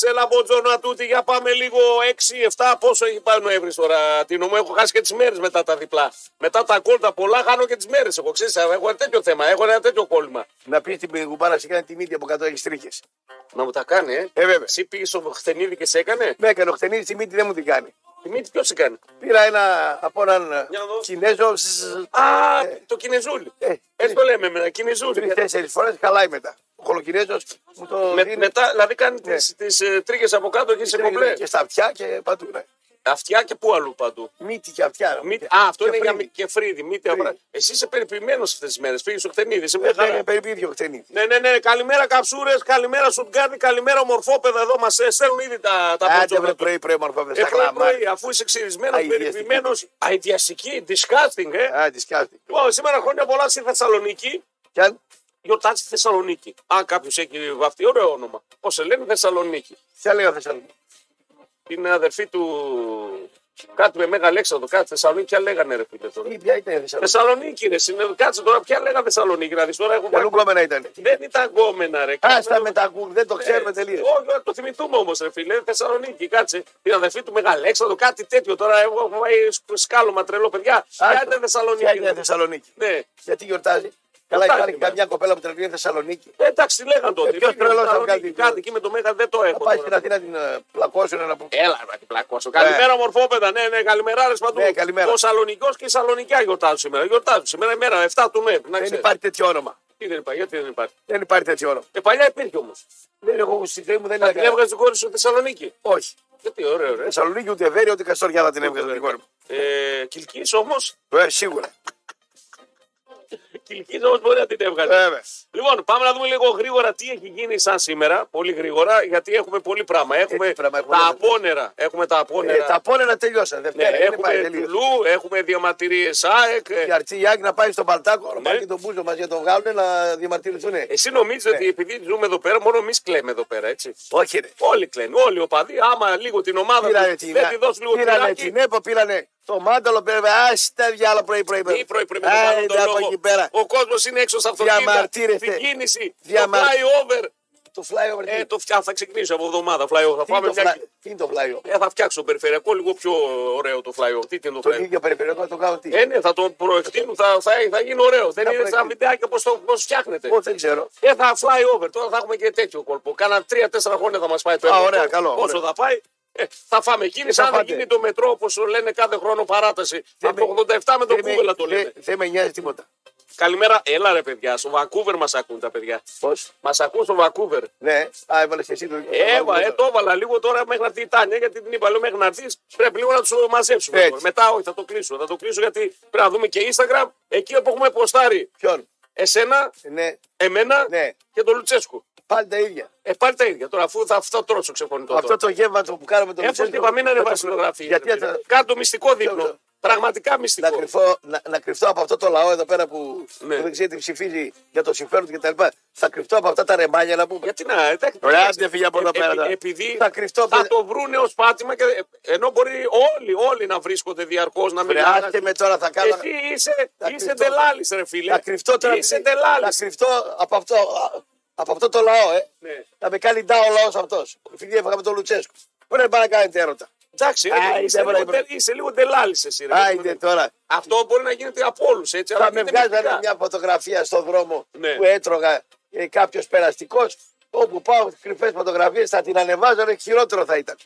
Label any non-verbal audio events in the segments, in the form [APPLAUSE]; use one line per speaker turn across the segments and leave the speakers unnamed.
έλα μποτζόνα τούτη, για πάμε λίγο 6-7. Πόσο έχει πάει ο Νοέμβρης τώρα, την μου έχω χάσει και τις μέρες μετά τα διπλά. Μετά τα κόλτα πολλά, χάνω και τις μέρες. Εγώ ξέρεις, έχω ένα τέτοιο θέμα, έχω ένα τέτοιο κόλλημα.
Να πεις την κουμπάρα σε κάνει τη μύτη από κάτω έχεις τρίχες.
Να μου τα κάνει, ε.
Ε, βέβαια.
Εσύ πήγες στο χτενίδι και σε έκανε.
Με έκανε ο χτενίδη τη μύτη δεν μου την κάνει.
Τη μύτη ποιος σε κάνει.
Πήρα ένα από έναν
Για να δω.
Κινέζο. σ-
Α, το κινεζούλι.
ε,
Έτσι το λέμε, με ένα κινεζούλι.
Τρει-τέσσερι φορές χαλάει μετά. Ο κολοκινέζο μου το
Με,
δίνει
μετά, δηλαδή κάνει τις, τις ε, τρίγες από κάτω και σε
και
κομπλέ.
και στα αυτιά και παντού. ναι.
Αυτιά και πού αλλού παντού.
Μύτη και αυτιά. ρε.
Μύτη-
Και-
α, αυτό είναι
και
για
φρύδι.
μυ- και φρύδι, μύτη
Φρύδι.
αυρά. Εσύ είσαι περιποιημένος αυτές τις μέρες. Πήγε στο χτενίδι, είσαι μια
Ε, ναι,
χαρά.
Είναι περίπου ίδιο ο χτενίδη.
Ναι, ναι, ναι. Καλημέρα, καψούρες. Καλημέρα, Σουτγκάρδι. Καλημέρα, ομορφόπεδα. Εδώ μας στέλνουν ήδη τα, τα
Άντε
πρωτζόνα.
βρε πρωί-πρωί μορφώμε
Ε,
στα
πρωί,
κλάμα.
πρωί, αφού είσαι ξυρισμένος,
Αειδιαστική.
περιποιημένος. Αειδιαστική, disgusting, ε.
Α, τη σκάφτη.
Λοιπόν, σήμερα χρόνια πολλά στη Θεσσαλονίκη.
Κι αν
Γιορτάζει στη Θεσσαλονίκη. Αν κάποιος έχει βαφτεί, ωραίο όνομα. Πώς σε λένε Θεσσαλονίκη.
τι άλλο Θεσσαλονίκη.
Είναι αδερφή του. Κάτι με Μέγα Αλέξανδρο, κάτι Θεσσαλονίκη. Ποια λέγανε ρε φίλε τώρα.
Ή Ποια ήταν η Θεσσαλονίκη.
Θεσσαλονίκη ρε, συνε- κάτσε τώρα, ποια λέγανε Θεσσαλονίκη. Ε, Δηλαδή τώρα έχω
Καλού κόμμενα ήταν.
Δεν ήταν κόμενα, ρε.
Α τα μετακούν, δεν το
Ε,
ξέρουμε τελείως.
Όχι, να το θυμηθούμε όμως, ρε φίλε. Θεσσαλονίκη, κάτσε. Την αδερφή του Μεγαλέξανδρο, κάτι τέτοιο. Τώρα εγώ έχω πάει σκ- σκάλωμα τρελό, παιδιά. Ποια ήταν
Ποια
Θεσσαλονίκη.
ήταν η Θεσσαλονίκη.
Ναι.
Γιατί γιορτάζει. Καλά, υπάρχει
μάλλον.
καμιά κοπέλα που τραβεί Θεσσαλονίκη.
Ε, Εντάξει, λέγανε τότε.
ποιος
Πήγαινε
τρελός θα
Θεσσαλονίκη,
βγάλει την
Κάτι εκεί με το Μέγα δεν το
Θα
έχω.
πάει
τώρα.
στην Αθήνα την ε, πλακώσουν να πούμε.
Έλα να την πλακώσω. Καλημέρα, ομορφόπεδα. Ναι, ναι, καλημερά, ρε παντού.
Ναι, καλημέρα.
Ο Σαλονικός και η Σαλονικιά γιορτάζουν σήμερα. Γιορτάζουν σήμερα η μέρα 7 του Νοέμβρη. Να
Δεν
ξέρεις.
υπάρχει τέτοιο όνομα.
Τι δεν υπάρχει, γιατί δεν υπάρχει.
Δεν υπάρχει τέτοιο όνομα.
Ε, παλιά υπήρχε όμως.
Δεν έχω στη ζωή μου, δεν
Να την
είναι.
έβγαζε την κόρη σου στη Θεσσαλονίκη.
Όχι.
Γιατί ωραίο, ρε.
Θεσσαλονίκη ούτε Βέρεια ούτε Καστοριά θα την έβγαζε την κόρη μου.
Ε, Κυλκής όμως.
Ε, Σίγουρα.
Κυλκή όμω μπορεί να την έβγαζε.
Βέβαια.
Λοιπόν, πάμε να δούμε λίγο γρήγορα τι έχει γίνει σαν σήμερα. Πολύ γρήγορα, γιατί έχουμε πολύ πράγμα. Έχουμε
Ε, τι πράγμα έχουμε,
τα
ναι.
απόνερα. Έχουμε τα
Ε,
απόνερα.
Τα πόνερα τελειώσαν.
Ναι,
Δευτέρα είναι πάει
έχουμε
τελείω.
τουλού, έχουμε διαμαρτυρίες ΑΕΚ. ε,
Η Αρτή Ιάκ να πάει στον Παλτάκο, να
Ναι. Ε,
πάει και τον Μπούζο μαζί να τον βγάλουν να διαμαρτυρηθούν.
Εσύ νομίζετε
Ναι.
ότι επειδή ζούμε εδώ πέρα, μόνο εμείς κλαίμε εδώ πέρα, έτσι.
Όχι, ρε.
Όλοι κλαίνουν, όλοι οι οπαδοί. Άμα λίγο την ομάδα
Πήρανε
τους,
την,
δεν τη δώσει λίγο
πήρανε
πυράκι.
την ΕΠΟ, πήρανε το μάνταλο, πήρανε. Α, τα διάλα πρωί-πρωί.
Τι πρωί πρωί με τον
Άντε
άλλον τον
από
λόγο.
εκεί πέρα.
Ο κόσμος είναι έξω στα αυτοκίνητα.
Διαμαρτύρεστε.
Την κίνηση.
Διαμα-
Το flyover.
Το flyover. τι-
Ε, το φτιά... Θα ξεκινήσω από εβδομάδα flyover. Θα
τι είναι
πάμε
το
μια...
fly- Τι είναι το flyover.
ε, θα φτιάξω περιφερειακό λίγο πιο ωραίο το flyover. Τι τι είναι το
Το
flyover.
ίδιο περιφερειακό θα το κάνω τι.
Ε, ναι, θα το προεκτείνουν, θα, θα, θα γίνει ωραίος. Δεν είναι σαν
προεκτείνουν.
βιντεάκια πώ το πώς φτιάχνετε.
Εγώ δεν ξέρω.
Ε, θα fly over. Τώρα θα έχουμε και τέτοιο κόλπο. Κάνα τρία-τέσσερα χρόνια θα μας πάει το
Α,
έργο.
ωραία,
Τώρα,
καλό,
Όσο
ωραία.
θα πάει, ε, θα φάμε εκείνη.
θα
Αν δεν
φάτε.
γίνει το μετρό, όπως λένε κάθε χρόνο παράταση.
Δεν
από το 87 με τον
δεν με-
Κούβελα το
δεν-
λένε.
Δεν με νοιάζει τίποτα.
Καλημέρα, έλα ρε παιδιά. Στο Βακούβερ μας ακούν τα παιδιά.
Πώς.
Μας ακούν στο Βακούβερ.
Ναι, α, έβαλες και εσύ το.
Έβα, ε, το έβαλα λίγο τώρα μέχρι να έρθει η Τάνια, γιατί την είπα. Λέω μέχρι να έρθει, πρέπει λίγο να τους μαζέψουμε.
Έτσι.
τώρα. Μετά, όχι, θα το κλείσω. Θα το κλείσω γιατί πρέπει να δούμε και Instagram. Εκεί όπου έχουμε ποστάρει
Ποιον.
εσένα,
Ναι,
εμένα
ναι.
και τον Λουτσέσκου.
Πάλι τα ίδια.
Ε, πάλι τα ίδια. Τώρα, αφού θα αυτό τρώσω ξεφωνητό.
Αυτό το γεύματο που κάναμε τον
Έφω
Λουτσέσκο,
και είπα, μην
θα το-
ανεβάσει φωτογραφία.
Γιατί θα-
Κάντο μυστικό δείπνο.
Ξέρω.
Πραγματικά
να
μυστικό.
κρυφθώ, να, να κρυφθώ από αυτό το λαό εδώ πέρα που,
Ναι.
που δεν ξέρει τι ψηφίζει για το συμφέρον του κτλ. Θα κρυφτώ από αυτά τα ρεμάλια να πούμε.
Γιατί να, ε, εντάξει.
Ωραία, άντε, φύγε από εδώ πέρα, τώρα.
Ε, επειδή θα,
Θα κρυφτώ, παιδε-
το βρούνε ως πάτημα και, ε, ενώ μπορεί όλοι, όλοι να βρίσκονται διαρκώς να
Βρε,
μιλάνε.
άντε με τώρα θα κάνω.
Εσύ είσαι,
Θα
είσαι
κρυφτώ.
τελάλης, ρε φίλε.
Θα κρυφτώ τώρα.
Είσαι
επειδή- Θα
τελάλης.
κρυφτώ από αυτό, α, από αυτό το λαό, ε.
Ναι.
Θα με κάνει ντά ο λαός αυτός. Επειδή έφαγα με τον Λουτσέσκο. Μπορεί να πάει να κάνετε έρωτα.
Εντάξει, ρε,
Άιντε,
είσαι, λίγο,
μπράβο.
τε- είσαι λίγο τελάλης εσύ. Ρε,
Άιντε τώρα.
Αυτό μπορεί να γίνεται από όλους. έτσι. αλλά
Θα με
γίνεται
βγάζανε
μυστικά.
μια φωτογραφία στον δρόμο
Ναι.
που έτρωγα ε, κάποιος περαστικός. Όπου πάω, κρυφές φωτογραφίες θα την ανεβάζανε, χειρότερο θα ήταν.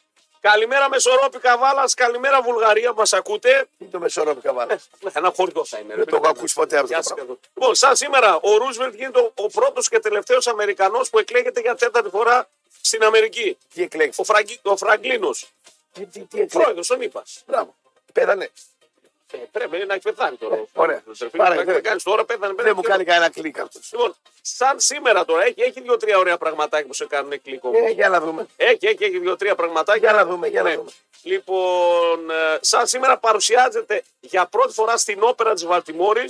Καλημέρα Μεσορόπη Καβάλα, καλημέρα Βουλγαρία, μας ακούτε.
Τι το μεσορόπικα βάλα.
Ναι, Ένα χωριό θα είναι. ρε,
Δεν το έχω ακούσει ποτέ αυτό.
Γεια
το
σας,
πράγμα.
παιδό. Λοιπόν, σαν σήμερα ο Ρούσβελτ γίνεται ο- ο πρώτος και τελευταίος Αμερικανός που εκλέγεται για τέταρτη φορά στην Αμερική.
Τι εκλέξει.
Ο, Φραγκί, ο Φραγκλίνος.
Τι, τι, τι εκλέξει.
Πρόεδρος, τον είπα.
Μπράβο. Πέθανε.
Ε, πρέπει να έχει πεθάνει τώρα. ο
Ε, Ωραία.
Φράγκλινος, ρε φίλε,
Πάρα,
πρέπει να
δε.
κάνεις τώρα, πέθανε, πέθανε.
Δεν μου κάνει κανένα κλικ αυτό.
Λοιπόν, σαν σήμερα τώρα έχει, έχει δύο-τρία ωραία πραγματάκια που σε κάνουν κλικ. όμως.
Ε, για να δούμε.
Έχει, έχει, έχει δύο-τρία πραγματάκια.
Για να δούμε, για να
Ναι.
δούμε.
Λοιπόν, ε, σαν σήμερα παρουσιάζεται για πρώτη φορά στην όπερα της Βαλτιμόρης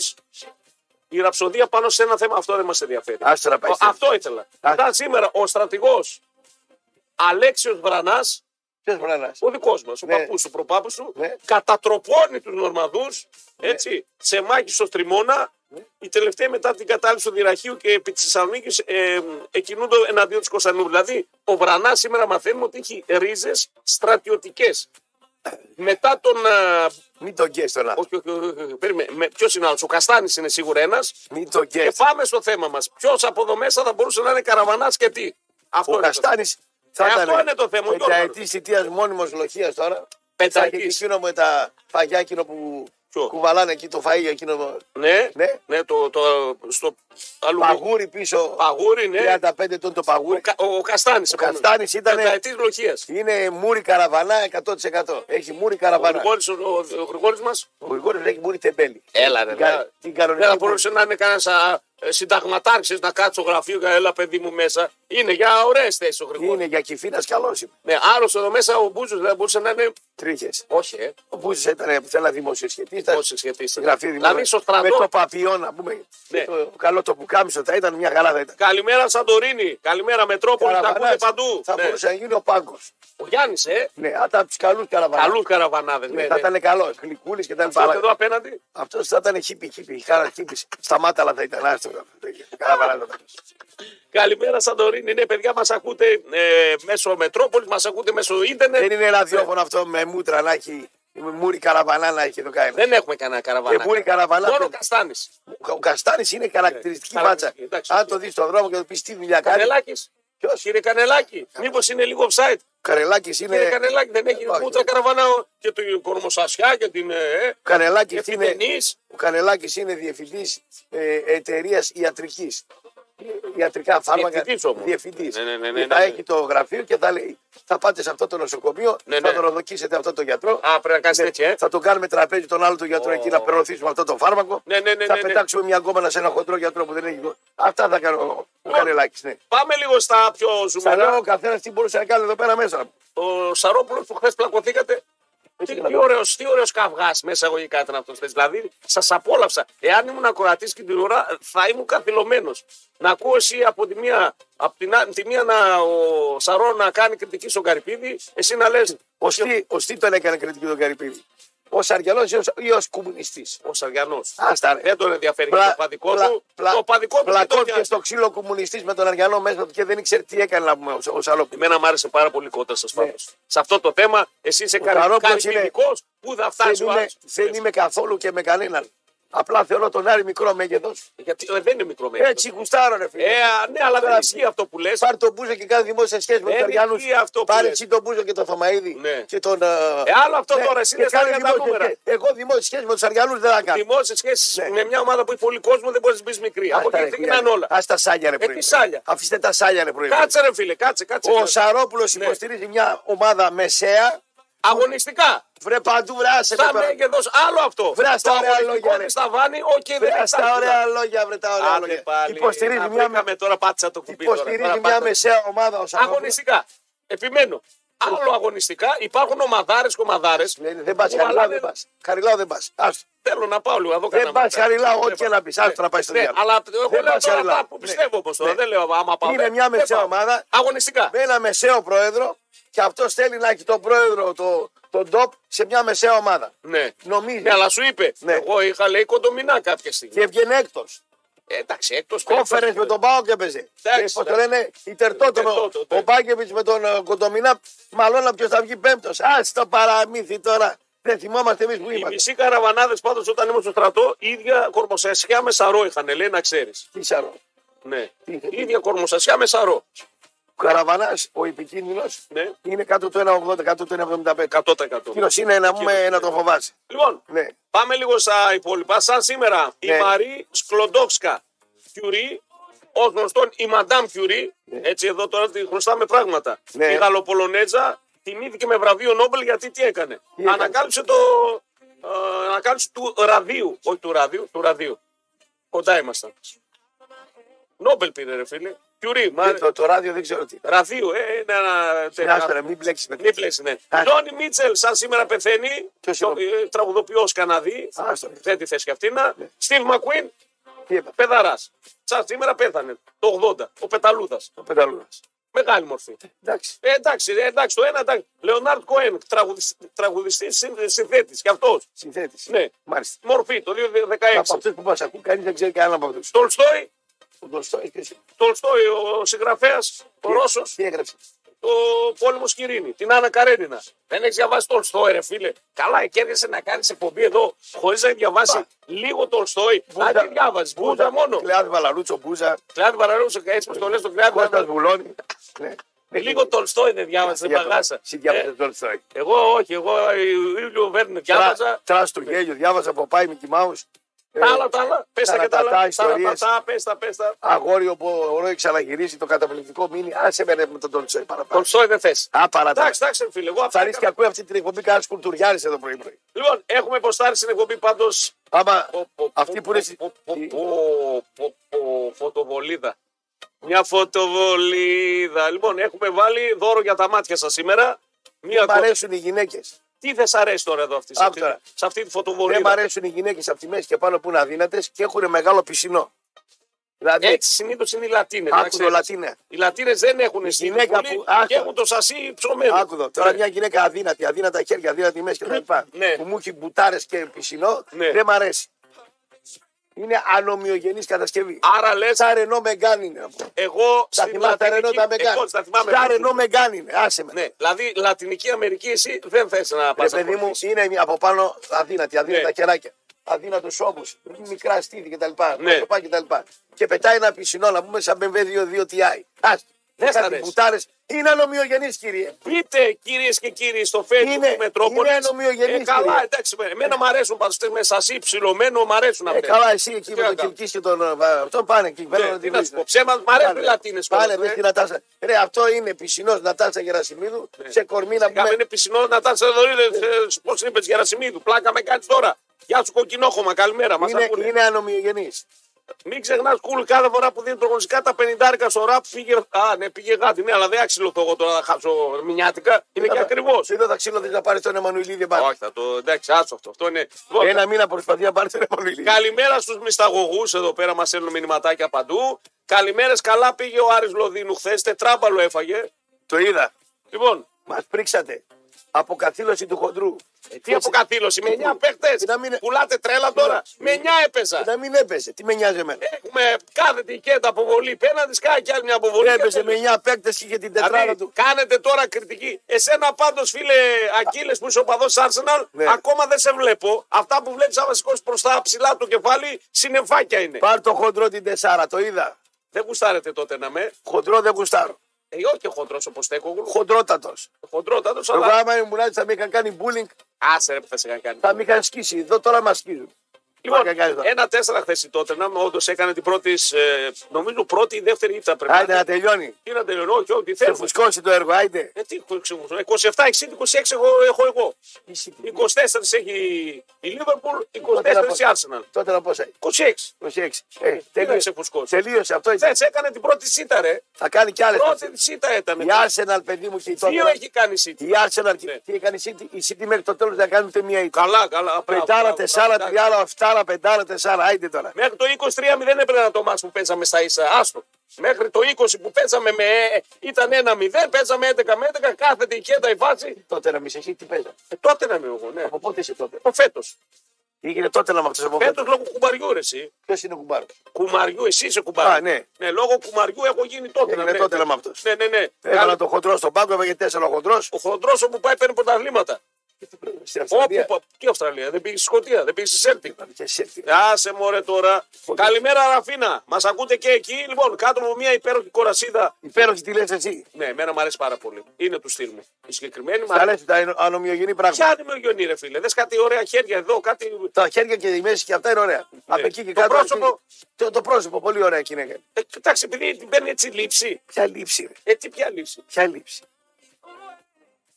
η ραψοδία πάνω σε ένα θέμα. Αυτό δεν μας ενδιαφέρει.
Άστο να πάει
Ο-
στην-
αυτό ήθελα.
Άστο.
Σαν σήμερα ο στρατηγός Αλέξιος Βρανάς,
Ποιος βρανά.
ο δικός μας, ο
Ναι.
παππούς σου, προπάπου σου,
Ναι.
κατατροπώνει τους Νορμαδούς έτσι, σε μάχη στο Τριμώνα
Ναι.
Η τελευταία μετά την κατάληψη του Δυραχείου και επί της Θεσσαλονίκης ε, εκινούνται εναντίον της Κωνσταντινούπολη. Δηλαδή, ο Βρανάς σήμερα μαθαίνουμε ότι έχει ρίζες στρατιωτικές. Μετά τον. α,
Μην τον καίεις τον άνθρωπο.
όχι, όχι, όχι, όχι, περίμενε. Με- Ποιος είναι άλλος, ο Καστάνης είναι σίγουρα ένας.
Μην τον καίει.
Και πάμε στο θέμα μας. Ποιος από εδώ μέσα θα μπορούσε να είναι καραβανάς και τι. Αυτό
Ο
είναι το
Καστάνης θα
Ε, αυτό
ήταν.
είναι το θέμα, Γιώργο.
Πενταετή θητεία μόνιμο λοχεία τώρα. Θα
Πενταετής.
έχει εκείνο με τα φαγιά εκείνο που
Ποιο?
κουβαλάνε εκεί το φαΐγιο εκείνο.
Ναι, ναι,
Ναι.
το, το, στο αλλού.
Παγούρι πίσω.
Παγούρι, ναι.
35 τόν το παγούρι.
Ο, Κα- ο Καστάνης. Ο
Καστάνης ήταν-
Πενταετή λοχεία.
Είναι μούρι καραβανά 100%. Έχει μούρι καραβανά.
Ο Γρηγόρης μας.
Ο Γρηγόρης έχει μούρι τεμπέλη.
Έλα, ρε.
Την κα-
ναι.
Την
Δεν θα
κανονική.
μπορούσε να είναι κανένας συνταγματάρχη να κάτσει στο γραφείο και έλα παιδί μου μέσα. Είναι για ωραίες θέσεις ο
μούρη.
Γρηγόρης.
Είναι για κυφίνα καλό είναι.
Ναι, άρρωστο εδώ μέσα ο Μπούζος δεν θα μπορούσε να είναι.
Τρίχε.
Όχι, ε.
Ο Μπούζη ήταν θέλα δημοσιοσχετή.
Πώ συσχετίζεται.
Γραφείο
Δηλαδή στο
δημοσιο- Με
στρατό.
το παπιόν να πούμε.
Ναι.
Το καλό το πουκάμισο θα ήταν μια χαρά θα ήταν.
Καλημέρα Σαντορίνη. Καλημέρα Μετρόπολη. Τα ακούτε
Καραβανάς
παντού.
Θα
Ναι.
μπορούσε να γίνει ο πάγκος.
Ο Γιάννης, ε.
Ναι, θα ήταν από τους καλούς καραβανάς.
Καλούς καραβανάδες.
Ναι,
Ναι,
θα
ναι.
ήταν καλό. Γλυκούλης και τα
Πάτε
λοιπά.
εδώ απέναντι.
Αυτός θα ήταν χίπη, χίπη. Χάρα χίπη. Σταμάταλα θα ήταν. Άστο. Καραβανάς θα
Ναι.
ήταν.
Καλημέρα Σαντορίνη. Ναι, παιδιά μας ακούτε ε, μέσω Μετρόπολης, μας ακούτε μέσω ίντερνετ.
Δεν είναι ραδιόφωνο
Ναι.
αυτό με μούτρα να έχει. Με μούρι καραβανά να έχει εδώ κάνει.
Δεν έχουμε κανένα
Και
καραβανάκι.
μούρι καραβανά.
Μόνο Καστάνης.
Ο Καστάνης είναι χαρακτηριστική
Ναι,
μάτσα.
χαρακτηριστική, εντάξει,
Αν
οκ.
το δεις στον δρόμο και το πεις τι δουλειά κάνει.
Κανελάκης.
Ποιος?
Κύριε Κανελάκη, μήπως είναι λίγο offside.
Καρελάκη
Κύριε
είναι.
Κανελάκη, δεν έχει
Ε, όχι.
ούτε καραβανά και του κορμοσασιά και την. Ε,
Κανελάκης
και
είναι,
την Ενής.
ο Κανελάκης είναι διευθυντής ε, εταιρείας ιατρικής. Ιατρικά φάρμακα.
Διευθυντής όμως.
Διευθυντής.
Ναι, ναι, ναι, ναι,
Και θα
ναι, ναι.
έχει το γραφείο και θα λέει θα πάτε σε αυτό το νοσοκομείο,
Ναι,
θα
ναι.
τον δοκίσετε αυτό το γιατρό.
Α, πρέπει να κάνεις
Ναι,
έτσι, ε.
Θα τον κάνουμε τραπέζι τον άλλο τον γιατρό
Ω.
εκεί να προωθήσουμε αυτό το φάρμακο.
Ναι, ναι, ναι,
θα
ναι, ναι.
πετάξουμε μια γκόμενα σε ένα χοντρό γιατρό που δεν έχει. γκο- Αυτά θα κάνω ο, ο Κανελάκης, Ναι.
Πάμε λίγο στα πιο
Θα λέω
ζουμερά.
ο καθένας τι μπορούσε να κάνει εδώ πέρα μέσα.
Ο Σαρόπουλος που χθες πλακωθήκατε. Τι, τι ωραίος τι ωραίος καυγάς μέσα εγωγικά ήταν αυτός. Δηλαδή, σας απόλαυσα. Εάν ήμουν ακροατής και την ώρα, θα ήμουν καθυλωμένος. Να ακούω εσύ από τη μία, από την, α- τη μία να, ο Σαρό να κάνει κριτική στον Καρυπίδη, εσύ να λες
Ο Στή, ο Στή τον έκανε κριτική τον Καρυπίδη. Ο Αργιανό ή ως κομμουνιστής.
ο Σαριανό.
Άστα ρε.
Δεν τον ενδιαφέρει και το παδικό του. το παδικό του δεν τον
Πλακώθηκε
νοιάζει.
στο ξύλο κομμουνιστής με τον Αργιανό μέσα του και δεν ήξερε τι έκανε να πούμε ο, ο Σαλόπουλο.
Εμένα μου άρεσε πάρα πολύ κότα σα πάντω. Σε αυτό το θέμα, εσύ είσαι
Ναι. Σαρόπουλος είναι-
καρυπιδικό που θα
Δεν,
φτάσει ο
είμαι,
άλλος.
δεν είμαι καθόλου και με κανέναν. Απλά θεωρώ τον Άρη μικρό μέγεθος.
Γιατί ε, δεν είναι μικρό μέγεθος.
Έτσι γουστάρω ρε φίλε.
Ε, α, ναι, αλλά δεν
Τώρα,
ισχύει αυτό που λες.
Πάρε τον Μπούζο και κάνει δημόσια σχέση με
Δεν
τον Αργιανού.
ισχύει αυτό που
Πάρε
λες.
εσύ τον Μπούζο και τον Θωμαίδη.
Ναι.
Και τον, ε,
Ε, άλλο αυτό τώρα, εσύ
και
λες
κάνει
τα
δημόσια
νούμερα.
σχέση. Εγώ δημόσια σχέση με τους Αργιανού δεν θα κάνω.
Δημόσιε σχέσει
Ναι.
με μια ομάδα που έχει πολύ κόσμο δεν μπορείς να μπει μικρή. Από
Άστα,
εκεί
ρε,
ξεκινάνε
φίλε.
όλα.
Ας τα σάλια ρε
Ε,
πρωί.
τι σάλια.
Αφήστε τα σάλια ρε πρωί.
Κάτσε ρε φίλε, κάτσε, κάτσε.
Ο
κάτσε.
Σαρόπουλος
Ναι.
υποστηρίζει μια ομάδα μεσαία.
Αγωνιστικά.
Βρε παντού βράσε τα
Σαν
πέρα.
μέγεθος, άλλο αυτό.
Βρε, στα
Το
ωραία
αγωνιστικό
λόγια, ρε.
της στα βάνη, οκ, δεν
Βρε στα
υπάρχει.
ωραία λόγια, βρε τα ωραία
Άντε
λόγια.
πάλι.
Υποστηρίζει
Τα
μια,
βρήκαμε τώρα, πάτησα το κουμπί. τώρα.
υποστηρίζει
Τώρα
μια
πάτησα.
μεσαία ομάδα ο Σαρόπουλος.
Αγωνιστικά. Επιμένω. Άλλο αγωνιστικά υπάρχουν ομαδάρες και ομαδάρες.
Λένε, Δεν πας, Χαριλάου δεν πας. Χαριλάου δεν πας.
Θέλω να πάω λίγο. να δω
Δεν
κανένα
πας,
μάτσα.
Χαριλάου,
Δεν
ό,τι και
πάω.
να πεις. Άστο να πάεις στο
Ναι,
διάλογο.
αλλά εγώ
Δεν
λέω
πας,
τώρα
Χαριλάου.
αυτά που
Ναι.
πιστεύω όπω τώρα.
Ναι.
Δεν λέω άμα πάω.
Είναι
δεν-
μια
δεν
μεσαία
πάω.
ομάδα.
Αγωνιστικά.
με ένα μεσαίο πρόεδρο και αυτό θέλει να έχει τον πρόεδρο, το- τον top, σε μια μεσαία ομάδα.
Ναι.
Νομίζεις.
Ναι, αλλά σου είπε.
Ναι.
Εγώ είχα λέει κοντομινά κάποια στιγμή.
Και έβγαινε έκτος.
Ε, εντάξει, εκτός
Κόφερες με τον Πάο και έπαιζε.
Εντάξει,
Πώς το
εντάξει.
λένε, η Τερτότο.
Τερτότο,
Ο
ναι.
Μπάκεβιτ με τον ε, Κοντομινά, μάλλον ποιος θα βγει πέμπτος. Α το παραμύθι τώρα. Δεν θυμόμαστε εμείς που
ε, Οι
είμαστε.
μισοί καραβανάδες πάντως όταν ήμουν στο στρατό, ίδια κορμοσασιά με σαρό είχαν, λέει να ξέρεις.
Τι σαρό.
Ναι.
Τι είχε, τι
ίδια κορμοσασιά με σαρό.
Ο Καραβανάς, ο επικίνδυνος,
Ναι.
είναι κάτω του 1,80, κάτω του 1,75.
100%.
Κύριος είναι να
Εκείνος,
πούμε να τον φοβάσαι.
Λοιπόν,
Ναι.
Πάμε λίγο στα υπόλοιπα. Σαν σήμερα
Ναι.
η Μαρή Σκλοντόφσκα Κιουρί, ω γνωστόν η Μαντάμ Κιουρί, έτσι εδώ τώρα τη χρωστάμε πράγματα.
Ναι.
Η Γαλλοπολονέτζα τιμήθηκε με βραβείο Νόμπελ γιατί τι έκανε.
έκανε.
Ανακάλυψε το. ε, ανακάλυψε του ραδίου. Όχι του ραδίου, του ραδίου. Κοντά ήμασταν. Νόμπελ πήρε, ρε φίλε. Κιουρί, μα...
Δεν- Ε, Το, το ράδιο δεν ξέρω τι.
ραδίου, ε, είναι ένα.
Ναι, άστο, ρε, μην μπλέξεις με
Νίπλε, ναι.
Α.
Τζόνι Μίτσελ, σαν σήμερα πεθαίνει.
Ποιος είναι
Τραγουδοποιός Καναδί.
Άστο, ρε.
Δεν τη θέση και αυτή να.
Ναι.
Στίβ Μακουίν,
Τι είπα.
πεδαράς. Σαν σήμερα πέθανε το 80, ο Πεταλούδας.
Ο Πεταλούδας.
Μεγάλη μορφή.
Εντάξει.
Ε, εντάξει, ε, εντάξει, το ένα εντάξει. Λεωνάρντ Κοέν, τραγουδιστή, συνθέτη και αυτός.
Συνθέτης.
Ναι.
Μάλιστα.
Μορφή το
Από
2016.
αυτούς που μας ακούν, κανείς δεν ξέρει κανέναν από αυτούς.
Τολστόι,
Ο Ντοστόη, ποιος-
Τολστόι, ο συγγραφέας, ο Ρώσος,
Τι έγραψε.
το πόλεμο Σκυρίνη, την Άννα Καρένινα. Δεν έχεις διαβάσει Τολστόι, ρε φίλε. Καλά, και έρχεσαι να κάνεις εκπομπή εδώ χωρίς να έχει διαβάσει
Πα.
λίγο Τολστόι. Αν τη διάβαζε, Μπούζα μόνο. Ναι.
Κλεάδι Βαλαρούτσο, Μπούζα.
Κλάδι Βαραρούτσο, έτσι πω το λες τον Κλάδι
Κώστα
Βαραρούτσο.
Βουλώνη. Ναι.
Λίγο Τολστόι δεν διάβαζε, δεν
Για το-
παγάσα.
Συ διάβασε
Ε,
τον Τολστόη.
Εγώ όχι, εγώ ε, Ήλιο Βέρνερ διάβαζα.
Τρας του γέλιο, διάβαζα από Πάι Μικη Μάους.
Τα άλλα, τα άλλα. Πες τα
Ε, τα-
και τα άλλα.
τα- τα
Τα άλλα, τα-
ιστορίες.
τα πες τα, πες τα.
Αγόριο που ο Ρόι ξαναγυρίζει το καταπληκτικό μήνυμα. Άσε με ρε με τον Τολστόη παραπάνω.
Τολστόι δεν θες.
Α, παραπάνω.
Εντάξει, εντάξει, ρε φίλε. Εγώ
Θα
αυτά
ρίξει και
έκανα.
ακούει αυτή την εκπομπή κανένα κουλτουριάρη εδώ πρωί-πρωί.
Λοιπόν, έχουμε ποστάρει στην εκπομπή πάντως.
Άμα αυτή που είναι. στη-
Φωτοβολίδα. Μια φωτοβολίδα. Λοιπόν, έχουμε βάλει δώρο για τα μάτια σας σήμερα. Μια
Δεν μ' αρέσουν οι γυναίκες.
Τι δεν σ' αρέσει τώρα εδώ αυτή, σε
Άκου
αυτή,
τώρα.
σε αυτή τη
Δεν μ'
φωτοβολίδα.
αρέσουν οι γυναίκες από τη μέση και πάνω που είναι αδύνατες και έχουν μεγάλο πισινό. Δηλαδή,
Έτσι συνήθως είναι οι Λατίνες.
άκουδο Λατίνε.
Οι Λατίνες δεν έχουν στυλ
γυναίκα
πολύ
που- άκου.
και έχουν το σασί ψωμένο.
Άκουδο. Τώρα
Ναι.
μια γυναίκα αδύνατη, αδύνατα χέρια, αδύνατη μέση κτλ.
Ναι.
Που μου έχει μπουτάρες και πισινό,
Ναι.
δεν μ' αρέσει. Είναι ανομοιογενής κατασκευή.
Άρα λες,
Σαν Ρενό Μεγκάν είναι.
εγώ
Τα
στην
θυμάστε τα Ρενό
Λατινική
τα Μεγκάν.
εγώ τα θυμάμαι.
Σαν Ρενό Μεγκάν είναι. Άσε με.
Ναι, δηλαδή Λατινική Αμερική εσύ δεν θες να
Ρε
πας
παιδί μου,
ακολουθήσεις.
είναι από πάνω αδύνατη, αδύνατα
Ναι.
κεράκια. Αδύνατος ώμο, μικρά στήθη κτλ.
Ναι.
Ναι. Και, τα λοιπά. και πετάει ένα πισινό να πούμε σαν BMW 2 TI. Άστο.
Δεν σ'
Κάτι
αρέσει.
μπουτάρες. Είναι ανομοιογενή, κύριε.
Πείτε κυρίες και κύριοι στο facebook
Είναι-
του Μετρόπολης.
είναι ανομοιογενής,
Ε, καλά,
κυρία.
εντάξει, με- εμένα μου αρέσουν πάντως τες με σασί ψηλωμένο, μου αρέσουν
Ε,
αυτές.
καλά, εσύ εκεί
Τι
με
να
τον
κάνω.
Κιλκή και τον. ε, βα- Αυτό πάνε εκεί.
Ναι,
Πέρα να
τι
τη
να σου
βρίσουν.
πω, ψέματα, μ' αρέσουν οι
Πάνε.
Λατίνες.
Πάνε,
πάντως,
βρες
ε.
την Νατάσα. Ρε, αυτό είναι πισινός Νατάσα Γερασιμίδου
Ναι.
σε κορμί να
Κάμε
πούμε.
Ε, είναι πισινός να τα σε δωρίδε, πώς είπες, Γερασιμίδου. Πλάκα με κάνεις τώρα. Γεια σου κοκκινόχωμα, καλημέρα. Μας
Είναι,
ακούνε.
είναι ανομοιογενή.
Μην ξεχνάς, κούλ, κάθε φορά που δίνει προγνωστικά τα 50 στο ραπ πήγε. Α, ναι, πήγε γάτι. Ναι, αλλά δεν αξιλωθώ εγώ τώρα να χάσω μηνιάτικα. Είναι Ναι,
Ε,
και ακριβώ.
Σου είδα ταξίδι να πάρεις τον Εμμανουηλίδη. μπα.
Όχι, θα το. Εντάξει, άσο αυτό. Αυτό είναι. Λοιπόν,
Ένα μήνα προσπαθεί να πάρει τον Εμμανουηλίδη.
Καλημέρα στους μυσταγωγούς εδώ πέρα, μας στέλνουν μηνυματάκια παντού. Καλημέρες, καλά πήγε ο Άρης Λοδίνου χθες. Τετράμπαλο έφαγε.
Το είδα.
Λοιπόν,
Μας πρίξατε. Αποκαθήλωση του χοντρού. Ε,
τι αποκαθήλωση, με 9 παίχτε.
Να μην-
Πουλάτε τρέλα τώρα. Με 9 έπαιζα.
Να μην έπαιζε. Τι με νοιάζει
Ε,
εμένα.
Έχουμε κάθε τικέτα αποβολή. Πέναντι σκάει και άλλη μια αποβολή.
Ναι, Έπαιζε
και
με 9 παίκτες και είχε την
Δηλαδή,
τετράδα του.
Κάνετε τώρα κριτική. Εσένα πάντως, φίλε Ακύλε που είσαι οπαδό Arsenal,
Ναι.
ακόμα δεν σε βλέπω. Αυτά που βλέπεις, άμα σηκώσεις προς τα ψηλά το κεφάλι, συννεφάκια είναι.
Πάρ το χοντρό την τεσσάρα. Το είδα.
Δεν γουστάρετε τότε να με.
Χοντρό δεν γουστάρω.
Ε, όχι χοντρός όπως στέκογλου.
Χοντρότατο.
Χοντρότατος,
Εγώ
αλλά.
άμα ήμουν έτσι θα με είχαν κάνει bullying,
Άσε ρε που θα σε είχαν κάνει.
θα με είχαν σκίσει. Εδώ τώρα μα σκίζουν.
Λοιπόν,
Πλάκα κάνεις τώρα.
ένα τέσσερα χθες η τότε να όντως έκανε την πρώτη, της, ε, νομίζω πρώτη ή δεύτερη ήττα πρέπει
Άιντε
να
να
είναι.
τελειώνει.
Τι να τελειώνω, όχι, όχι,
Σε
θέλω.
φουσκώσει το έργο. Άιντε.
Ε, τι 27, 60, 26 έχω, έχω εγώ. 24 έχει η Λίβερπουλ, 24 η Arsenal.
Τότε να πω σε.
26.
26. Ε,
να
τελείωσε.
σε φουσκώσει.
Τελείωσε αυτό. ήταν.
Χθε έκανε την πρώτη σίτα, ρε.
Θα κάνει κι άλλες.
Πρώτη της σίτα ήταν.
Η Arsenal, παιδί μου, και η
Δύο
Tottenham.
έχει κάνει σίτα.
Η Arsenal
Ναι.
και τι έκανε η City. Η City μέχρι το τέλος δεν κάνει ούτε μία ήττα.
Καλά, καλά. μπράβο,
Πεντάρα,
μπράβο,
τεσσάρα,
μπράβο,
τριάρα, οφτάρα, πεντάρα, τεσσάρα. Άιντε τώρα.
Μέχρι το 23-0 έπαιρνα το μάτς που παίζαμε στα ίσα. Άστο. Μέχρι το 20 που παίζαμε με. ε, ήταν 1-0, παίζαμε 11 με 11, κάθεται η κέντα η βάση.
Τότε να μη σε εσύ τι παίζα.
Ε, τότε να μην εγώ, ναι.
Από πότε είσαι τότε.
Από φέτος.
Τι έγινε τότε να με αυτός από πότε.
Φέτος λόγω κουμπαριού, ρε, εσύ.
Ποιος είναι ο κουμπάρος.
Κουμαριού, εσύ είσαι κουμπαριού.
Α, ναι.
λόγω κουμαριού έχω γίνει τότε.
Έγινε τότε Ε, να με αυτός.
Ναι, ναι, ναι.
Έβαλα το χοντρός στον πάγκο, έβαγε τέσσερα χοντρός.
Ο χοντρός όπου πάει παίρνει πρωταθλήματα.
Στην
Όπου.
Αυστραλία.
πα- Τι Αυστραλία, δεν πήγε στη Σκωτία, δεν πήγε στη Σέλτικ.
Και σε έφυγε.
Άσε μωρέ τώρα. Καλημέρα, Ραφίνα. Μας ακούτε και εκεί. Λοιπόν, κάτω από μια υπέροχη κορασίδα.
Υπέροχη τι λες εσύ.
Ναι, εμένα μου αρέσει πάρα πολύ. Είναι του στυλ μου. Η συγκεκριμένη μου
Τα
αρέσει.
λες τα ανομοιογενή πράγματα.
Ποια δημιουργιονή, ρε φίλε. Δες κάτι ωραία χέρια εδώ, κάτι.
Τα χέρια και η μέση και αυτά είναι ωραία. Από εκεί και
Ναι. Το
κάτω.
πρόσωπο-
Το, το πρόσωπο, πολύ ωραία γυναίκα.
Ε, κοιτάξτε, επειδή την παίρνει έτσι λήψη.
Ποια λήψη. ρε.
Ε, τι ποια λήψη.
Ποια λήψη.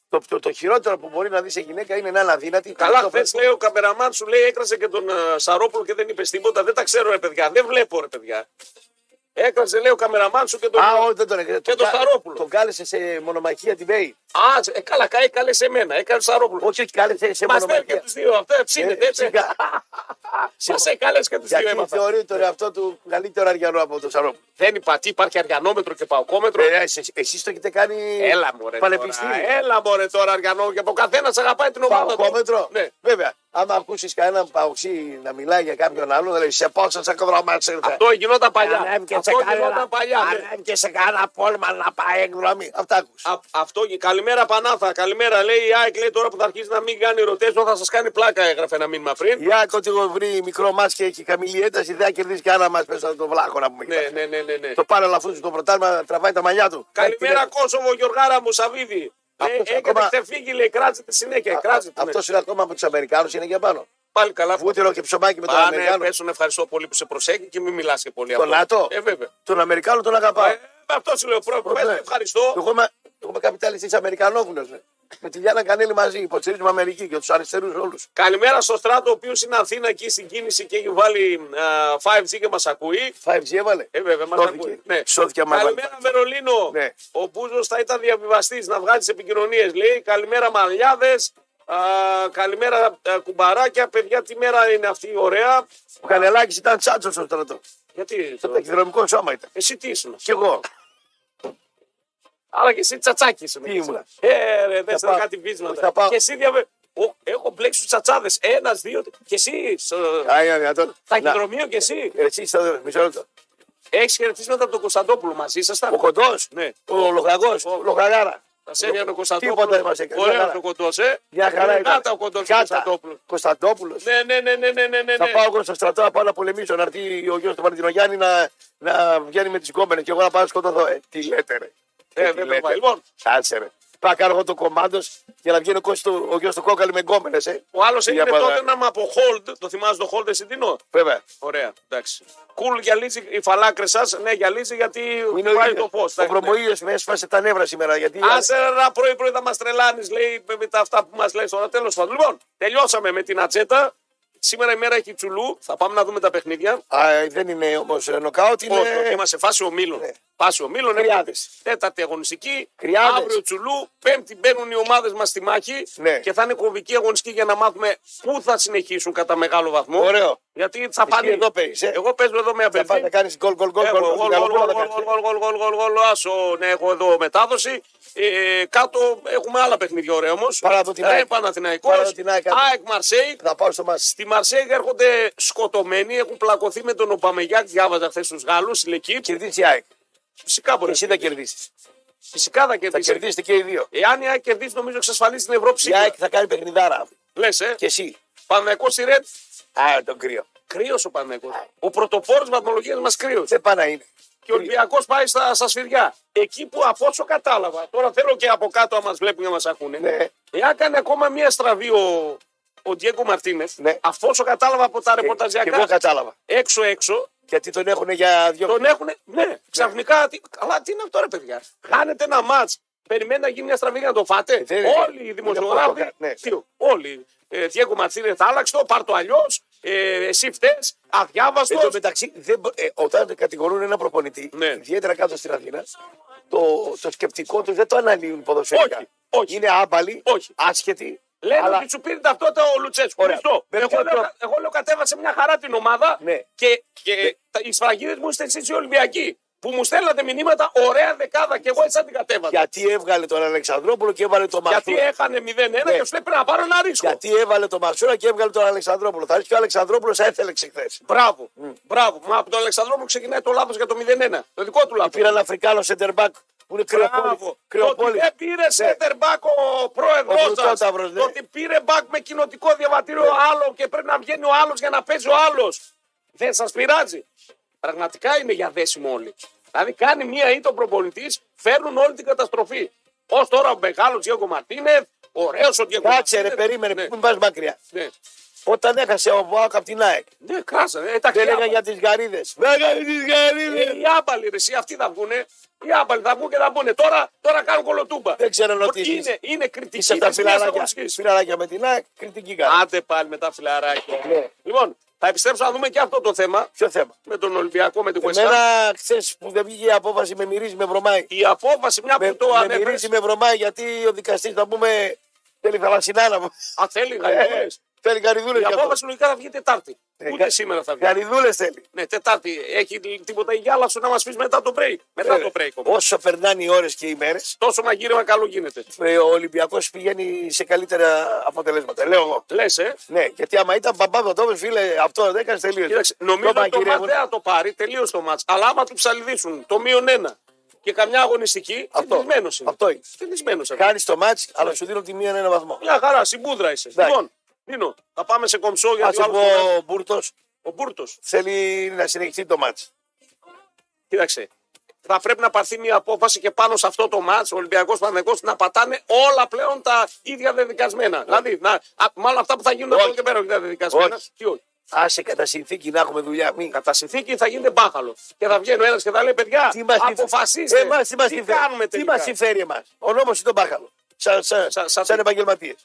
Το, το, το χειρότερο που μπορεί να δεις σε γυναίκα είναι να είναι αδύνατη.
Καλά, ναι,
Αυτό
χθες λέει ο καμεραμάν σου λέει έκρασε και τον ε, Σαρόπουλο και δεν είπες τίποτα. Δεν τα ξέρω, ρε παιδιά. Δεν βλέπω, ρε παιδιά. Έκραζε, λέει, ο καμεραμάν σου και τον.
Α, όχι, δεν τον έκανε.
Και τον Σταρόπουλο.
Τον κάλεσε σε μονομαχία την ΠΕΗ.
Α, ε, καλά, κα- έκανε σε μένα. Έκανε Σαρόπουλο.
Όχι, όχι, κάλεσε σε
Μας θέλει και
μονομαχία.
τους δύο. Αυτά ψήνεται
Ε,
έτσι.
ψήκα.
Σα έκαλες και τους δύο Ναι.
Γιατί
έμαθα.
θεωρεί τον εαυτό του καλύτερο αριανό από τον Ε, Σαρόπουλο.
Δεν υπάρχει, υπάρχει αργανόμετρο και παοκόμετρο.
Εσεί το έχετε κάνει.
Έλα μωρέ
Πανεπιστήμιο.
τώρα. Ε, Έλα μωρέ τώρα αργανό και από καθένα αγαπάει την ομάδα
Παοκόμετρο.
Ναι.
Βέβαια, άμα ακούσεις κανέναν παοξή να μιλάει για κάποιον άλλον, δηλαδή σε πόσα τσακοδρομάτσε ήρθε.
Αυτό γινόταν παλιά. Αυτό γινόταν
κανένα-
παλιά. ναι.
ανέβηκε σε κανένα πόλμα να πάει εκδρομή. Αυτά ακούς.
Α, αυτό, γι- καλημέρα Πανάθα, καλημέρα. Λέει η ΑΕΚ, λέει τώρα που θα αρχίσει να μην κάνει ρωτές, θα σας κάνει πλάκα, έγραφε ένα μήνυμα πριν.
Η Άκο ότι έχω βρει μικρό μα και έχει χαμηλή ένταση, δεν θα κερδίσει κανένα μα μέσα από τον βλάχο να πούμε.
Ναι, ναι, ναι, ναι. ναι.
Το πάρε λαφού του το πρωτάρμα, τραβάει τα μαλλιά του. Ε,
Καλημέρα Κόσοβο, Γιωργάρα Μουσαβίδη.
Αυτός
Λέει, Έχετε
ακόμα-
ξεφύγει, λέει, κράτσετε συνέχεια. Κράτσετε. ναι.
Αυτός είναι ακόμα από τους Αμερικάνους, είναι για πάνω.
Πάλι καλά.
Βούτυρο και ψωμάκι με τον
Πάνε,
Αμερικάνο.
πέσουν, ευχαριστώ πολύ που σε προσέχει και μην μιλάς και πολύ.
Τον
αυτό.
Λάτο.
Ε, βέβαια. Ε,
Τον Αμερικάνο τον αγαπάω.
Αυτό σου λέω πρώτα.
Ναι.
Ευχαριστώ.
Εγώ είμαι, εγώ είμαι καπιταλιστή Αμερικανόβουλο. Με τη Λιάννα Κανέλη μαζί υποστηρίζουμε Αμερική και τους αριστερούς όλους.
Καλημέρα στο στράτο, ο οποίος είναι Αθήνα εκεί στην κίνηση και έχει βάλει α, 5G και μας ακούει.
5G έβαλε.
Ε, βέβαια, μας
Σώθηκε.
ακούει. Ναι.
Σώθηκε άμα
Καλημέρα,
βάλει.
Βερολίνο.
Ναι.
Ο Μπούζος θα ήταν διαβιβαστής να βγάλει τις επικοινωνίες, λέει. Καλημέρα, Μαλλιάδε. Καλημέρα, α, κουμπαράκια. Παιδιά, τι μέρα είναι αυτή, ωραία.
Ο Κανελάκης ήταν τσάτσος στο στρατό.
Γιατί.
Το εκδρομικό σώμα ήταν.
Εσύ τι ήσουν.
Κι εγώ.
Άρα και εσύ τσατσάκι ήσουν.
Τι ήμουνα?
Ε, ρε, δεν
πάω.
ξέρω κάτι βίσματα.
Θα πάω.
Και εσύ διαβε... Ο, έχω μπλέξει τους τσατσάδες. Ένας, δύο. τρι- Και εσύ. στο-
Α, είναι δυνατόν. Να,
Ταχυδρομείο και εσύ.
Εσύ στο μισό λεπτό.
Έχεις χαιρετίσει μετά από τον Κωνσταντόπουλο μαζί ήσασταν.
Ο κοντός.
Ναι.
Ο λοχαγό. Ο λοχαγάρα.
Τα σέβια ο Κωνσταντόπουλος.
Τίποτα δεν μας έκανε. Μια
Ωραίο
χαρά.
ο κοντός, ε.
Μια χαρά ήταν.
Κάτα ο κοντός
Κάτα.
Κωνσταντόπουλος.
Κωνσταντόπουλος.
Ναι, ναι, ναι, ναι, ναι, ναι, ναι.
Θα πάω εγώ στο στρατό να πάω να πολεμήσω. Να έρθει ο γιος του Μαρτινογιάννη να, να βγαίνει με τις κόμενε και εγώ να πάω να σκοτωθώ. Ε, τι λέτε, ρε.
Ε,
τι
βέβαια,
λέτε.
λοιπόν.
Κάτσε, ρε. Πάω να κάνω εγώ το κομμάτι για να βγαίνει ο, γιος του- ο γιος του κόκαλη με κόμενε. Ε.
Ο άλλος
Για
έγινε
παρά-
τότε να με από hold. Το θυμάσαι το hold Εσυντινό.
Βέβαια.
Ωραία, εντάξει. Κουλ γυαλίζει η φαλάκρες σας. Ναι, γυαλίζει γιατί
Είναι
πάει
ίδιος.
το φως.
Ο βρωμοήλιο με έσπασε τα νεύρα σήμερα. Γιατί
Άσε ένα πρωί-πρωί θα μας τρελάνεις, λέει με, με τα αυτά που μας λέει τώρα. Τέλος πάντων. Λοιπόν, τελειώσαμε με την ατζέτα. Σήμερα η μέρα έχει τσουλού. Θα πάμε να δούμε τα παιχνίδια.
Α, ε, δεν είναι όμως νοκάουτ, είναι.
Όχι, όχι, είμαστε σε φάση ομίλων.
Ναι.
Φάση ομίλων, έχουμε
Κρυάδες.
τέταρτη αγωνιστική.
Κρυάδες.
Αύριο τσουλού. Πέμπτη μπαίνουν οι ομάδες μας στη μάχη.
Ναι.
Και θα είναι κομβική αγωνιστική για να μάθουμε πού θα συνεχίσουν κατά μεγάλο βαθμό.
Ωραίο.
Γιατί θα πάνε.
εδώ παίζεις, ε.
Εγώ παίζω εδώ με
Θα
απευθύνη.
πάνε να κάνεις γκολ, γκολ, γκολ.
Έχω
γκολ,
γκολ,
γκολ,
γκολ,
γκολ,
γκολ, γκολ,
γκολ,
γκολ, γκολ, γκολ, γκολ, γκολ, άσο, ναι, έχω εδώ μετάδοση. Ε, κάτω έχουμε άλλα παιχνίδια ωραία όμως.
Παναθηναϊκός.
Παναθηναϊκός,
Παναθηναϊκά.
ΑΕΚ Μαρσέη.
Θα πάω στο μα.
Στη Μαρσέη έρχονται σκοτωμένοι, έχουν πλακωθεί με τον Οπαμεγιάκ. Διάβαζα χθες του Γάλλου, η Λεκύπ.
Κερδίσει η ΑΕΚ.
Φυσικά μπορεί.
Εσύ
να
θα κερδίσεις.
κερδίσει. Φυσικά θα
Θα
κερδίσει.
κερδίσετε και οι δύο.
Εάν η ΑΕΚ κερδίσει, νομίζω εξασφαλίζει την Ευρώπη
Η
σίγουρα.
ΑΕΚ θα κάνει παιχνιδάρα.
Λες, ε.
Και εσύ.
Παναθηναϊκός στη Ρετ.
Α, τον κρύο.
Κρύος ο Παναθηναϊκός. Ο πρωτοπόρος βαθμολογίας μας κρύος.
Δεν πάνε να είναι. Ε,
Και ο Ολυμπιακός πάει στα, στα σφυριά. Εκεί που από όσο κατάλαβα, τώρα θέλω και από κάτω, αν μας βλέπουν και μας ακούνε.
Ναι.
Εάν κάνει ακόμα μία στραβή ο, ο Ντιέγκο Μαρτίνε,
Ναι.
αφού όσο κατάλαβα από τα
ε, Και εγώ
ρεπορταζιακά,
κατάλαβα.
έξω-έξω,
Γιατί τον έχουν για δύο.
τον έχουν. Ναι, ξαφνικά. Τι, καλά, τι είναι αυτό, ρε παιδιά. Χάνετε ένα μάτ. Περιμένει να γίνει μια στραβή για να το φάτε.
Ε, Δεν είναι.
όλοι οι
Είναι
δημοσιογράφοι.
αυτό, ναι.
τι, όλοι. Ε, Διέγκο Μαρτίνε, θα άλλαξε το, πάρ το αλλιώς. Ε, εσύ φτε, αδιάβαστος.
Εν τω μεταξύ, δεν, μπο- ε, όταν κατηγορούν ένα προπονητή,
Ναι.
ιδιαίτερα κάτω στην Αθήνα, το, το σκεπτικό του δεν το αναλύουν ποδοσφαιρικά.
Όχι, όχι.
Είναι άμπαλοι,
Όχι.
άσχετοι.
Λένε
αλλά
ότι σου πήρε ταυτότητα ο Λουτσέσκου.
Ωραία.
Χριστό.
Με
Εγώ,
ποιο
λέω,
τρόπο?
κα- εγώ λέω κατέβασε μια χαρά την ομάδα
Ναι.
και, και τα, οι σφραγίδες μου είστε εσείς οι Ολυμπιακοί. Που μου στέλνατε μηνύματα, ωραία δεκάδα και εγώ έτσι θα την κατέβαζα.
γιατί έβγαλε τον Αλεξανδρόπουλο και έβαλε τον
Γιατί
Μασούρα.
έχανε 0-1 και σου λέει πρέπει να πάρω ένα ρίσκο.
Ναι. Γιατί έβαλε τον Μασούρα και έβγαλε τον Αλεξανδρόπουλο. Θα έρθει και ο Αλεξανδρόπουλος έθελεξε χθε.
Μπράβο. Μπράβο. Μα από τον Αλεξανδρό μου ξεκινάει το λάθος για το 0-1. Το δικό του λάθος.
Πήραν Αφρικάνο σεντερμπακ που είναι κρυοπόλη.
Μπράβο. Το ότι
κρυοπόλη.
δεν πήρε center back ο
Ναι. Ο
πρόεδρό σα.
Πλουτόταυρος, ναι.
Το ότι πήρε back με κοινοτικό διαβατήριο άλλο και πρέπει να βγαίνει ο άλλος για να παίζει ο άλλος. Δεν σας πειράζει. Πραγματικά είναι για δέσιμο όλοι. Δηλαδή κάνει μία ή τον προπονητής, φέρνουν όλη την καταστροφή. Ως τώρα ο μεγάλος Διέγκο Μαρτίνεθ, ωραίος ο Διέγκο
Κάτσε ρε,
Μαρτίνεθ.
περίμενε,
Ναι,
μην πας μακριά.
ναι.
Όταν έχασε ο Βάουκ από την ΑΕΚ.
Ναι, κράσανε. Ε, Εντάξει,
Δεν
οι
έλεγα
άπαλοι.
για τις γαρίδες. Λέγανε τις γαρίδες.
Ε, οι άπαλοι, ρε, εσύ, αυτοί θα βγουνε. Οι άπαλοι θα βγουν και θα μπουν. Τώρα, τώρα κάνουν κολοτούμπα.
Δεν ξέρω να τι
Είναι, είναι κριτική.
Είσαι από τα
της μιας
φιλαράκια.
αγωνιστικής.
Φιλαράκια με την ΑΕΚ, κριτική κάνω.
Άντε πάλι μετά φιλαράκια.
Ναι.
Λοιπόν, θα επιστρέψω να δούμε και αυτό το θέμα
Ποιο θέμα.
με τον Ολυμπιακό, με την Κουεστά.
Εμένα χθε που δεν βγήκε η απόφαση με μυρίζει, με βρωμάει.
Η απόφαση, μια
Με,
που το
με
ανέβρε.
μυρίζει, με βρωμάει γιατί ο δικαστής θα πούμε. Θέλει θαλασσινά να μου.
Α, θέλει
Ε,
γαλλικέ.
Θέλει γαριδούλες.
Η απόφαση λογικά θα βγει Τετάρτη.
Ε,
Ούτε
κα-
σήμερα θα βγει.
Γαριδούλες θέλει.
Ναι, Τετάρτη. Έχει τίποτα η γυάλα σου να μας πεις μετά το break. Μετά το
Βέβαια.
break. όμως.
Όσο περνάνε οι ώρες και οι μέρες,
Τόσο μαγείρεμα καλό γίνεται.
ο Ολυμπιακός πηγαίνει σε καλύτερα αποτελέσματα. Λέω εγώ.
Λες, ε.
Ναι, γιατί άμα ήταν μπαμπάδο τόπο, φίλε, αυτό δεν έκανε τελείως.
Κοίταξε, νομίζω ότι το μάτς δεν θα το πάρει, τελείως το μάτς. Αλλά άμα του ψαλιδίσουν το μείον ένα και καμιά αγωνιστική,
Αυτό.
φιλισμένο είναι.
Αυτό είναι.
Φιλισμένο είναι.
Κάνεις το μάτ, αλλά σου δίνω τη μία ένα βαθμό.
Μια χαρά, συμπούδρα είσαι.
Εντάξει.
Λοιπόν, Νίνο, θα πάμε σε κομψό
Α
γιατί ο
το
άλλος
πω,
τον-
ο Μπούρτος
Ο Μπούρτος.
θέλει να συνεχιστεί το μάτ.
Κοίταξε. Θα πρέπει να πάρθει μια απόφαση και πάνω σε αυτό το μάτς, ο Ολυμπιακός Παναγό, να πατάνε όλα πλέον τα ίδια δεδικασμένα. Δηλαδή, να, α, μάλλον αυτά που θα γίνουν από
Ε. Όχι.
εδώ και πέρα, όχι τα δεδικασμένα.
Όχι.
Τι όχι.
Άσε κατά συνθήκη να έχουμε δουλειά. Μην
Κατά συνθήκη θα γίνεται μπάχαλο. Και θα βγαίνει ο ένας και θα λέει: Παιδιά,
Τι μας συμφέρει.
αποφασίστε.
Ε, μας, τι μας
τι
συμφέρει.
κάνουμε
Τι
τελικά.
μας συμφέρει εμάς. Ο νόμος ή τον μπάχαλο. Σαν, σαν,
Σαν-
σαν,
σαν-
επαγγελματίε.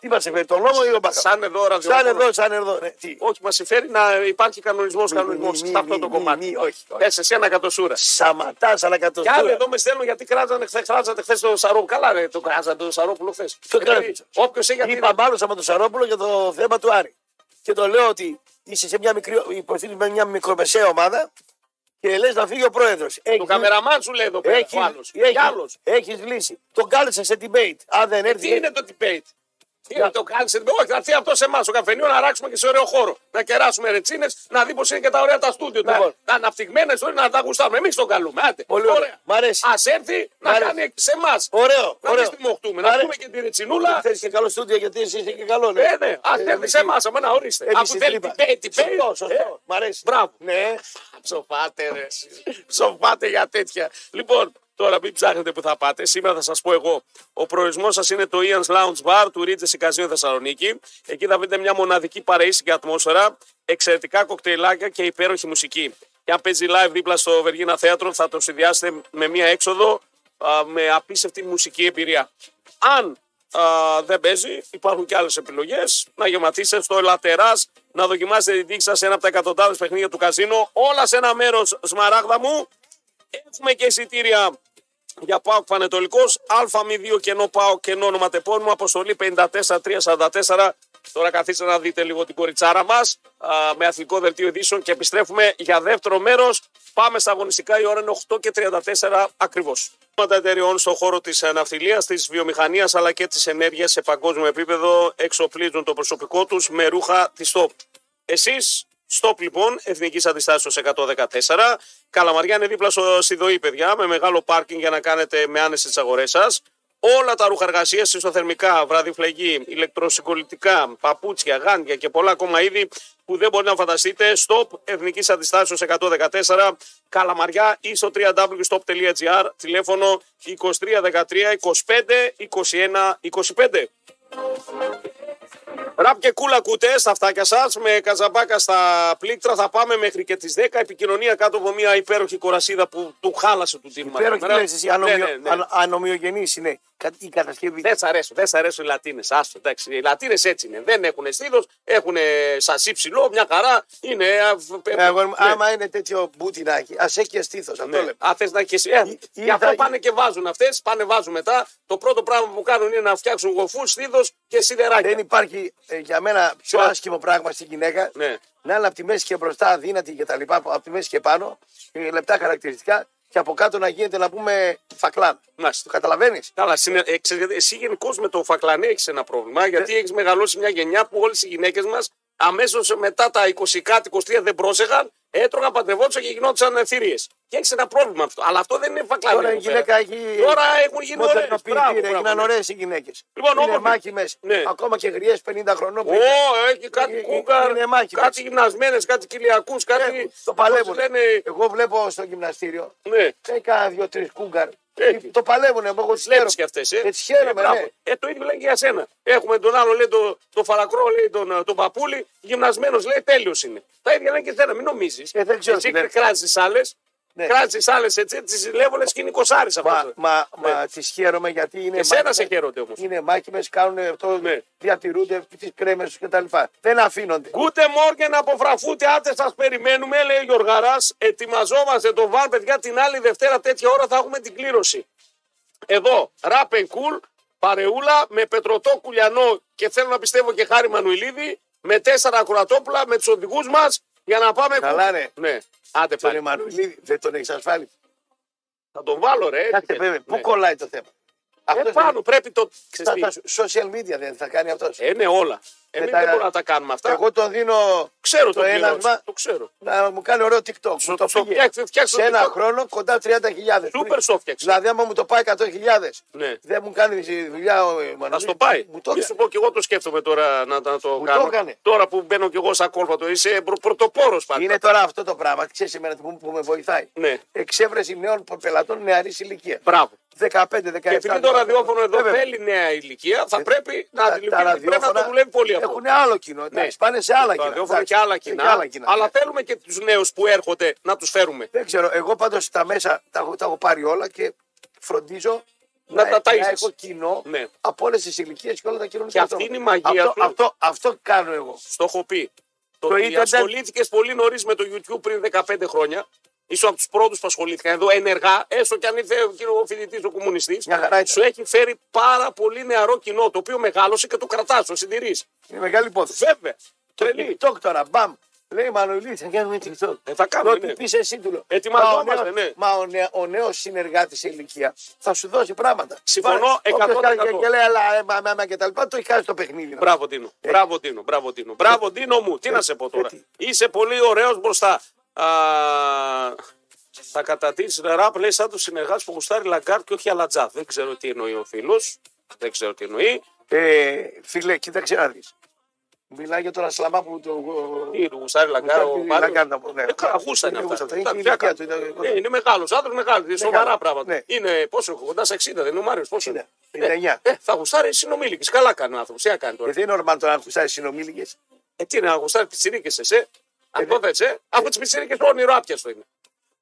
Τι μα συμφέρει, τον νόμο ή τον μπάχαλο.
Σαν εδώ
Σαν
ραδιόφωνο.
εδώ, σαν εδώ. Ναι. Τι.
Όχι, μας συμφέρει να υπάρχει κανονισμός κανονισμός
μη,
σε αυτό
μη,
το
μη,
κομμάτι. Ε,
μη, όχι, όχι.
Πες εσύ ένα κατοσούρα.
Σαματά, αλλά
Και άλλοι
κατοστούρα.
εδώ με στέλνουν γιατί κράζανε χθες χθες το Σαρόπουλο. Καλά, ρε, το κράζανε το Σαρόπουλο χθες.
Το κράζανε.
Όποιο Ε, έχει
Είπα
αντίληψη.
μάλωσα με τον Σαρόπουλο για το θέμα του Άρη. Και το λέω ότι είσαι σε μια μικρή, υποθέτεις με μια μικρομεσαία ομάδα και λες να φύγει ο πρόεδρος.
Το καμεραμάν σου λέει εδώ πέρα.
έχει,
Έχεις, άλλος.
έχει,
Κι άλλος. Ε,
έχεις λύσει. Τον κάλεσε σε debate. Αν δεν έρθει.
Τι είναι το debate. Τι είναι το κάλυψε. Όχι, θα έρθει αυτός σε εμάς στο καφενείο να ράξουμε και σε ωραίο χώρο. Να κεράσουμε ρετσίνες, να δει πως είναι και τα ωραία τα στούντιο. Τα,
Λοιπόν.
τα αναπτυγμένα ιστορία να τα γουστάρουμε. Εμείς τον καλούμε. Άντε.
Πολύ ωραία. Μ' αρέσει.
Ας έρθει να
αρέσει.
κάνει σε εμάς.
Ωραίο,
Να μην
ωραίο.
στριμωχτούμε.
Μ'
Να
αρέσει.
πούμε και τη ρετσινούλα.
Θες και καλό στούντιο γιατί εσύ είσαι και καλό.
Ε, ναι. Ε, Α έρθει
εμείς
σε
τι-
εμάς. Αμένα ορίστε.
εμείς
Αφού
τι
θέλει
είπα.
debate,
Σωστό,
debate. Ε,
σωστό. Μ' αρέσει.
Μπράβο.
Ναι.
Ψοφάτε ρε εσείς. Ψοφάτε για τέτοια. Λοιπόν, τώρα μην ψάχνετε που θα πάτε. Σήμερα θα σας πω εγώ. Ο προορισμός σας είναι το Ian's Lounge Bar του Ρίτζε Σικαζίου Θεσσαλονίκη. Εκεί θα βρείτε μια μοναδική παρεΐση και ατμόσφαιρα, εξαιρετικά κοκτέιλάκια και υπέροχη μουσική. Και αν παίζει live δίπλα στο Βεργίνα Θέατρο θα το συνδυάσετε με μια έξοδο α, με απίστευτη μουσική εμπειρία. Αν α, δεν παίζει, υπάρχουν και άλλες επιλογές. Να γεματίσετε στο Ελατερά, να δοκιμάσετε την τύχη σας σε ένα από τα εκατοντάδες παιχνίδια του καζίνο. Όλα σε ένα μέρος, σμαράγδα μου. Έχουμε και εισιτήρια για ΠΑΟΚ Πανετολικός. Α02 κενό ΠΑΟΚ κενό ονοματεπώνυμο. Αποστολή 54344. Τώρα καθίστε να δείτε λίγο την κοριτσάρα μας με αθλητικό δελτίο ειδήσεων και επιστρέφουμε για δεύτερο μέρος. Πάμε στα αγωνιστικά. Η ώρα είναι 8 και 34 ακριβώ. Θέματα εταιριών στον χώρο της ναυτιλία, της βιομηχανίας αλλά και της ενέργειας σε παγκόσμιο επίπεδο εξοπλίζουν το προσωπικό τους με ρούχα της ΤΟΠ. Εσείς, στόπ λοιπόν, Εθνικής Αντιστάσεως 114. Καλαμαριά είναι δίπλα στο Σιδοή, παιδιά, με μεγάλο πάρκινγκ για να κάνετε με άνεση τις αγορές σας. Όλα τα ρούχα εργασίας, ιστοθερμικά, βραδιφλεγή, ηλεκτροσυγκολητικά, παπούτσια, γάντια και πολλά ακόμα είδη που δεν μπορεί να φανταστείτε. Στοπ Εθνικής Αντιστάσεως 114. Καλαμαριά ή στο www.stop.gr. Τηλέφωνο 2313 25 21 25. Ραπ και κούλα κουτές στα αυτάκια σας. Με καζαμπάκα στα πλήκτρα θα πάμε μέχρι και τις 10. Επικοινωνία κάτω από μια υπέροχη κορασίδα που του χάλασε του τίμου.
Πέρα και λες εσύ,
ναι,
ανομιο-
ναι, ναι.
αν- ανομοιογενής είναι Κα- η κατασκευή.
Δεν σ' αρέσουν, δεν σ' αρέσουν οι Λατίνες. Άστο, εντάξει. Οι Λατίνες έτσι είναι. Δεν έχουν στήθο, έχουν σασί ψηλό, μια χαρά. Είναι. ε, α, φ-
Ε, αγόρι μου,
ναι.
Άμα είναι τέτοιο μπούτινάκι, ας έχει και στήθος. Αυτό
Ναι.
λέμε.
Αν θες να έχεις- ε,
ή
γι' αυτό
θα-
πάνε και βάζουν αυτές, πάνε βάζουν μετά. Το πρώτο πράγμα που κάνουν είναι να φτιάξουν γοφούς, στήθος και σιδεράκια.
Δεν υπάρχει ε, για μένα πιο
Ποιο?
άσχημο πράγμα στην γυναίκα
Ναι.
να είναι από τη μέση και μπροστά αδύνατη και τα λοιπά, από τη μέση και πάνω, ε, λεπτά χαρακτηριστικά και από κάτω να γίνεται να πούμε φακλάν.
Μάλιστα.
Το καταλαβαίνεις.
Καλά, συνε... ε, ξέρεις γιατί, εσύ γενικώς με το φακλανέ έχεις ένα
Ναι.
πρόβλημα, γιατί έχεις μεγαλώσει μια γενιά που όλες οι γυναίκες μας αμέσως μετά τα 20 κάτι, 23 δεν πρόσεχαν, έτρωγαν, παντρευόντουσαν και γινόντουσαν θηρίε. Και έχεις ένα πρόβλημα αυτό. Αλλά αυτό δεν είναι φακλανέ.
Τώρα η
εδώ πέρα.
γυναίκα έχει.
Τώρα έχουν γίνει ωραίες. Μπράβο,
Μοντernοποιητήρια, έγιναν
μπράβο.
ωραίες οι γυναίκες.
Λοιπόν,
είναι
όμορφη.
μάχη μέσα.
Ναι.
Ακόμα και γριές 50 χρονών.
Ω, έχει κάτι
Ε, ε,
κούκαρ,
είναι μάχημες.
κάτι γυμνασμένες, κάτι κυλιακού, κάτι.
Ε, το παλεύουν.
πώς λένε,
Εγώ βλέπω στο γυμναστήριο.
Ναι.
Έχει κανένα δύο-τρει κούγκαρ
Έχει.
Το παλεύουνε, εγώ τις
Τι βλέπει
χαίρομαι.
και αυτές, ε.
Ε, τις χαίρομαι,
Ε, μπράβο.
ναι.
Ε, το ίδιο λέει και για σένα. Έχουμε τον άλλο, λέει τον το φαρακρό, λέει τον, ε, τον παπούλι, γυμνασμένος, λέει τέλειος είναι. Τα ίδια λέει και σένα, μην νομίζεις.
Ε, δεν ξέρω
Εσύ
τι λένε.
κράζεις άλλες,
Ναι.
κράζεις άλλες έτσι, τις ζηλεύω λε και είναι κοσάρις αυτό.
Μα, μα,
Ναι.
μα τις χαίρομαι γιατί είναι.
Εσένα
μάκημες-
σε χαίρονται όμως.
Είναι μάκημε, κάνουν αυτό,
Ναι.
διατηρούνται τις κρέμες τους κτλ. Δεν αφήνονται.
Ούτε Μόργεν από Φραφούτη, άντε σας περιμένουμε, λέει ο Γιωργαράς. Ετοιμαζόμαστε το βαν, παιδιά, την άλλη Δευτέρα τέτοια ώρα θα έχουμε την κλήρωση. Εδώ, ραπ and cool, παρεούλα, με πετρωτό κουλιανό και θέλω να πιστεύω και χάρη Μανουηλίδη, με τέσσερα ακουρατόπουλα, με τους οδηγούς μας, για να πάμε.
Καλά,
κου-
ρε.
Ναι, άντε
Τον
πάλι.
Εμμανουηλίδη δεν τον έχεις ασφάλει.
Θα τον βάλω, ρε.
Κάτσε,
έτυχε.
βέβαια, πού
Ναι.
κολλάει το θέμα.
Ε,
Αυτός
πάνω, πρέπει το.
στα,
ξέρεις τι.
στα social media δεν θα κάνει αυτός.
Ε, ναι, όλα. Εμείς
τα-
δεν μπορούμε να τα κάνουμε αυτά.
Εγώ τον δίνω
ξέρω το,
το
πληρώσω,
ένασμα.
Το ξέρω.
να μου κάνει ωραίο TikTok.
Στο-
Μου το
στο
πήγε.
φτιάξε- φτιάξε
σε
το
ένα
TikTok.
χρόνο κοντά 30.000.
Σούπερ στο φτιάξε.
Δηλαδή, άμα μου το πάει 100.000,
Ναι.
δεν μου κάνει δουλειά ο
Θα
Εμμανουηλίδη.
στο πάει.
Μου το
Μη σου πω και εγώ το σκέφτομαι τώρα να, να το
Μου
κάνω.
το έκανε.
Τώρα που μπαίνω κι εγώ σαν κόλπατο, είσαι πρω, πρωτοπόρος πάντα.
Είναι τώρα αυτό το πράγμα. Ξέρεις εμένα που, που με βοηθάει.
Ναι.
Εξέβρεση νέων πελατών νεαρής ηλικίας.
Μπράβο.
15-17.
Και επειδή το ραδιόφωνο εδώ
Ε, Βέβαια. Ε,
θέλει νέα ηλικία, θα πρέπει να
Τα- τα
αντιληφθεί. Πρέπει να το
ραδιόφωνα
δουλεύει πολύ αυτό. Ναι.
Έχουν άλλο κοινό. Εντάξει, πάνε σε άλλα
το
κοινά.
ραδιόφωνο
εντάξει.
και άλλα
Έχει
κοινά. αλλά
ναι.
θέλουμε και τους νέους που έρχονται να τους φέρουμε.
Δεν ξέρω, εγώ πάντως τα μέσα τα έχω, τα έχω πάρει όλα και φροντίζω
Να τα ταΐζεις.
να έχω κοινό
Ναι.
από όλες τις ηλικίες και όλα τα κοινωνικά.
Και αυτή
άτομα.
είναι η μαγεία
αυτό,
σου.
αυτό, αυτό κάνω εγώ.
Στο έχω πει. Το,
Το
ότι
ίντερνετ-
ασχολήθηκες πολύ νωρίς με το YouTube πριν 15 χρόνια. Ήσουν από τους πρώτους που ασχολήθηκαν εδώ ενεργά, έστω και αν ήρθε ο κύριος φοιτητής, ο κομμουνιστής.
Μια χαρά ήταν.
Σου έχει φέρει πάρα πολύ νεαρό κοινό, το οποίο μεγάλωσε και το κρατάς, το συντηρείς.
Είναι μεγάλη υπόθεση.
Βέβαια.
Το
Τρελή.
TikTok τώρα, μπαμ. Λέει Μανουλή, θα κάνουμε TikTok.
Ε, θα κάνουμε,
Το ότι
ναι.
πεις εσύ του λέω.
Ετοιμαζόμαστε,
Μα ο νέος-
ναι.
Μα ο, νέο, ο νέος συνεργάτης σε ηλικία θα σου δώσει πράγματα.
Συμφωνώ
Όποιος
100%.
κάνει Και λέει, αλλά ε, μα, μα, μα, και τα λοιπά, το έχει χάσει το παιχνίδι.
Μπράβο Τίνο.
Ε.
Μπράβο Τίνο. Μπράβο Τίνο. Μπράβο Τίνο μου. Τι να σε πω τώρα.
γιατί.
Είσαι πολύ ωραίος μπροστά. Α, θα κατατήσει ραπ, λέει σαν τους συνεργάτη που γουστάρει Λαγκάρτ και όχι Αλατζά. Δεν ξέρω τι εννοεί ο φίλος. Δεν ξέρω τι εννοεί.
Ε, φίλε, κοίταξε να δεις. Μιλάει για τον Ασλαμά που το.
Τι του γουστάρει Λαγκάρτ.
Γουστάρει
ο
τη
Μάριος.
Λαγκάρτ, από- ναι.
Ε, καλά, γούστα είναι
Είναι
αυτά.
γούστα, είναι
Εντάξει,
και η
τι να
ηλικία
κάνουμε.
του, ήταν-
Ε, Είναι μεγάλος άντρα, μεγάλο. Σοβαρά
Μεγάλος,
πράγματα.
ναι.
Είναι πόσο, κοντά στα 60, δεν είναι ο Μάριος. Πόσο είναι.
59.
Ε, θα γουστάρει συνομήλικη. Καλά κάνει ο άνθρωπος. Τι να κάνει τώρα.
Ε, δεν είναι ορμάν το να ακουστάει συνομήλικες.
Ε, τι να γουστάρει πιτσιρίκε,
Ε,
εσέ. ε? Αυτό ε?
ναι.
θα έτσι. Από τι πιτσιρίκε το όνειρο άπιαστο είναι.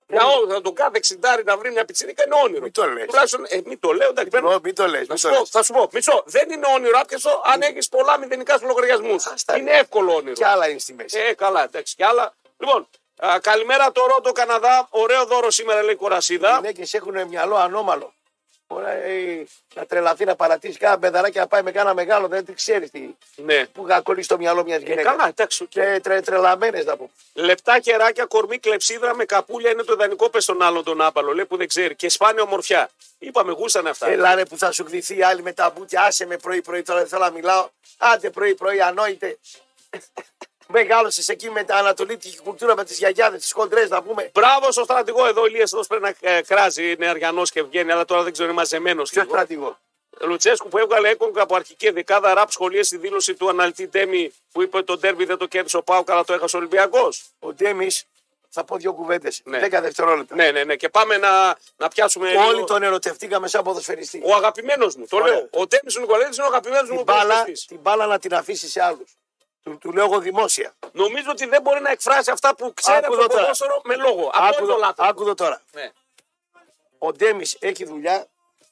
Για ό, να τον κάθε εξιντάρι να βρει μια πιτσιρίκα είναι όνειρο.
Ε, Μην το λες.
Τουλάχιστον, ε, μην το λέω, εντάξει. παίρνω-
Μην το λες.
Να σου πω, θα σου πω, μισό. Δεν είναι όνειρο άπιαστο αν έχεις πολλά μηδενικά στους λογαριασμούς.
Ας τα
Είναι εύκολο όνειρο.
Και άλλα είναι στη μέση.
Ε, καλά, εντάξει κι άλλα. Λοιπόν, α, καλημέρα το Ρότο Καναδά. Ωραίο δώρο σήμερα λέει η
Οι
Κορασίδα.
γυναίκες έχουν μυαλό ανώμαλο. Ωραία, ε, να τρελαθεί να παρατήσει κάνα μπεδαράκι να πάει με κάνα μεγάλο, δεν τη ξέρεις τι.
Ναι.
Που θα κολλήσει το μυαλό μιας
Ε,
γυναίκας.
καλά, εντάξει. οκ.
Και τρε, τρελαμένες να πω.
Λεπτά κεράκια, κορμί, κλεψίδρα με καπούλια είναι το ιδανικό πες τον άλλον τον άπαλο. Λέει που δεν ξέρει. Και σπάνια ομορφιά. Είπαμε, γούσανε αυτά.
Έλα ρε που θα σου γδυθεί η άλλη με τα μπουτια. Άσε με πρωί-πρωί τώρα, δεν θέλω να μιλάω. Άντε πρωί-πρωί, ανόητε. Μεγάλωσες εκεί με τα ανατολίτικη κουλτούρα με τις γιαγιάδες, τις χοντρές να πούμε.
Μπράβο στο στρατηγό εδώ, Ηλία εδώ πρέπει να ε, κράζει. Είναι αριανό και βγαίνει, αλλά τώρα δεν ξέρω, είναι μαζεμένος.
Ποιος στρατηγό.
Λουτσέσκου που έβγαλε έκογκα από αρχική δεκάδα ραπ σχολεία στη δήλωση του αναλυτή Ντέμι που είπε το ντέρμπι δεν το κέρδισε ο Πάουκ, αλλά το έχασε ο Ολυμπιακός.
Ο Ντέμις, θα πω δύο κουβέντες.
Ναι.
10 δευτερόλεπτα.
Ναι, ναι, ναι. Και πάμε να, να πιάσουμε.
Όλοι
λίγο-
τον ερωτευτήκαμε σαν ποδοσφαιριστή.
Ο αγαπημένος μου, το
Ωραία.
λέω. Ο Ντέμις ο Νικολέτη είναι ο αγαπημένος μου
Την μπάλα,
ποδοσφαιριστής.
την μπάλα να την αφήσει σε άλλους. Του, του λέω εγώ δημόσια.
Νομίζω ότι δεν μπορεί να εκφράσει αυτά που ξέρει από
Άκου
το
εδώ τώρα.
ποδόσφαιρο με λόγο. Αυτό είναι το λάθο.
άκουδο τώρα.
Ναι.
Ο Ντέμις έχει δουλειά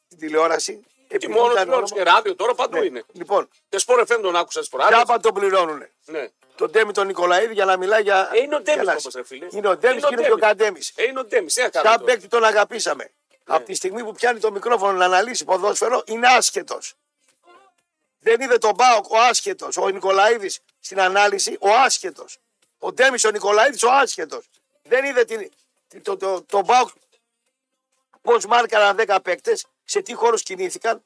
στην τηλεόραση.
Τι
επειδή
μόνο
ήταν
του
όνομα-
και ράδιο τώρα παντού
Ναι.
είναι.
Λοιπόν,
Και σπορ FM τον άκουσα τι φοράδε.
κάπα τον πληρώνουν.
Ναι.
Τον Ντέμι τον Νικολαίδη για να μιλάει για.
Ε, είναι ο Ντέμις
για να-
όμως, ρε φίλε.
Είναι ο Ντέμις
Είναι ο
και είναι και ο
Ντέμις.
Καντέμι.
Ε, είναι ο Ντέμις, τι να
Σαν
κάνουμε. τώρα. Ναι.
παίκτη τον αγαπήσαμε. Από τη στιγμή που πιάνει το μικρόφωνο να αναλύσει ποδόσφαιρο, είναι άσχετος. Δεν είδε τον Μπάοκ ο άσχετος. Ο Νικολαίδης στην ανάλυση, ο άσχετος. Ο Ντέμις ο Νικολαίδης ο άσχετος. Δεν είδε την, την- το, το, τον Μπάοκ πώ μάρκαραν 10 παίκτες, σε τι χώρο κινήθηκαν,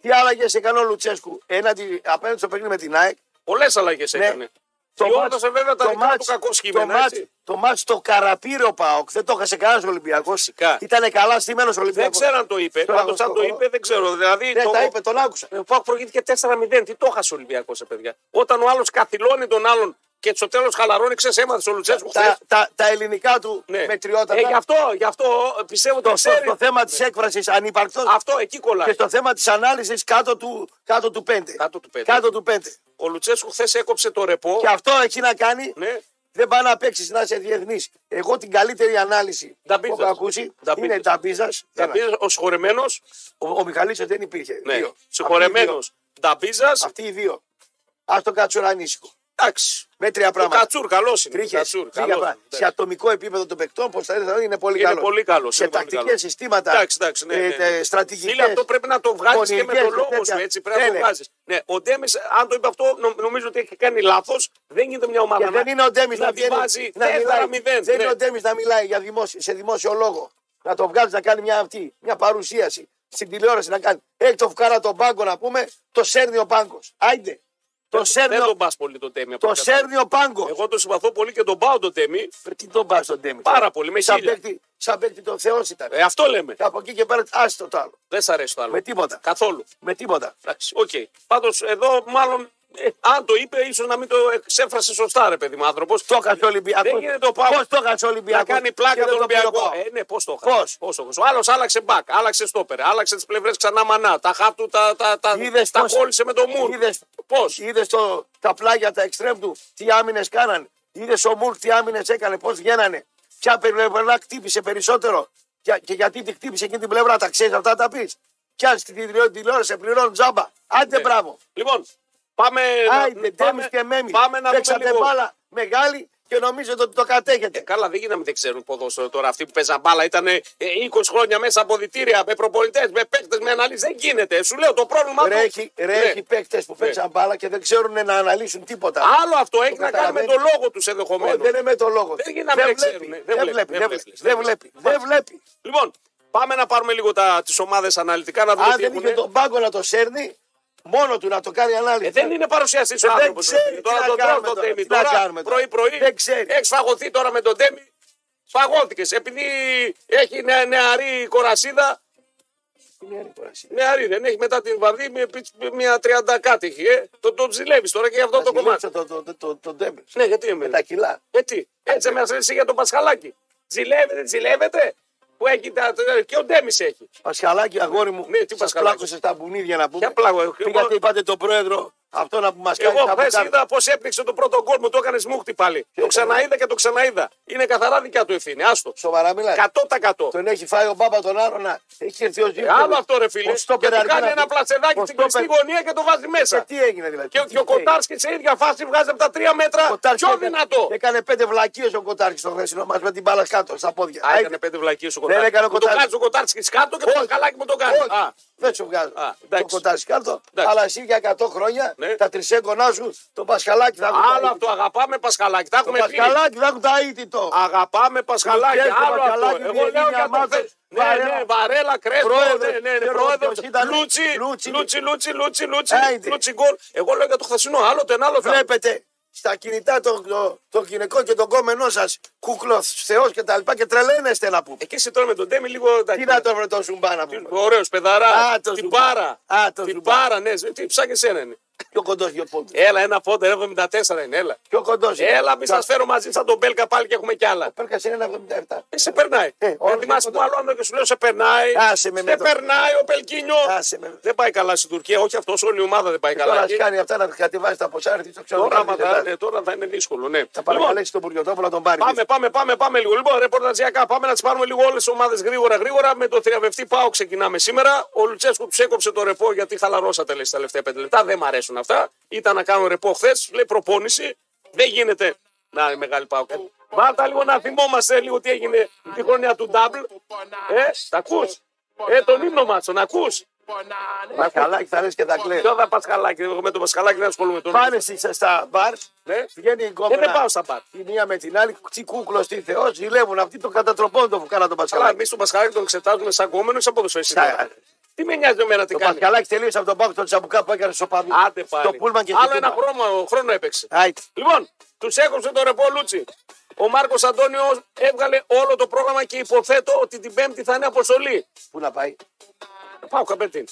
τι άλλαγες έκανε ο Λουτσέσκου έναντι, απέναντι στο παιχνίδι με την ΑΕΚ.
Πολλές αλλαγέ έκανε. Τελειώνοντα
Ναι. μάτς-
βέβαια τα
το
δικά του
μάτς-
κακό
το
σχήμενα.
μάτς,
έτσι.
το μάτς το καραπήρε ο Πάοκ. Δεν το έχασε κανένας Ολυμπιακός.
Φυσικά.
Ήταν καλά στημένος
Δεν
Ολυμπιακός.
ξέρω αν το είπε.
Τώρα
Πάντως αν το
εγώ-
είπε δεν ξέρω. Δηλαδή
Ναι,
το- Ε,
τα είπε, τον άκουσα.
Ο Πάουκ προηγήθηκε 4-0. Τι το χάσε ο Ολυμπιακός, παιδιά. Όταν ο άλλος καθυλώνει τον άλλον και στο τέλος χαλαρώνει σε έμαθες ο Λουτσέσκου χθες.
Τα, τα, τα ελληνικά του μετριότατα.
Ε, γι' αυτό, γι' αυτό πιστεύω το
το, στο,
ξέρει. Ναι.
στο θέμα της έκφρασης ανύπαρκτο
Αυτό εκεί κολλάει.
και στο θέμα της ανάλυσης κάτω του, κάτω του 5.
Κάτω του πέντε.
Κάτω του 5.
Ο Λουτσέσκου χθες έκοψε το ρεπό.
Και αυτό έχει να κάνει.
Ναι.
Δεν πάει να παίξει να είσαι διεθνής. Εγώ την καλύτερη ανάλυση που
Νταμπίζας.
έχω ακούσει
Νταμπίζας.
είναι ταμπίζα.
Νταμπίζας, Ο συγχωρεμένος.
Ο, ο Μιχαλής δεν υπήρχε.
Ναι.
Δύο.
Συγχωρεμένο. Νταμπίζα.
Αυτοί οι δύο. Ας το κατσουρανίσικο.
Εντάξει.
Με τρία
Ο
πράγματα.
Κατσούρ καλός είναι.
Τρίχες.
Κατσούρ, καλός. Εντάξει.
Σε ατομικό επίπεδο των παικτών, πώς θα είναι, είναι πολύ
Είναι
καλό.
πολύ καλό.
σε τακτικέ συστήματα.
Εντάξει, εντάξει, ναι,
ε,
ναι.
τε- στρατηγικές.
Φίλε, αυτό πρέπει να το βγάζει και με
Πονηρικές,
τον λόγο
τέτοια.
σου. Έτσι πρέπει να
Ναι,
το
ναι.
βγάζεις. Ναι, ο Ντέμις, αν το είπε αυτό, νο- νομίζω ότι έχει κάνει λάθος. Δεν γίνεται μια ομάδα.
Και δεν είναι ο Ντέμις να,
να
βγαίνει-
διβάζει
να μιλάει.
4-0.
Δεν
ναι.
είναι ο Ντέμις να μιλάει για δημόσιο, σε δημόσιο λόγο. Να το βγάζει να κάνει μια αυτή, μια παρουσίαση στην τηλεόραση να κάνει. Έχει το φουκάρα τον πάγκο να πούμε, το σέρνει ο πάγκος. Άιντε. Το
Δεν
σέρνει,
τον πα πολύ το Ντέμι. από
το
ό,τι κατάλαβα.
σέρνει ο πάγκο.
Εγώ τον συμπαθώ πολύ και τον πάω τον Ντέμι.
Τι τον πα στον Ντέμι.
Πάρα πολύ, με
Σαν
χίλια.
παίκτη, σαν παίκτη τον Θεό ήταν.
Ε, αυτό λέμε.
Και από εκεί και πέρα, άστο το άλλο.
Δεν σ' αρέσει το άλλο.
Με τίποτα.
Καθόλου.
Με τίποτα.
Εντάξει, οκ. Πάντως εδώ μάλλον. ε, αν το είπε, ίσως να μην το εξέφρασε σωστά, ρε παιδί μου, άνθρωπος.
Το έκανε ο Ολυμπιακός.
Δεν γίνεται ο Πάοκ
Πώς το έκανε ο Ολυμπιακός.
να κάνει πλάκα τον Ολυμπιακό. Ε, ναι, πώς το χάσει.
Πώς.
Πώς το χάσει. Ο άλλος άλλαξε μπακ, άλλαξε στόπερ, άλλαξε τις πλευρές ξανά μανά. Τα χάπ του τα, τα, τα,
Ε, Είδες
τα
πώς-
κόλλησε με το μουρ.
είδες-
Πώς.
Είδες τα πλάγια τα εξτρέμ του, τι άμυνες κάνανε. Είδες ο Μουρκ τι άμυνες έκανε, πώς βγαίνανε. Ποια πλευρά χτύπησε περισσότερο. Και, και γιατί τη χτύπησε εκείνη την πλευρά, τα ξέρεις αυτά τα πεις. Πιάνει την τηλεόραση, τηλεόραση, πληρώνει τζάμπα. Άντε, μπράβο.
Λοιπόν, πάμε. να-
Άιντε,
πάμε,
ντέμι και μέμις.
πάμε να δούμε
Παίξατε
λίγο.
μπάλα μεγάλη και νομίζετε ότι το κατέχετε.
Καλά, δεν γίναμε, δεν ξέρουν ποδόσφαιρο τώρα. Αυτοί που παίζαν μπάλα ήταν 20 χρόνια μέσα από διτήρια, με προπονητές, με παίκτες, με αναλύσεις. Δεν γίνεται. Σου λέω το πρόβλημα του.
Ρέχει, ρέχει
Ναι.
παίκτες που παίξαν μπάλα και δεν ξέρουν να αναλύσουν τίποτα.
Άλλο αυτό έχει να κάνει με
καταλαβαίνεις.
τον λόγο τους
Όχι,
ενδεχομένω.
δεν είναι με το λόγο.
ναι, Δεν
τους.
γίνεται να μην
βλέπει.
ξέρουνε.
Δεν βλέπει. Δεν βλέπει. Δεν βλέπει. Δεν βλέπει.
Λοιπόν, πάμε να πάρουμε λίγο τις ομάδες αναλυτικά να δούμε
Αν
τι
δεν είχε
έχουνε.
τον πάγκο να το σέρνει, μόνο του να το κάνει ανάλυση.
Ε, δεν είναι παρουσιαστή
Ε,
ο
δεν
άνθρωπος.
ξέρει τι
Τώρα
να
τον τρώνε
κάνουμε
τον
τώρα,
Τέμι.
τι να
Τώρα
κάνουμε τώρα.
πρωί-πρωί
Δεν ξέρει.
έχεις φαγωθεί τώρα με τον Τέμι. Φαγώθηκες. Επειδή έχει νε- νεαρή κορασίδα.
Είναι έρη τώρα, εσύ.
Νεαρή δεν έχει μετά την βαρδί με πιτς- μια τριάντα κάτι έχει. Ε. Το, το ψηλεύεις τώρα και γι' αυτό
Θα
το κομμάτι.
χειλέψω το- το- το- το- Τον Ντέμπι.
Ναι, γιατί
Με
είμαι.
τα κιλά.
Έτσι, έτσι με εσύ για τον Πασχαλάκη. Ζηλεύεται, ζηλεύεται. Που έχει τα, τα- και ο Ντέμις έχει.
Πασχαλάκι, αγόρι μου,
Ναι, τι
σας
Πασχαλάκη.
πλάκωσε τα μπουνίδια να πούμε.
Ποια πλάγω, εγώ-
Πήγατε, είπατε τον πρόεδρο, αυτό να που μας κάνει
Εγώ
τα
χθε
μπουκάρια.
είδα πώς έπνιξε το πρώτο γκολ μου, το έκανε μούχτη πάλι. Το ξαναείδα και το ξαναείδα. Είναι καθαρά δικιά του ευθύνη. Άστο.
Σοβαρά μιλάς.
100%.
Τον έχει φάει ο μπάμπα τον Άρωνα. Έχει έρθει ο Ζήφκοβιτ.
Ε, Άλλο αυτό ρε φίλε.
Ο
Και
στόπερ
του κάνει
αργά.
ένα πλατσεδάκι
Ο
στην κλειστή
στόπερ-
γωνία και το βάζει
Και
μέσα.
τι έγινε δηλαδή.
Και,
τι
και ο
φταίει.
Κοτάρσκι σε ίδια φάση βγάζει από τα τρία μέτρα
Κοτάρσκι
πιο
έκανε-
δυνατό.
Έκανε πέντε βλακίες ο Κοτάρκη στο χθεσινό μας με την μπάλα κάτω στα πόδια.
Α,
Άιντε.
έκανε πέντε βλακίες ο
Δεν έκανε
Κοτάρσκι.
ο
Μου Το
Κοτάρσκι.
κάνει ο Κοτάρσκι κάτω και το καλάκι μου το κάνει.
Όχι,
Α,
δεν σου βγάζω.
Α, εντάξει.
το κοτάρι κάτω,
Εντάξει.
αλλά εσύ για 100 χρόνια
Ναι.
τα τρισέγγονά σου, το Πασχαλάκι θα έχουν
Άλλο
τα
αυτό αγαπάμε Πασχαλάκι. Τα
Το
έχουμε πει.
Πασχαλάκι θα έχουν τα ίτη το.
Αγαπάμε Πασχαλάκη.
Λουτσέσκο,
Άλλο αυτό.
Πασχαλάκη,
Εγώ
Βιερίνια,
λέω για το
Μάτος,
θε. Ναι,
Βαρέλα.
ναι, Βαρέλα, Κρέσπο.
Πρόεδρος,
Ναι, ναι, ναι,
ξέρω
πρόεδρο.
ποιος ήταν.
Λούτσι,
Λούτσι. Ε,
Λούτσι, Λούτσι, Λούτσι, Λούτσι,
Άιντε.
Λούτσι γκολ. Εγώ λέω για το χθεσινό. Άλλο το ένα, άλλο το άλλο.
Βλέπετε στα κινητά των των- των γυναικών και των κόμενών σας κούκλο Θεός και τα λοιπά και τρελαίνεστε να πούμε.
Εκεί Ε, εσύ τώρα με τον Ντέμι λίγο.
Τι να το βρε το ζουμπά να πούμε.
Ωραίος παιδαρά.
Α, το
Την
Ζουμπά.
πάρα.
Α, το
Την
Ζουμπά.
πάρα, ναι. Τι ψάχνει ένα είναι.
Πιο κοντός δύο πόντου.
Έλα, ένα πόντερ, 74 είναι. Έλα.
Πιο κοντός.
Έλα, μη σα φέρω μαζί σαν τον Μπέλκα πάλι και έχουμε κι άλλα.
Πέρκα σε ένα 77.
Ε, σε περνάει.
Ε,
Ε,
όχι,
θυμάσαι
δεν
που άλλο άντρα και σου λέω σε περνάει.
Άσε με
σε
με το-
περνάει ο Πελκίνιο.
Άσε με. Ε,
Δεν πάει καλά στην Τουρκία. Όχι αυτός, όλη η ομάδα δεν πάει καλά. ε-
Τώρα ας
εκεί.
κάνει αυτά να κατεβάζει τα ποσά, να έρθει στο ξενοδοχείο.
Τώρα,
να
άμα θα,
δει.
ναι, τώρα θα είναι δύσκολο. Ναι.
Θα
Λοιπόν,
παρακαλέσει τον Πουριωτόπουλο να τον πάρει.
πάμε, πάμε, πάμε, πάμε λίγο. Λοιπόν, ρεπορταζιακά, πάμε να τις πάρουμε λίγο όλες τις ομάδες γρήγορα, γρήγορα. Με το θριαβευτή Πάο ξεκινάμε σήμερα. Ο Λουτσέσκου τους έκοψε το ρεπό γιατί χαλαρώσατε λέει, στα τελευταία πέντε λεπτά. Δεν μ' αρέσουν αυτά. Ήταν να κάνω ρεπό χθες, λέει προπόνηση. Δεν γίνεται. Να, η μεγάλη Πάο. Βάλτα λίγο να θυμόμαστε λίγο τι έγινε τη χρονιά του Νταμπλ. Ε, τα ακούς. Ε, τον ύμνο μα, τον ακού.
Μα καλά, και θα λες και θα κλαίει.
Ποιο θα Πασχαλάκη, εγώ με τον Πασχαλάκη δεν ασχολούμαι τον.
Πάνε στις- στα μπαρ,
Ναι.
βγαίνει η
Ε, δεν
κόμενα
πάω στα μπαρ.
η μία με την άλλη, τι κούκλος, τι θεός, ζηλεύουν. Αυτοί το κατατροπώνουν το φουκάρα τον
Καλά,
Πασχαλάκη.
εμείς τον Πασχαλάκη τον εξετάζουμε σαν κόμενο ή σαν ποδοσφαιριστή.
Στα-
τώρα. Τι με νοιάζει εμένα τι
Το
κάνει.
Πασχαλάκη τελείωσε από τον πάγο τον τσαμπουκά που έκανε στο παδί.
Άντε πάλι.
Το πούλμαν και
Άλλο
στην
ένα
Τούμπα.
χρόνο, χρόνο έπαιξε.
Άιτε.
Λοιπόν, τους έκοψε το ρεπό Λούτσι. Ο Μάρκος Αντώνιος έβγαλε όλο το πρόγραμμα και υποθέτω ότι την Πέμπτη θα είναι αποστολή.
Πού να πάει.
Πάω καμπερτίν.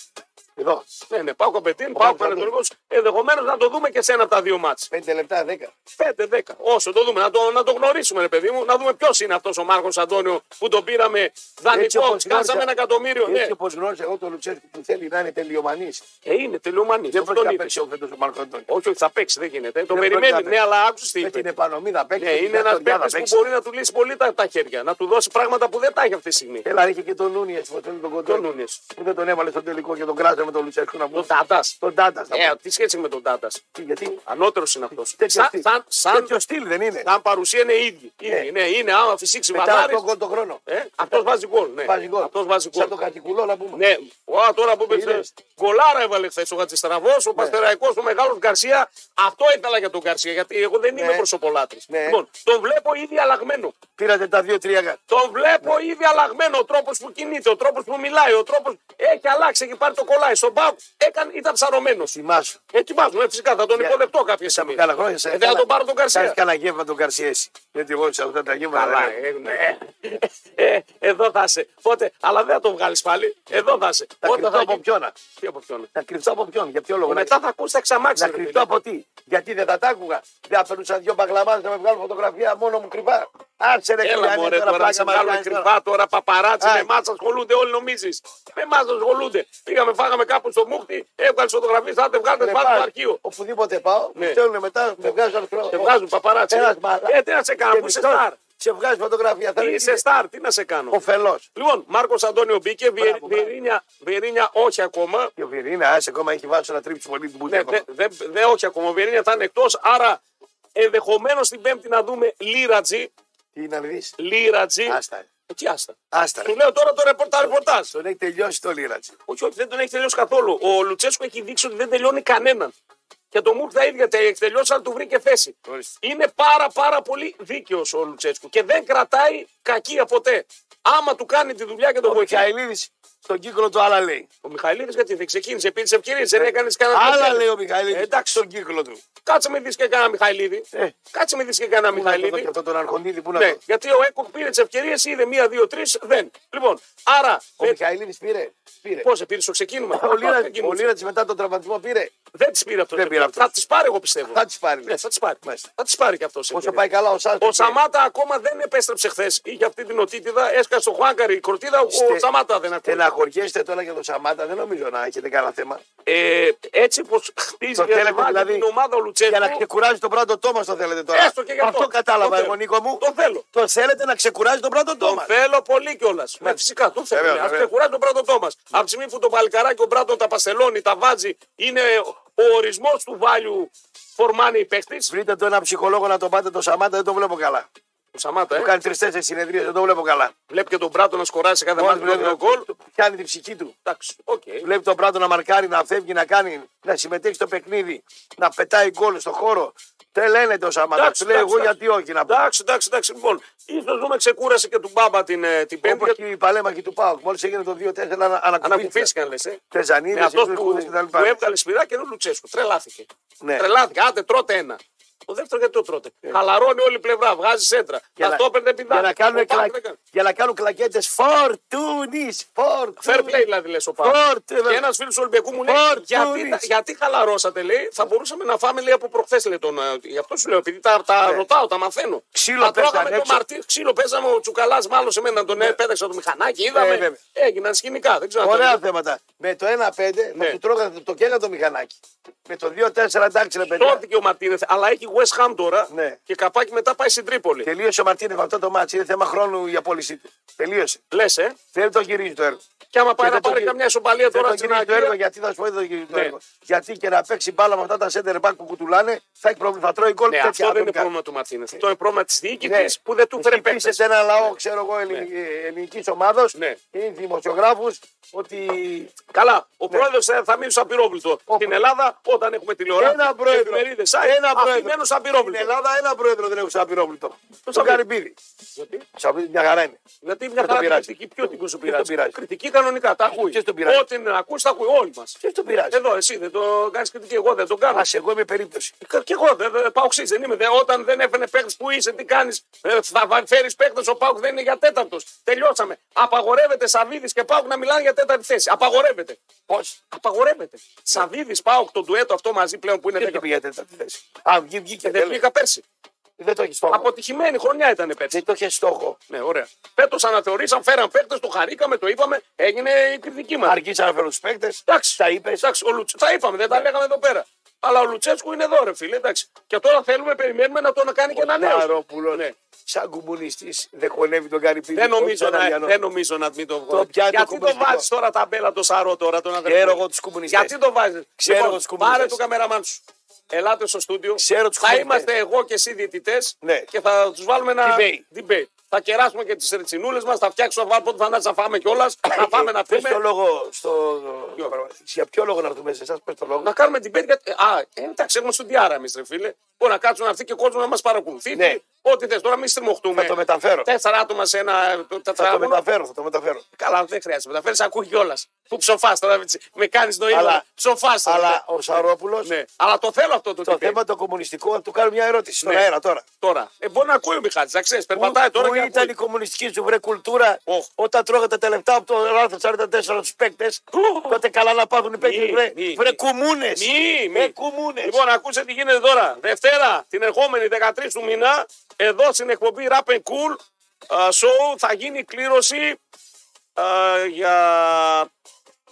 Εδώ.
Ναι, ναι, πάω κομπετίν, πάω πανετολικό. Ενδεχομένως να το δούμε και σε ένα από τα δύο μάτς.
5 λεπτά, 10.
5-10. Όσο το δούμε, να το, να το γνωρίσουμε, ρε παιδί μου, να δούμε ποιος είναι αυτός ο Μάρκος Αντώνιο που τον πήραμε
Έτσι
δανεικό.
όπως
Σκάσαμε
γνώρισα-
λοιπόν, ένα εκατομμύριο. Ναι,
Έτσι όπως γνώρισα εγώ τον Λουτσέσκου που θέλει να είναι τελειομανής.
ε, είναι τελειωμανή.
Δεν πρόκειται να παίξει ο φέτο ο Μάρκος Αντώνη.
Όχι, όχι, θα παίξει, δεν γίνεται. Το
Δεν πρόκειται
περιμένει,
να
ναι, αλλά άκουσε τι
Με
είπε.
την επανομή θα παίξει.
Ναι,
με την
είναι ένας
Ατλαντιά θα
παίκτης που
παίξει.
μπορεί να του λύσει πολύ τα, τα χέρια. Να του δώσει πράγματα που δεν τα έχει αυτή τη στιγμή.
Έλα, είχε και τον Νούνιες που τον
Τον
κοντό.
Νούνιες.
Που δεν τον έβαλε στο τελικό και τον κράτησε με τον Λουτσέσκου να
Τον
βγουν.
Τάτα.
Τον Τάντας. να
Ε,
πούμε.
τι σχέση με τον Τάτα.
Γιατί
Ανώτερος είναι αυτός.
Ναι. τέτοιο
Σαν,
στυλ.
σαν, σαν,
Τέτοιο στυλ δεν είναι.
σαν παρουσία είναι ίδιοι. ίδιοι. Ναι, είναι άμα φυσήξει
Μετά
βαδάρι.
αυτόν τον τον χρόνο.
Ε, αυτός βάζει γκολ. Ναι.
Βάζει γκολ.
Αυτός βάζει
Σαν
γκολ.
τον Κατικουλό να πούμε.
Ναι, Ω, τώρα που είπε.
Είδες. Ναι.
Γκολάρα έβαλε χθες ο Χατζηστραβός, ο Παστεραϊκός, ο Μεγάλος Γκαρσία. Αυτό ήθελα για τον Γκαρσία, γιατί εγώ δεν είμαι προσωπολάτρης.
Ναι.
Λοιπόν, τον βλέπω ήδη αλλαγμένο.
Πήρατε τα δύο-τρία γα-
Τον βλέπω ήδη αλλαγμένο. Ο τρόπος που κινείται, ο τρόπος που μιλάει, ο τρόπος. Έχει αλλάξει, έχει πάρει το κολλάι. Στον πάγο έκανε, ήταν ψαρωμένος.
Θυμάσαι.
Ετοιμάζουμε, ε, φυσικά θα τον
Για-
υποδεχτώ κάποια
Μετά από
στιγμή.
κάνα χρόνια σε.
Ε, δεν θα τον πάρω τον Γκαρσία.
Κάνει κανένα γεύμα τον Καρσία εσύ. Γιατί εγώ σε αυτά τα γεύματα.
Καλά,
δεν-
ε, ναι. Ε, εδώ θα είσαι. Πότε, αλλά δεν θα τον βγάλεις πάλι. Εδώ θα είσαι.
Θα κρυφτώ
θα
από
γίνει-
ποιον. να-
Τι από ποιον.
Θα κρυφτώ από ποιον. Για ποιο λόγο. να-
Μετά θα ακούσει, θα ξαμάξει.
Να κρυφτώ από τι. Γιατί δεν θα τα άκουγα. Δεν αφαιρούσαν δύο μπαγλαμάδε να με βγάλουν φωτογραφία μόνο μου κρυβά. Άρσε ρε
Έλα
Γιάννη,
μωρέ τώρα να
πλάκα
σε
μας
βγάλουμε
κάνεις τώρα.
κρυφά τώρα, παπαράτσι,
Άι.
με μάτσα ασχολούνται όλοι νομίζεις. Με μάτσα ασχολούνται. Πήγαμε, φάγαμε κάπου στο μούχτι, έβγαλες φωτογραφίες, άντε βγάλτε,
Ρε,
πάτε
πάω.
στο αρχείο.
Οπουδήποτε πάω,
Ναι.
μου στέλνουν μετά, με βγάζουν αρχείο.
Σε Ε, βγάζουν παπαράτσι.
Ένας μαλά-
Ε, τι να σε κάνω,
και
που είσαι
μικρός,
στάρ.
Σε βγάζει φωτογραφία. Θα λέει,
Είσαι
είναι
στάρ, τι να σε κάνω.
Οφελός.
Λοιπόν, Μάρκος Αντώνιο μπήκε, Βιε-
Μπράβο, μπράβο.
Βιερίνια- Βιερίνια όχι ακόμα.
Και ο Βιερίνα, άσε ακόμα έχει βάσει να τρίψει πολύ την μπουζιά.
Ναι,
ακόμα.
δεν δε, δε, όχι ακόμα. Ο Βιερίνια θα είναι εκτός. Άρα ενδεχομένως την Πέμπτη να δούμε Λίρατζι.
Τι να δεις.
Λίρατζι.
Άστα.
Ε, Τι άστα.
Άστα. ρε.
Του λέω τώρα το ρεπορ- τα ρεπορτάζ.
Τον έχει τελειώσει το λίρατσι.
Όχι, όχι, δεν τον έχει τελειώσει καθόλου. Ο Λουτσέσκο έχει δείξει ότι δεν τελειώνει κανέναν. Και το Μουρκ τα ίδια τα έχει τελειώσει, αλλά του βρήκε θέση.
Ορίστε.
Είναι πάρα πάρα πολύ δίκαιος ο Λουτσέσκο και δεν κρατάει κακία ποτέ. Άμα του κάνει τη δουλειά και τον
Ο
βοηθάει.
Μιχαηλίδης στον κύκλο του άλλα λέει.
Ο Μιχαηλίδης γιατί δεν ξεκίνησε, πήρε τι ευκαιρίες, δεν έκανες κανένα.
Ε, Άλλα
τέτοιο.
λέει ο Μιχαηλίδης.
Ε, εντάξει.
στον κύκλο του.
Κάτσε με δεις και κανένα Μιχαηλίδη.
Ε.
Κάτσε με δεις και κανένα
Πού να το δω
Μιχαηλίδη.
και αυτό τον Αρχοντίδη που να
Ναι,
το.
γιατί ο Έκοκ πήρε τις ευκαιρίες, είδε μία, δύο, τρεις, δεν. Λοιπόν, άρα.
Ο Μιχαηλίδης πήρε. πήρε.
Πώς πήρε στο ξεκίνημα.
Ο
Αυτό
Λίρα-
δεν κινούσε.
Ο Λίρατσι μετά τον τραυματισμό πήρε.
Δεν τις πήρε αυτό.
Δεν
το
πήρε
παιχνίδι.
αυτός.
Θα τις πάρει, εγώ πιστεύω.
Θα τις πάρει,
Ναι,
λες.
θα τις πάρει.
Μάλιστα.
Θα τις πάρει και αυτό.
Όσο πάει καλά ο ε, Σάντο.
ε, Ο Σαμάτα ακόμα δεν επέστρεψε χθες. Είχε αυτή την οτίτιδα, έσκασε στο Χουάνκαρη η κροτίδα. Ο
Στε-
Σαμάτα δεν ακούει.
Στεναχωριέστε τώρα για τον Σαμάτα, δεν νομίζω να έχετε κανένα θέμα.
Ε, έτσι πως χτίζει
Το
και
θέλετε
ρεμάζει
δηλαδή
την ομάδα ο Λουτσέσκου.
Για να ξεκουράζει τον Πράντο Τόμα το θέλετε τώρα.
Ε, Έστω και γι' αυτό. Το
κατάλαβα
θέλω.
εγώ, Νίκο μου.
Το θέλω.
Το θέλετε να ξεκουράζει τον Πράντο
Τον
Τόμα.
θέλω πολύ κιόλας. Ναι, φυσικά τον θέλω.
Βέβαια, Ναι.
Ας
βέβαια.
ξεκουράσει τον Πράντο Τόμα. Από τη στιγμή που το παλικαράκι ο Πράντο τα πασελώνει, τα βάζει, είναι ο ορισμός του βάλιου φορμάνει η παίχτη.
Βρείτε το ένα ψυχολόγο να τον πάτε τον Σαμάτα, δεν το βλέπω καλά.
Ο Σαμάτα,
Του
ε.
κάνει τρει-τέσσερι συνεδρίες, δεν το βλέπω καλά.
Βλέπει και τον Πράντο να σκοράσει κάθε μάτι
Μόλις
με
βλέπει
τον
το
γκολ.
του Πιάνει την ψυχή του.
Εντάξει, οκ.
Βλέπει τον Πράντο να μαρκάρει, να φεύγει, να κάνει, να συμμετέχει στο παιχνίδι, να πετάει γκολ στο χώρο. Τελένεται ο Σαμάτα.
Εντάξει,
Του λέει
εντάξει,
εγώ γιατί όχι να πω.
Εντάξει, εντάξει, εντάξει. Λοιπόν, ίσως δούμε ξεκούρασε και του μπάμπα την, ε, την Πέμπτη.
Όπω και η παλέμαχη του Πάουκ. Μόλις έγινε το 2-4 ανα- ανακουφίστηκε.
Ανακουφίστηκαν, λες. Ε.
Τεζανίδες,
Με αυτός που,
και τα λοιπά.
που έβγαλε σπυρά και είναι ο Λουτσέσκου. Τρελάθηκε.
Ναι. Ε.
Τρελάθηκε. Άντε, τρώτε ένα. Το δεύτερο γιατί το τρώτε. Χαλαρώνει όλη η πλευρά, βγάζει σέντρα.
Για
Τα
να-
στόπερ δεν πηδάει.
Για να κάνουν,
Ο Πάκ
κλα...
δεν κάνει.
για να κάνουν κλακέτες φορτούνης,
Fair
φορτούνης.
play δηλαδή λες ο Πάπα.
Φόρτ,
Και
βέβαια.
ένας φίλος του Ολυμπιακού μου λέει:
Φόρτ,
γιατί,
Τούρις.
τα- γιατί χαλαρώσατε, λέει. Θα μπορούσαμε να φάμε λέει, από προχθές, λέει τον. ε, Γι' αυτό σου λέω, επειδή τα, τα
Ναι.
ρωτάω, τα μαθαίνω.
Ξύλο
Τα
παίζανε
τρώγαμε το
έξω. Ναι.
μαρτύρ, ξύλο παίζαμε ο Τσουκαλάς, μάλλον σε μένα τον έπέταξε το μηχανάκι. Είδαμε.
Ε, βέβαια.
έγιναν σκηνικά. Δεν ξέρω αν
Ωραία
το-
θέματα. Με το 1-5
Ναι.
θα του τρώγανε το κέγα το μηχανάκι. Με το 2-4 εντάξει ρε παιδιά.
Σώθηκε ο Μαρτίνεθ, αλλά έχει West Ham τώρα
Ναι.
και καπάκι μετά πάει στην Τρίπολη.
Τελείωσε ο Μαρτίνεφ αυτό το μάτσο. Είναι θέμα χρόνου η απόλυσή του. Τελείωσε.
Λες, ε.
Δεν το γυρίζει το έργο.
Και άμα πάει
Και
να
δεν το
πάρει
γυρίζει.
καμιά ισοπαλία
Δεν
τώρα
το
στην
γυρίζει το έργο
Αγγλία.
γιατί θα σου πω δεν το γυρίζει το
Ναι.
έργο. Γιατί και να παίξει μπάλα με αυτά τα center back που κουτουλάνε θα έχει πρόβλημα. Θα τρώει γκολ
Ναι,
τέτοια
αυτό δεν είναι
ατομικά.
πρόβλημα του Μαρτίνεθ. Αυτό είναι πρόβλημα της διοίκητης
Ναι.
που δεν του
Εσύ
φέρε παίκτες.
πείσες ένα λαό, ξέρω εγώ, ελληνική ομάδα
Ναι.
ή δημοσιογράφου ότι
Καλά, ε, ο ναι. πρόεδρος θα, θα μείνει σαν πυρόβλητο. Στην Ελλάδα, όταν έχουμε τηλεόραση.
Ένα πρόεδρο.
εφημερίδες, site,
Ένα
αυτοί
πρόεδρο.
Χαμένο σαν πυρόβλητο.
Στην Ελλάδα ένα πρόεδρο δεν έχω σαν πυρόβλητο. Τον Καρυπίδη.
Γιατί,
Σαμπίδη μια χαρά είναι.
γιατί μια
τον
χαρά
πειράζει.
κριτική, ποιο την σου
Ποιος τον
πειράζει.
πειράζει.
Κριτική κανονικά, τα ακούει.
Ποιος τον πειράζει.
Ό,τι να ακούς, τα ακούει όλοι μας.
Ποιο τον πειράζει.
Εδώ εσύ δεν το κάνεις κριτική, εγώ δεν το κάνω. Ε,
Ας εγώ είμαι περίπτωση.
Και και εγώ δεν δεν- πάω ξύς, δεν είμαι. Δε, όταν δεν έφερε παίκτη που είσαι, τι κάνεις. Θα φέρει παίκτη, ο Πάουκ δεν είναι για τέταρτος. Τελειώσαμε. Απαγορεύεται Σαββίδη και Πάουκ να μιλάνε για τέταρτη θέση. Απαγορεύεται.
Πώς.
Απαγορεύεται. Σαββίδη, Πάουκ, το ντουέτο αυτό μαζί πλέον που είναι
Δεν το
10.
πήγε τέταρτη θέση. Α, βγή- βγήκε
Δεν
τέλος.
βγήκα πέρσι.
Δεν το έχεις στόχο.
Αποτυχημένη χρονιά ήταν πέρσι.
Δεν το είχε στόχο.
Ναι, ωραία. Φέτος αναθεωρήσαν, φέραν παίκτες, το χαρήκαμε, το είπαμε, έγινε η κριτική μα.
Αργήσαν να φέρουν τους παίκτες.
Εντάξει,
Τα Ναι. είπες.
Εντάξει, ο Λουτσ- τα είπαμε, δεν τα λέγαμε εδώ πέρα. Αλλά ο Λουτσέσκου είναι εδώ, ρε φίλε. Εντάξει. Και τώρα θέλουμε, περιμένουμε να τον κάνει και ένα νέο.
Χαρόπουλος.
Ναι.
Σαν κομμουνιστής δεν χωνεύει τον Καρυπίδη.
Δεν
Όχι
νομίζω,
τον
να,
Αριανό.
δεν νομίζω να μην το βγάλει.
Το πιάνει
Γιατί
το
το
κομμουνιστικό.
βάζεις τώρα τα μπέλα το σαρό τώρα τον αδερφό.
Ξέρω
μου.
εγώ τους κομμουνιστές.
Γιατί το βάζεις.
Ξέρω εγώ τους κομμουνιστές.
πάρε το καμεραμάν σου. Ελάτε στο στούντιο.
Ξέρω τους
θα
κομμουνιστές.
είμαστε εγώ και εσύ διαιτητές
Ναι.
και θα τους βάλουμε ένα
Debate.
debate. Θα κεράσουμε και τις ρετσινούλες μας, θα φτιάξουμε βάλουμε πότε θα να φάμε κιόλα.
[COUGHS]
θα πάμε να
Πες το
φύγουμε.
λόγο στο. Για ποιο λόγο να έρθουμε σε εσάς, πες το λόγο.
Να κάνουμε debate. Γιατί... Α, ε, εντάξει, έχουμε στουντιάρα εμείς, ρε φίλε. Μπορεί να κάτσουν να έρθει και κόσμος να μας παρακολουθεί.
Ναι.
Ό,τι θες, τώρα μην στριμωχτούμε.
Θα το μεταφέρω.
Τέσσερα άτομα σε ένα
Θα το
τετράγωνο.
μεταφέρω, θα το μεταφέρω.
Καλά, δεν χρειάζεται. Μεταφέρεις, ακούει κιόλας. Που ψοφάς τώρα, έτσι. με κάνεις νοήμα. Αλλά,
Αλλά-
ψοφάς τώρα.
Αλλά ο Σαρόπουλος,
ναι. αλλά το θέλω αυτό το,
το
debate.
θέμα το κομμουνιστικό, να του κάνω μια ερώτηση στον
Ναι.
αέρα τώρα.
Τώρα. Ε, μπορεί να ακούει ο Μιχάλης, να ξέρεις. Περπατάει τώρα
Πού
και
ήταν η
ακούει.
κομμουνιστική σου βρε κουλτούρα
Οχ.
όταν τρώγατε τα λεφτά από το λάθος 44 τους παίκτες. Τότε καλά να πάθουν οι παίκτες.
Μη,
Βρε,
μη,
βρε
μη.
κουμούνες.
Μη, μη.
Βρε κουμούνες.
Λοιπόν, ακούσε τι γίνεται τώρα. Δευτέρα, την ερχόμενη 13 του μήνα, εδώ στην εκπομπή Rap and Cool α, Show θα γίνει η κλήρωση α, για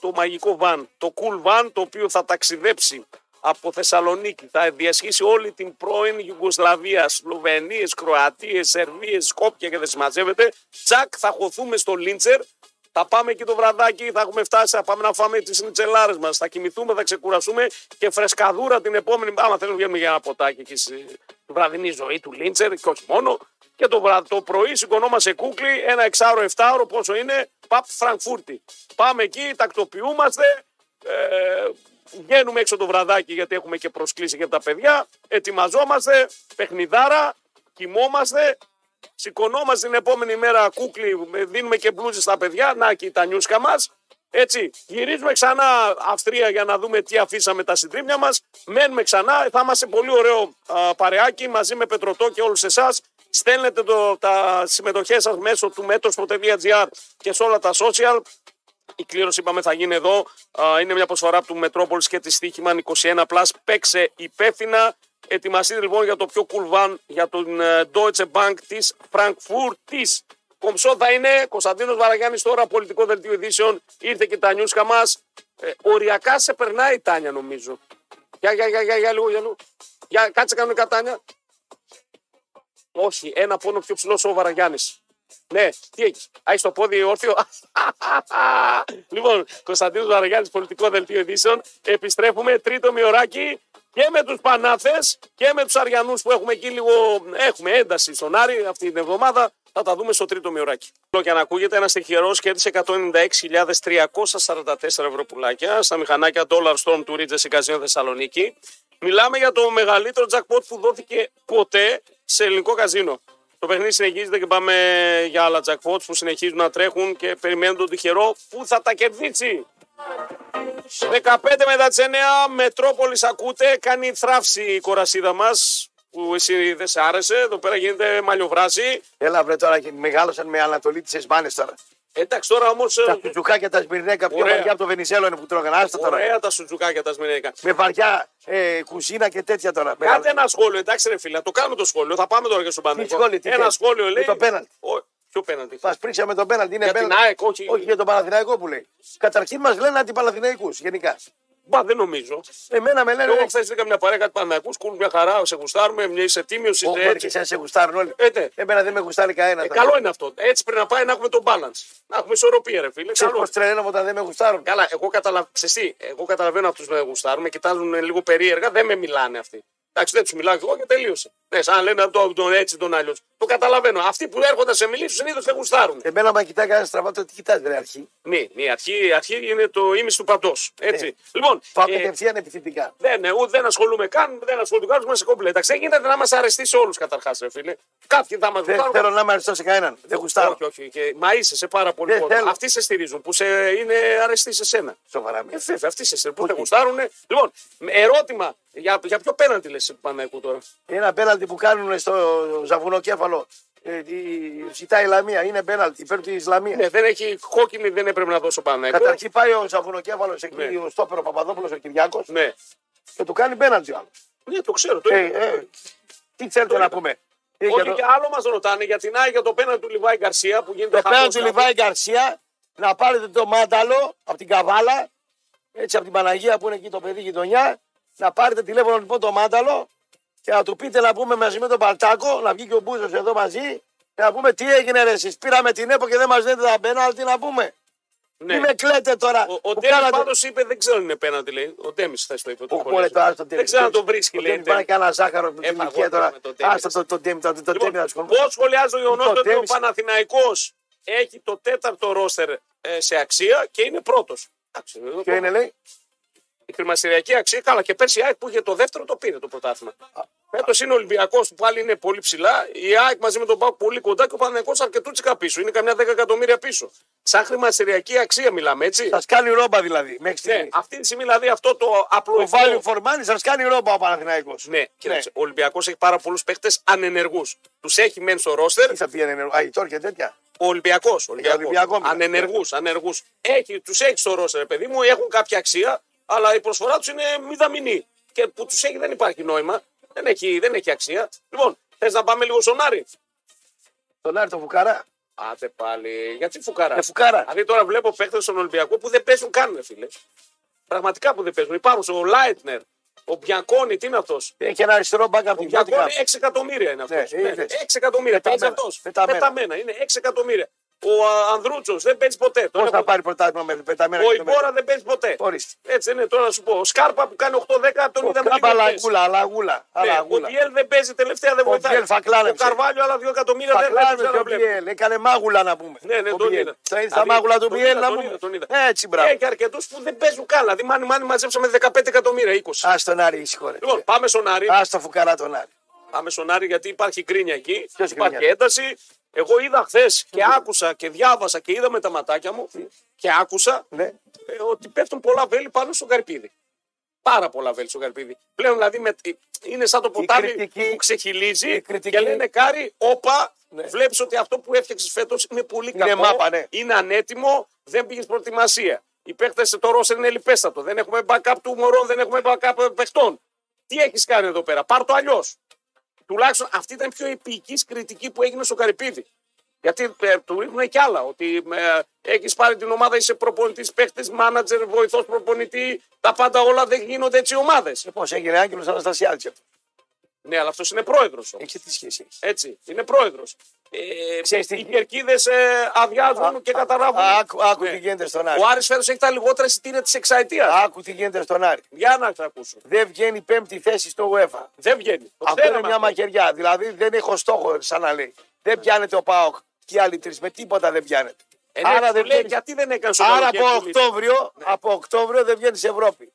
το μαγικό βαν, το cool van το οποίο θα ταξιδέψει από Θεσσαλονίκη. Θα διασχίσει όλη την πρώην Ιουγκοσλαβία, Σλοβενίες, Κροατίες, Σερβίες, Σκόπια και δεν συμμαζεύεται. Τσακ, θα χωθούμε στο Λίντσερ. Θα πάμε εκεί το βραδάκι, θα έχουμε φτάσει, θα πάμε να φάμε τις νιτσελάρες μας. Θα κοιμηθούμε, θα ξεκουραστούμε και φρεσκαδούρα την επόμενη. Άμα θέλουμε, βγαίνουμε για ένα ποτάκι εκεί στη στη βραδινή ζωή του Λίντσερ και όχι μόνο. Και το, βρα... το πρωί σηκωνόμαστε κούκλι, ένα εξάωρο, εφτάωρο, πόσο είναι, παπ Φραγκφούρτη. Πάμε εκεί, τακτοποιούμαστε, ε, βγαίνουμε έξω το βραδάκι γιατί έχουμε και προσκλήσει για τα παιδιά, ετοιμαζόμαστε, παιχνιδάρα, κοιμόμαστε, σηκωνόμαστε την επόμενη μέρα κούκλι, ε, δίνουμε και μπλούζες στα παιδιά, να και τα νιούσκα μας. Έτσι, γυρίζουμε ξανά Αυστρία για να δούμε τι αφήσαμε τα συντρίμια μας. Μένουμε ξανά, θα είμαστε πολύ ωραίο α, παρεάκι μαζί με Πετροτό και όλους εσάς. Στέλνετε το, τα συμμετοχές σας μέσω του metro.gr και σε όλα τα social. Η κλήρωση είπαμε θα γίνει εδώ. Α, Είναι μια προσφορά του Μετρόπολης και της Στίχημαν 21+. Παίξε υπεύθυνα. Ετοιμαστείτε λοιπόν για το πιο cool van για τον ε, Deutsche Bank της Frankfurtης. Κομψό θα είναι Κωνσταντίνος Βαραγιάννης τώρα, πολιτικό δελτίο ειδήσεων. Ήρθε και τα νιούσκα μας. Ε, οριακά σε περνάει η Τάνια νομίζω. Για, για, για, για, για λίγο, για λίγο. Για, κάτσε κανονικά Τάνια. Όχι, ένα πόνο πιο ψηλό ο Βαραγιάννης. Ναι, τι έχεις. Έχεις το πόδι όρθιο. [LAUGHS] λοιπόν, Κωνσταντίνος Βαραγιάννη, πολιτικό δελτίο ειδήσεων. Επιστρέφουμε τρίτο μειωράκι και με τους Πανάθες και με τους Αριανούς που έχουμε εκεί λίγο. Έχουμε ένταση στον Άρη αυτή την εβδομάδα. Θα τα δούμε στο τρίτο μειωράκι. Λοιπόν, και να ακούγεται ένας τυχερός κέρδισε 196.344 ευρώ πουλάκια στα μηχανάκια Dollar Storm του Ρίτζε Καζίνο Θεσσαλονίκη. Μιλάμε για το μεγαλύτερο jackpot που δόθηκε ποτέ σε ελληνικό καζίνο. Το παιχνίδι συνεχίζεται και πάμε για άλλα jackpots που συνεχίζουν να τρέχουν και περιμένουν τον τυχερό που θα τα κερδίσει. 15 μετά τις 9, Μετρόπολης ακούτε, κάνει θράψη η κορασίδα μας που εσύ δεν σε άρεσε. Εδώ πέρα γίνεται μαλλιοβράση.
Έλα βρε τώρα και μεγάλωσαν με Ανατολή τις Εσμάνες τώρα.
Εντάξει, τώρα όμως.
Τα σουτζουκάκια τα σμυρνέκα πιο
Ωραία.
βαριά από το Βενιζέλο είναι που τρώγανε. Άστα τώρα.
Ωραία τα σουτζουκάκια τα σμυρνέικα.
Με βαριά ε, κουζίνα και τέτοια τώρα.
Κάντε
Μεγάλα.
ένα σχόλιο, εντάξει ρε φίλε, το κάνουμε το σχόλιο. Θα πάμε τώρα και στον Παναγιώτο.
σχόλιο, τι
Ένα
θέλεις.
σχόλιο
Με
λέει.
το πέναλτι.
Ο- Ποιο πέναντι.
Μα πρίξαμε τον πέναλτι. Είναι
Για την
πέναλτι.
ΑΕΚ, όχι.
Όχι για τον Παναθηναϊκό που λέει. Καταρχήν μας λένε αντιπαλαθηναϊκού γενικά.
Μπα, δεν νομίζω.
Εμένα με λένε.
Εγώ χθε βρήκα μια παρέα κάτι πανακού, κούλουν μια χαρά, σε γουστάρουμε, μια είσαι τίμιος,
Όχι,
είσαι
μπορεί και
έτσι.
εσένα σε γουστάρουν όλοι.
Ε, ναι.
Εμένα δεν με γουστάρει κανένα.
Ε, καλό είναι αυτό. Έτσι πρέπει να πάει να έχουμε το balance. Να έχουμε ισορροπία, ρε φίλε.
Ξέρεις
Καλό.
πως
είναι.
τρελαίνομαι όταν δεν με γουστάρουν.
ε, Καλά, εγώ, καταλαβα... Ξέρεις τι, εγώ καταλαβαίνω αυτούς με γουστάρουν, με κοιτάζουν λίγο περίεργα, δεν με μιλάνε αυτοί. Εντάξει, δεν τους μιλάω εγώ και τελείωσε. Ναι, σαν λένε τον, τον έτσι, τον αλλιώς. Το καταλαβαίνω. Αυτοί που έρχονται σε μιλήσουν συνήθω δεν γουστάρουν.
Εμένα, μα κοιτάει κανένας στραβά, τότε τι κοιτάζει, ρε αρχή.
Ναι, ναι, η αρχή, η αρχή είναι το ίμιση του παντό. Έτσι.
Ναι.
Λοιπόν,
Πάμε
ε,
κατευθείαν επιθυμητικά.
δεν, ναι, ούτε δεν ασχολούμαι καν, δεν ασχολούμαι καν, σε κομπλέ. Εντάξει, δεν γίνεται να μας αρεστεί σε όλους καταρχάς, ρε φίλε. Κάποιοι θα μας
Δεν θέλω να είμαι αριστό σε κανέναν. Δεν γουστάρω.
Όχι, όχι. Και, μα είσαι σε πάρα πολύ
Δεν
κόσμο.
θέλω.
Αυτοί σε στηρίζουν που σε είναι αρεστοί σε σένα.
Σοβαρά
Ε,
με.
βέβαια, αυτοί σε στηρίζουν που δεν γουστάρουν. Λοιπόν, ερώτημα. Για, για ποιο πέναντι λε του Παναϊκού τώρα.
Ένα πέναλτι που κάνουν στο ζαβουνό κέφαλο. Ε, τη- ζητάει η Λαμία. Είναι πέναλτι. Υπέρ τη Λαμία.
Ναι, δεν έχει κόκκινη, δεν έπρεπε να δώσω Παναϊκό.
Καταρχήν πάει ο ζαβουνοκέφαλος εκεί,
Ναι.
ο Στόπερο Παπαδόπουλος, ο Κυριάκος
Ναι.
και του κάνει πέναλτι ο άλλος.
ναι, το ξέρω. Το
Ε,
είδα.
ε, τι θέλετε να
είδα.
πούμε. Ε, για
Όχι,
το-
και άλλο μας ρωτάνε για την ΑΕΚ για το πέναντι του Λιβάη Γκαρσία που γίνεται
Το πέραν
χαμός
του
κάπου.
Λιβάη Γκαρσία να πάρετε το μάνταλο από την Καβάλα, έτσι από την Παναγία που είναι εκεί το παιδί γειτονιά, να πάρετε τηλέφωνο λοιπόν το μάνταλο και να του πείτε να πούμε μαζί με τον Παλτάκο, να βγει και ο Μπούζος εδώ μαζί και να πούμε τι έγινε ρε εσείς, πήραμε την ΕΠΟ και δεν μας δίνετε τα πέναλ, τι να πούμε.
Ναι.
Μη με κλαίτε τώρα.
Ο, ο
που
Ντέμι
κάνατε-
πάντως είπε δεν ξέρω αν είναι πέναντι, λέει. Ο Ντέμι θε το είπε. το
Οχ,
σχολείο.
μωρέ, το άστο
δεν ξέρω αν τον βρίσκει, λέει.
Δεν πάει κανένα ζάχαρο με την
Έφαγα
ηλικία
εγώ
τώρα.
με τον Ντέμι.
Άστο το- το Ντέμι, το το Ντέμι να
Λοιπόν,
σχολ-
πώ σχολιάζει το γεγονό
Το
ότι ο
Ντέμις-
Παναθηναϊκός έχει το τέταρτο ρόστερ ε, σε αξία και είναι πρώτος.
Ποιο είναι, λέει.
Η χρηματιστηριακή αξία, καλά και πέρσι η ΑΕΚ που είχε το δεύτερο το πήρε το πρωτάθλημα. Φέτος είναι ο Ολυμπιακός που πάλι είναι πολύ ψηλά. Η ΑΕΚ μαζί με τον Πάουκ πολύ κοντά και ο Παναγενικός αρκετού τσικά πίσω. Είναι καμιά 10 εκατομμύρια πίσω. Σαν χρηματιστηριακή αξία μιλάμε, έτσι.
Σας κάνει ρόμπα δηλαδή. Μέχρι
Ναι,
στιγμής.
αυτή τη στιγμή δηλαδή αυτό το απλό.
Το value for money σας κάνει ρόμπα ο Παναθηναϊκός.
Ναι, κοίταξε. Ο Ολυμπιακός έχει πάρα πολλούς παίχτε ανενεργούς. Τους έχει μεν στο ρόστερ,
Τι θα πει ενεργό. Αϊτόρ και τέτοια.
Ο Ολυμπιακός.
Ολυμπιακό ναι. μιλάμε.
Ανενεργού, ανεργού. Έχει, τους έχει στο ρόστερ, ρε παιδί μου, έχουν κάποια αξία, αλλά η προσφορά τους είναι μηδαμινή. Και που τους έχει δεν υπάρχει νόημα. Δεν έχει, δεν έχει αξία. Λοιπόν, θες να πάμε λίγο στον Άρη.
Τον Άρη τον Φουκάρα.
Άντε πάλι. Γιατί φουκάρα.
Ε, φουκάρα.
Δηλαδή τώρα βλέπω παίχτε στον Ολυμπιακό που δεν παίζουν καν, ρε φίλε. Πραγματικά που δεν παίζουν. Υπάρχουν ο Λάιτνερ, ο Μπιακόνη, τι είναι αυτός.
Έχει ένα αριστερό μπακ από την Βάτικα.
Μπιακόνη 6 εκατομμύρια είναι αυτό.
Ναι, είδες.
6 εκατομμύρια.
Πεταμένα.
Παίζει αυτός.
Πεταμένα.
Πεταμένα. Είναι 6 εκατομμύρια. Ο Ανδρούτσος δεν παίζει ποτέ. Τον
Πώς θα
έχω-
πάρει πρωτάθλημα με πεταμένα
Ο
χιλιόμετρα.
Ιμπόρα δεν παίζει ποτέ.
Ορίστε.
Έτσι είναι τώρα να σου πω. Ο Σκάρπα που κάνει 8-10 από τον
Ο
είδαμε
Κάπα
λίγο χθες.
λαγούλα, λαγούλα.
Ναι, Ο
Αλαγούλα.
Διέλ δεν παίζει τελευταία, δεν
Ο
βοηθάει.
Διέλ φακλάρεψε.
Ο Καρβάλιο άλλα 2 εκατομμύρια δεν θα
Πακλάνε
τους
τον
αναβλέπω.
Πιέλ. Έκανε μάγουλα να πούμε.
Ναι, ναι,
Ο
τον
Πιέλ.
είδα.
Στα- Στα
Δηλαδή,
μάγουλα του
τον
Πιέλ
είδα,
να
τον είδα,
πούμε.
τον είδα.
Έτσι μπράβο.
Έχει αρκετούς που δεν παίζουν καν. Δηλαδή, μάνι, μάνι, μαζέψαμε 15 εκατομμύρια, 20.
Ας τον Άρη ήσυχο. ρε.
Λοιπόν, πάμε στον Άρη.
Ας τον Φουκαρά τον Άρη.
Πάμε στον Άρη γιατί υπάρχει κρίνια εκεί.
Ποιος
υπάρχει
κρίνια?
ένταση. Εγώ είδα χθες και άκουσα και διάβασα και είδα με τα ματάκια μου και άκουσα
Ναι.
ε, ότι πέφτουν πολλά βέλη πάνω στο καρπίδι. Πάρα πολλά βέλη στο καρπίδι. Πλέον δηλαδή με, είναι σαν το ποτάμι
κριτική-
που ξεχυλίζει
η κριτική-
και λένε Κάρι, όπα,
Ναι.
βλέπεις ότι αυτό που έφτιαξες φέτος είναι πολύ
Είναι
κακό.
μάπα, ναι.
Είναι ανέτοιμο, δεν πήγες προετοιμασία. Οι παίχτε το ρόσερ είναι λιπέστατο. Δεν έχουμε backup του μωρών, δεν έχουμε backup ε, παιχτών. Τι έχεις κάνει εδώ πέρα, πάρ το αλλιώς. Τουλάχιστον αυτή ήταν η πιο επική κριτική που έγινε στο Καρυπίδη. Γιατί ε, του ρίχνουν και άλλα. Ότι ε, έχεις πάρει την ομάδα, είσαι προπονητής, παίχτη, μάνατζερ, βοηθός προπονητή. Τα πάντα όλα δεν γίνονται έτσι ομάδε.
Πώ Λοιπόν, έγινε Άγγελος Αναστασιάδης. αυτό.
Ναι, αλλά αυτός είναι πρόεδρος.
Ε, και τι σχέση έχει.
Έτσι, είναι πρόεδρος. Ε,
Ξέρεις τι-
οι κερκίδες ε, αδειάζουν και καταράβουν.
Α, Άκου, άκου
Ναι.
τι γίνεται στον Άρη.
Ο Άρης φέτος έχει τα λιγότερα εισιτήρια της εξαετίας.
Άκου τι γίνεται στον Άρη.
Για να τα ακούσω. Δεν,
Δεν βγαίνει πέμπτη θέση στο UEFA.
βγαίνει. Το
Αυτό
ξέραμε
είναι μια
αυτό.
μαχαιριά. Δηλαδή δεν έχω στόχο, σαν να λέει. Δεν πιάνεται ο Πάοκ και οι άλλοι τρεις. Με τίποτα δεν πιάνεται.
Ε, ναι,
Άρα,
σου
δεν
λέει,
βγαίνεις.
γιατί δεν έκανες
Άρα από, Οκτώβριο,
Ναι.
από Οκτώβριο δεν βγαίνεις Ευρώπη.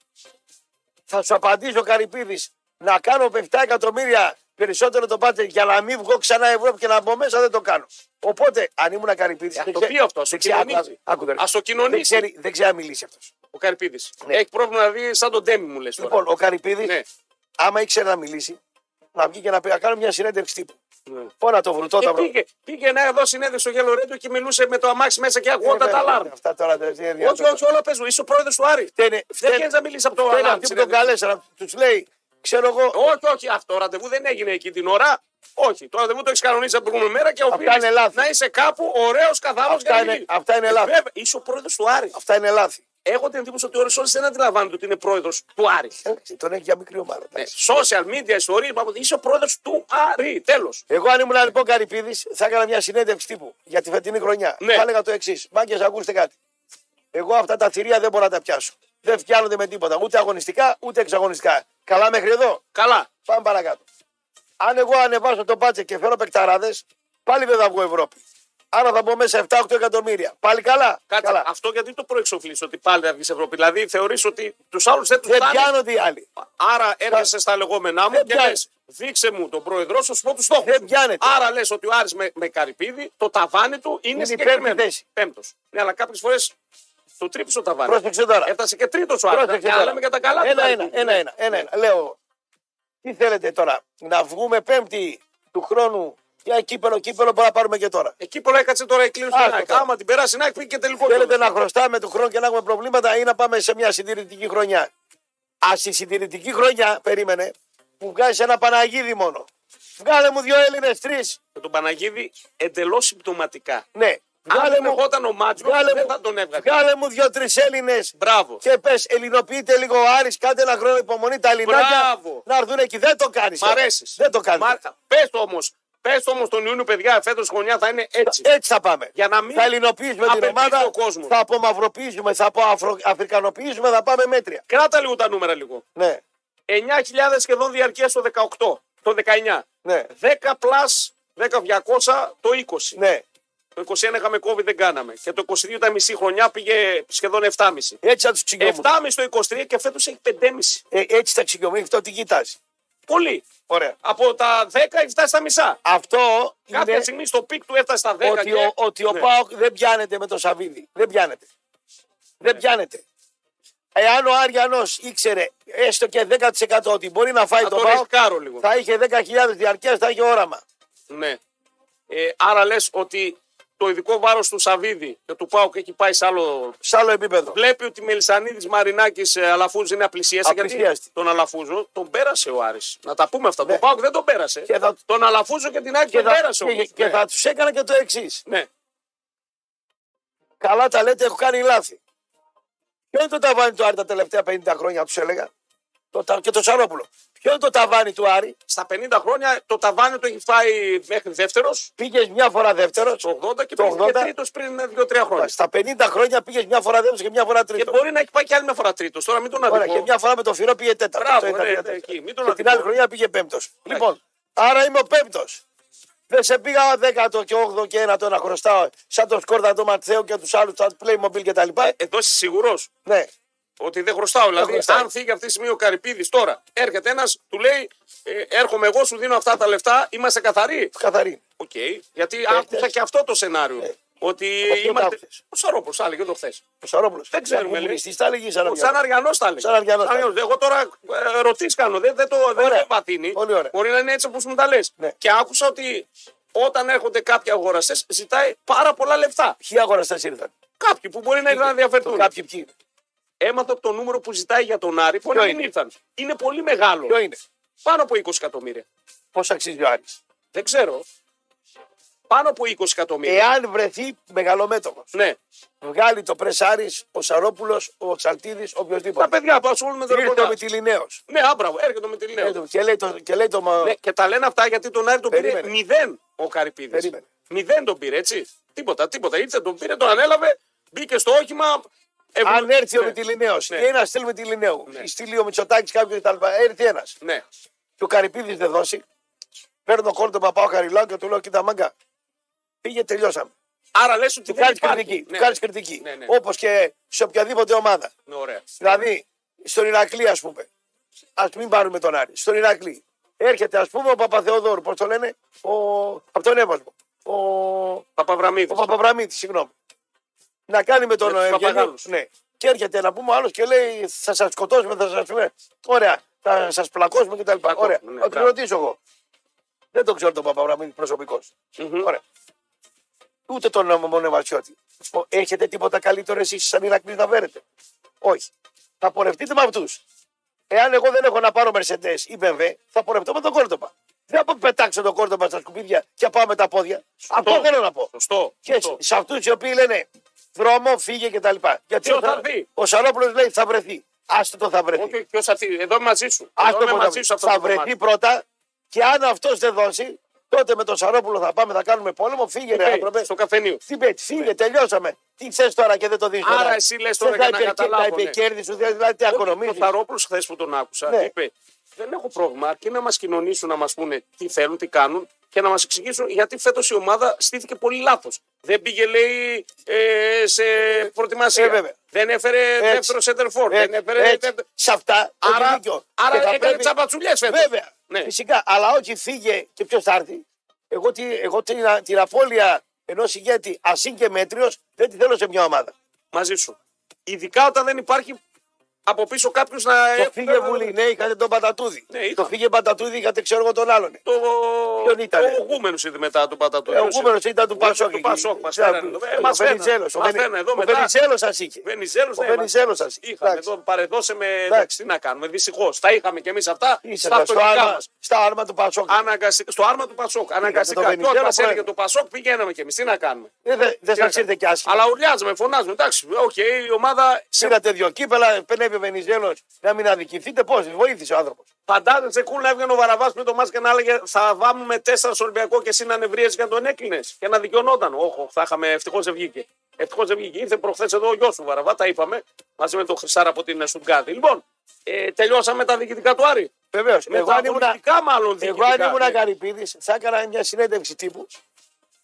Θα σου απαντήσει ο Καρυπίδης να κάνω 7 εκατομμύρια περισσότερο το πάτε για να μην βγω ξανά Ευρώπη και να μπω μέσα δεν το κάνω. Οπότε αν ήμουν Καρυπίδης.
Ε, το πει αυτό, ας το κοινωνήσει. Ας το
Δεν
κοινωνήσει.
ξέρει, δεν ξέρει να μιλήσει αυτός.
Ο Καρπίδη.
Ναι.
Έχει πρόβλημα να δει σαν τον Τέμι μου λες.
Λοιπόν, ο Καρυπίδης,
Ναι.
άμα ήξερε να μιλήσει, να βγει και να πει: Να κάνω μια συνέντευξη τύπου.
Ναι.
Πώ να το βρουν
Και
τα βρω.
πήγε, πήγε να εδώ συνέδριο στο Γελορέντο και μιλούσε με το αμάξι μέσα και
Ε,
αγώντα
βέβαια,
τα αλάρμ.
Αυτά τώρα δεν είναι
Όχι, όχι, όλα παίζουν. Είσαι ο πρόεδρος του Άρη.
Φταίνε,
Δεν
φταίνε,
βγαίνεις να μιλήσεις από το
φταίνε
αλάρμ.
αυτοί που τον καλέσαν. Τους λέει, ξέρω εγώ,
Όχι, όχι, αυτό το ραντεβού δεν έγινε εκεί την ώρα. Όχι, το ραντεβού το έχεις κανονίσει από την προηγούμενη μέρα και οφείλεις
είναι λάθη.
να είσαι κάπου ωραίος, καθαρός
Αυτά είναι- αυτά είναι λάθη.
Ε, Βέβαια, είσαι ο πρόεδρος του Άρη.
αυτά είναι λάθη.
Έχω την εντύπωση ότι ο Ρεσόρη δεν αντιλαμβάνεται ότι είναι πρόεδρος του Άρη.
Ε, Εντάξει, Τον έχει για μικρή ομάδα.
Ναι,
εντάξει.
Social media, ιστορίες, είσαι ο πρόεδρος του Άρη. Τέλος.
Εγώ, αν ήμουν λοιπόν Καρυπίδης, θα έκανα μια συνέντευξη τύπου για τη φετινή χρονιά.
Ναι.
Θα έλεγα το εξής: Μάγκες, ακούστε κάτι. Εγώ αυτά τα θηρία δεν μπορώ να τα πιάσω. Δεν φτιάνονται με τίποτα. Ούτε αγωνιστικά, ούτε εξαγωνιστικά. Καλά μέχρι εδώ.
Καλά.
Πάμε παρακάτω. Αν εγώ ανεβάσω τον μπάτσε και φέρω παικταράδες, πάλι δεν θα βγω Ευρώπη. Άρα θα μπω μέσα 7-8 εκατομμύρια. Πάλι καλά.
Κάτσε,
καλά.
αυτό γιατί το προεξοφλείς ότι πάλι θα βγεις Ευρώπη. Δηλαδή θεωρείς ότι τους άλλους δεν τους
Δεν
φτάνει.
πιάνονται οι άλλοι.
Άρα έρχεσαι στα λεγόμενά μου
Δεν
και
πιάνει.
λες: Δείξε μου τον πρόεδρό σου, σου πω τους στόχους.
Δεν πιάνεται.
Άρα λες ότι ο Άρης με, με καρυπίδι, το ταβάνι του είναι,
Είναι η
συγκεκριμένο.
πέμπτη θέση.
Πέμπτος. Ναι, αλλά κάποιες φορές το τρίπει το ταβάνι.
Πρόσεξε τώρα.
Έφτασε και τρίτος ο Άρης.
Πρόσεξε
Ναι, αλλά
τώρα.
λέμε και τα καλά του
Ένα, ένα,
Καρυπίδη.
ένα, ένα, ένα, ένα. Λέω, εγώ. τι θέλετε τώρα, να βγούμε πέμπτη του χρόνου για κύπελο, κύπελο, μπορούμε να πάρουμε και τώρα.
Εκεί πολλά έκατσε τώρα η κλίνη του
Άστο,
Νάκη.
καλά.
Άμα την περάσει η Νάκη πήγε και τελικό.
Θέλετε
κιόλας.
να χρωστάμε του χρόνου και να έχουμε προβλήματα ή να πάμε σε μια συντηρητική χρονιά. Ας, στη συντηρητική χρονιά, περίμενε, που βγάζει ένα Παναγίδι μόνο. Βγάλε μου δύο Έλληνες, τρεις.
Με τον Παναγίδη εντελώς συμπτωματικά.
Ναι.
Αν
Βγάλε μου,
ερχόταν ο Μάτζο,
βγάλε
δεν
μου-
θα τον έβγαλε.
βγάλε μου δύο-τρει Έλληνες.
δηλαδή. Μπράβο.
Και πες, ελληνοποιείτε λίγο ο Άρης, κάντε ένα χρόνο υπομονή τα Ελληνάκια
Μπράβο.
να έρθουν εκεί. Δεν το κάνεις.
Μ' αρέσεις.
Δεν το κάνεις.
Πε το όμως. Πες το όμως τον Ιούνιο, παιδιά, φέτος χρονιά θα είναι έτσι.
Έτσι θα πάμε.
Για να μην
Θα ελληνοποιήσουμε την
απελπίζει
ομάδα,
ο κόσμος.
θα απομαυροποιήσουμε, θα αποαφρικανοποιήσουμε, θα πάμε μέτρια.
Κράτα λίγο τα νούμερα λίγο.
Ναι,
9.000 σχεδόν διαρκείας το 18, το 19.
ναι,
10 plus 10.200 το 20.
ναι.
Το 21 είχαμε COVID, δεν κάναμε. Και το 22 τα μισή χρονιά πήγε σχεδόν 7,5.
Έτσι θα
Ε,
του ξυγιόμουν.
7,5 το 23 και φέτος έχει 5,5.
Ε, έτσι θα ξυγιόμουν. Αυτό τι κοιτάζει.
Πολύ.
Ωραία.
Από τα 10 έχει φτάσει στα μισά.
Αυτό
Κάποια
είναι
στιγμή στο πικ του έφτασε στα 10.
ότι,
και...
ο, ότι ο
Ναι.
Πάοκ δεν πιάνεται με τον Σαββίδι. Δεν πιάνεται. Δεν πιάνεται. Εάν ο Άριανος ήξερε έστω και 10% ότι μπορεί να φάει
Θα
τον
το
Πάοκ,
ρισκάρω λίγο.
θα είχε 10.000 διαρκείας, θα είχε όραμα.
Ναι. Ε, άρα λες ότι το ειδικό βάρος του Σαββίδη και του Πάουκ έχει πάει σε άλλο.
Σε άλλο επίπεδο.
Βλέπει ότι Μελισανίδης Μαρινάκης Αλαφούζο είναι απλησίαστη. Γιατί
Απλησίαστη. Ναι.
τον Αλαφούζο τον πέρασε ο Άρης. Να τα πούμε αυτά. Τον Πάουκ δεν τον πέρασε.
Και θα-
Τον Αλαφούζο και την Άκη
Και
τον
θα,
πέρασε.
και,
όμως.
και
ναι.
θα τους έκανα και το εξής.
ναι.
Καλά τα λέτε, έχω κάνει λάθη. Ποιο είναι το ταβάνι του Άρη τα τελευταία 50 χρόνια, τους έλεγα. Το, τα- και το Σαρόπουλο. Ποιο είναι το ταβάνι του Άρη.
Στα 50 χρόνια το ταβάνι το έχει φτάει μέχρι δεύτερος,
Πήγες μια φορά δεύτερος.
το 80 και
Το
πήγες και
80.
τρίτος πριν 2-3 χρόνια.
Στα 50 χρόνια πήγες μια φορά δεύτερος και μια φορά
Και
τρίτο.
μπορεί να έχει πάει και άλλη μια φορά τρίτος. Τώρα μην τον
Ωραία,
αδικώ.
και μια φορά με το φυρό πήγε τέταρτος.
Μπράβο,
Αυτό ήταν
ναι,
τέταρτος.
ναι, εκεί. Μην τον
και την
αδικώ.
άλλη χρονιά πήγε πέμπτος. Λοιπόν, άρα είμαι ο πέμπτος. Δεν σε πήγα δέκατο και όγδο και ένα το να χρωστάω σαν τον Σκόρδα, τον Ματθέο και τους άλλους, τα Playmobil κτλ.
Εδώ είσαι σίγουρος.
Ναι.
Ότι δεν χρωστάω. Δηλαδή,
χρωστάω.
αν φύγει αυτή τη στιγμή ο Καρυπίδης τώρα, έρχεται ένας, του λέει: ε, Έρχομαι εγώ, σου δίνω αυτά τα λεφτά, είμαστε καθαροί.
Καθαρή.
Οκ. Γιατί άκουσα
χθες.
και αυτό το σενάριο. Ότι
Ε, Από ποιον τα
είμαστε.
άκουσες?
Ο Σαρόπουλος, τα έλεγε, το χθες.
Ο Σαρόπουλος.
Δεν ξέρουμε, λέει.
Πουλιστής, τα έλεγε η Σαρόπουλος.
Σαν Αριανό τα έλεγε.
Σαν Αριανός τα
Αριανός. Εγώ τώρα ε, ερωτήσει κάνω. Δεν, δεν το δεν
Ωραία.
το βαθύνει.
Πολύ ωραία.
Μπορεί να είναι έτσι όπως μου τα λες.
Ναι.
Και άκουσα ότι όταν έρχονται κάποιοι αγοραστές, ζητάει πάρα πολλά λεφτά.
Ποιοι αγοραστές ήρθαν.
Κάποιοι που μπορεί να είναι να
Ε, Το
ενδιαφερθούν.
κάποιοι ποιοι είναι.
Έμαθα από το νούμερο που ζητάει για τον Άρη που
Ποιο
δεν
είναι?
ήρθαν. Είναι πολύ μεγάλο.
Ποιο είναι.
Πάνω από 20 εκατομμύρια.
Πώς αξίζει ο Άρης.
Δεν ξέρω. Πάνω από 20 εκατομμύρια.
Εάν βρεθεί μεγαλομέτωπο,
Ναι.
βγάλει το Πρεσάρη, ο Σαρόπουλος, ο Τσαλτίδη,
Τα
οποιοδήποτε.
παιδιά που ασχολούνται με το
Ήρθε ο
ρεπορτάζ.
Μητυλινέος.
Ναι, άμπραβο, έρχεται με τη Λέα.
Και λέει Ε, το. Και λέει το μα...
Ναι, και τα λένε αυτά γιατί τον Άρη τον πήρε
Περίμενε.
μηδέν ο Καρυπίδης.
Περίμενε.
Μηδέν τον πήρε, έτσι. Τίποτα, τίποτα. Ήρθε, τον πήρε, τον ανέλαβε, μπήκε στο όχημα. έβγαλε-
Αν έρθει ο
Ναι,
Μητυλινέος
Ναι.
ή ένα στυλ Μητυλινέου,
Ναι.
ναι. στείλει ο Μητσοτάκης κάποιο κτλ. Έρθει ένας.
Ναι.
Και ο Καρυπίδης δεν δώσει. Παίρνω κόλ τον παπάω Καριλάου και του λέω: Κοίτα μάγκα. Πήγε, τελειώσαμε.
Άρα λες ότι.
Του
δεν
κάνεις
υπάρχει.
κριτική.
Ναι.
Του κάνεις κριτική.
Ναι, ναι.
Όπως και σε οποιαδήποτε ομάδα.
Ναι, ωραία.
Δηλαδή, στον Ηρακλή, ας πούμε. Ας μην πάρουμε τον Άρη. Στον Ηρακλή. Έρχεται, ας πούμε, ο Παπαθεοδόρου. Πώς το λένε, ο... από τον Εύασμο. Ο,
Παπαβραμίδης.
ο Παπαβραμίδης, συγγνώμη. Να κάνει με τον
Με τους
Ευγενή.
παπαγάλους.
Ναι. Και έρχεται να πούμε άλλος και λέει: Θα σας σκοτώσουμε, θα σας πούμε. Ωραία, θα σας πλακώσουμε κτλ.
Πλακώσουμε,
Ωραία.
ναι,
θα τους
μπράβο.
ρωτήσω εγώ. Δεν τον ξέρω τον Παπαβραμίδη προσωπικώ.
Μμμ.
Ωραία. Ούτε τον Μονεβασιώτη. Ο- Έχετε τίποτα καλύτερο εσείς σαν Ηρακλή να φέρετε. Όχι. Θα πορευτείτε με αυτούς. Εάν εγώ δεν έχω να πάρω Μερσεντέ ή BMW, θα πορευτώ με τον Κόρτοπα. Δεν θα πετάξω τον Κόρτοπα στα σκουπίδια και πάω με τα πόδια. Αυτό θέλω να πω.
Σωστό.
Και
σωστό.
σε αυτούς οι οποίοι λένε δρόμο, φύγε κτλ. Γιατί
Ποιος
ο, Σα-
θα βρει?
ο Σαρόπουλος λέει θα βρεθεί. Άστο το θα βρεθεί.
Όχι, ποιο αυτή. Εδώ είμαι μαζί σου.
Άστο
Εδώ είμαι
το θα
μαζί
βρεθεί.
σου αυτό
Θα
το κομμάτι.
βρεθεί πρώτα και αν αυτός δεν δώσει, τότε με τον Σαρόπουλο θα πάμε, θα κάνουμε πόλεμο. Φύγε, ρε
Hey,
άνθρωπε.
Στο καφενείο.
Τι πέτ, φύγε, τελειώσαμε. Τι ξέρει τώρα και δεν το δίνει.
Άρα εσύ λες τώρα για να καταλάβω,
Τα
ναι.
υπερκέρδη σου, δηλαδή τι
Ο
ακονομίζει.
Θαρόπουλος, χθες που τον άκουσα,
Ναι.
είπε δεν έχω πρόβλημα. Αρκεί να μας κοινωνήσουν, να μας πούνε τι θέλουν, τι κάνουν και να μας εξηγήσουν γιατί φέτος η ομάδα στήθηκε πολύ λάθος. Δεν πήγε, λέει, ε, σε προετοιμασία.
Ε, βέβαια.
δεν έφερε δεύτερο
Ε,
σέντερφορ. Δεν έφερε.
Έτσι.
τέτοιο.
ναι, Σε αυτά έχει
Άρα,
δίκιο.
άρα
Και θα
έκανε
πρέπει-
τσαπατσουλιέ φέτος.
Βέβαια.
Ναι.
Φυσικά. Αλλά όχι φύγε και ποιος θα έρθει. Εγώ, τη- εγώ την, την απώλεια ενός ηγέτη, ας είναι και μέτριος, δεν τη θέλω σε μια ομάδα.
Μαζί σου. Ειδικά όταν δεν υπάρχει από πίσω κάποιος να.
Το
ε,
φύγε Βουλή, ναι, είχατε τον Πατατούδη.
Ναι, ήταν.
το φύγε Πατατούδη, είχατε ξέρω εγώ τον άλλον.
Το...
Ποιον ήτανε?
Ο Γούμενος είδε μετά τον Πατατού.
Ε, Ο Κούμερο ήταν του Πασόκ.
Του
εκεί.
Πασόκ μας
Ήταν-
φέρανε. Ε,
Ο
μας φέρανε.
Βενιζέλος, Ο
Μας φέρανε εδώ μετά.
Βενιζέλος σα είχε.
Βενιζέλο
Ο Βενιζέλος σας.
Είχαμε
Εντάξει.
εδώ, παρεδώσε με.
Εντάξει.
Τι να κάνουμε, δυστυχώς. Τα είχαμε κι εμείς αυτά
Είσαι
στα
εδώ, στο
αυτοκίνητά
άρμα,
μας.
στα άρμα του Πασόκ.
Αναγκαστικά, στο άρμα του Πασόκ.
τον
Αναγκαστικά. Και
Βενιζέλο
όταν μας έλεγε
πρώην.
το Πασόκ, πηγαίναμε κι εμείς. Τι να κάνουμε.
Δεν Ε, δε, δε
Τι να
σα ήρθε και
κάνουμε.
άσχημα.
Αλλά ουρλιάζαμε, φωνάζουμε. Εντάξει, οκ, η ομάδα. Σε...
Πήρατε δύο κύπελα, πενεύει ο Βενιζέλος να μην αδικηθείτε. Πώς, βοήθησε ο άνθρωπος.
Φαντάζεσαι, κούλ να έβγαινε ο Βαραβάς πριν το μάτς και να έλεγε Θα βάμουμε τέσσερα στο Ολυμπιακό και εσύ να ανεβρίεσαι και να τον έκλεινες. Και να δικαιωνόταν. Όχι, θα είχαμε. Ευτυχώς δεν βγήκε. Ευτυχώς δεν βγήκε. Ήρθε προχθές εδώ ο γιος του Βαραβά, τα είπαμε. Μαζί με τον Χρυσάρα από την Στουτγκάρδη. Λοιπόν, ε, τελειώσαμε τα διοικητικά του Άρη.
Βεβαίως.
Με
Εγώ
τα
αν ήμουν,
αγωνιστικά μάλλον
εγώ
διοικητικά.
αν ήμουν
Ναι.
Καρυπίδης, θα έκανα μια συνέντευξη τύπου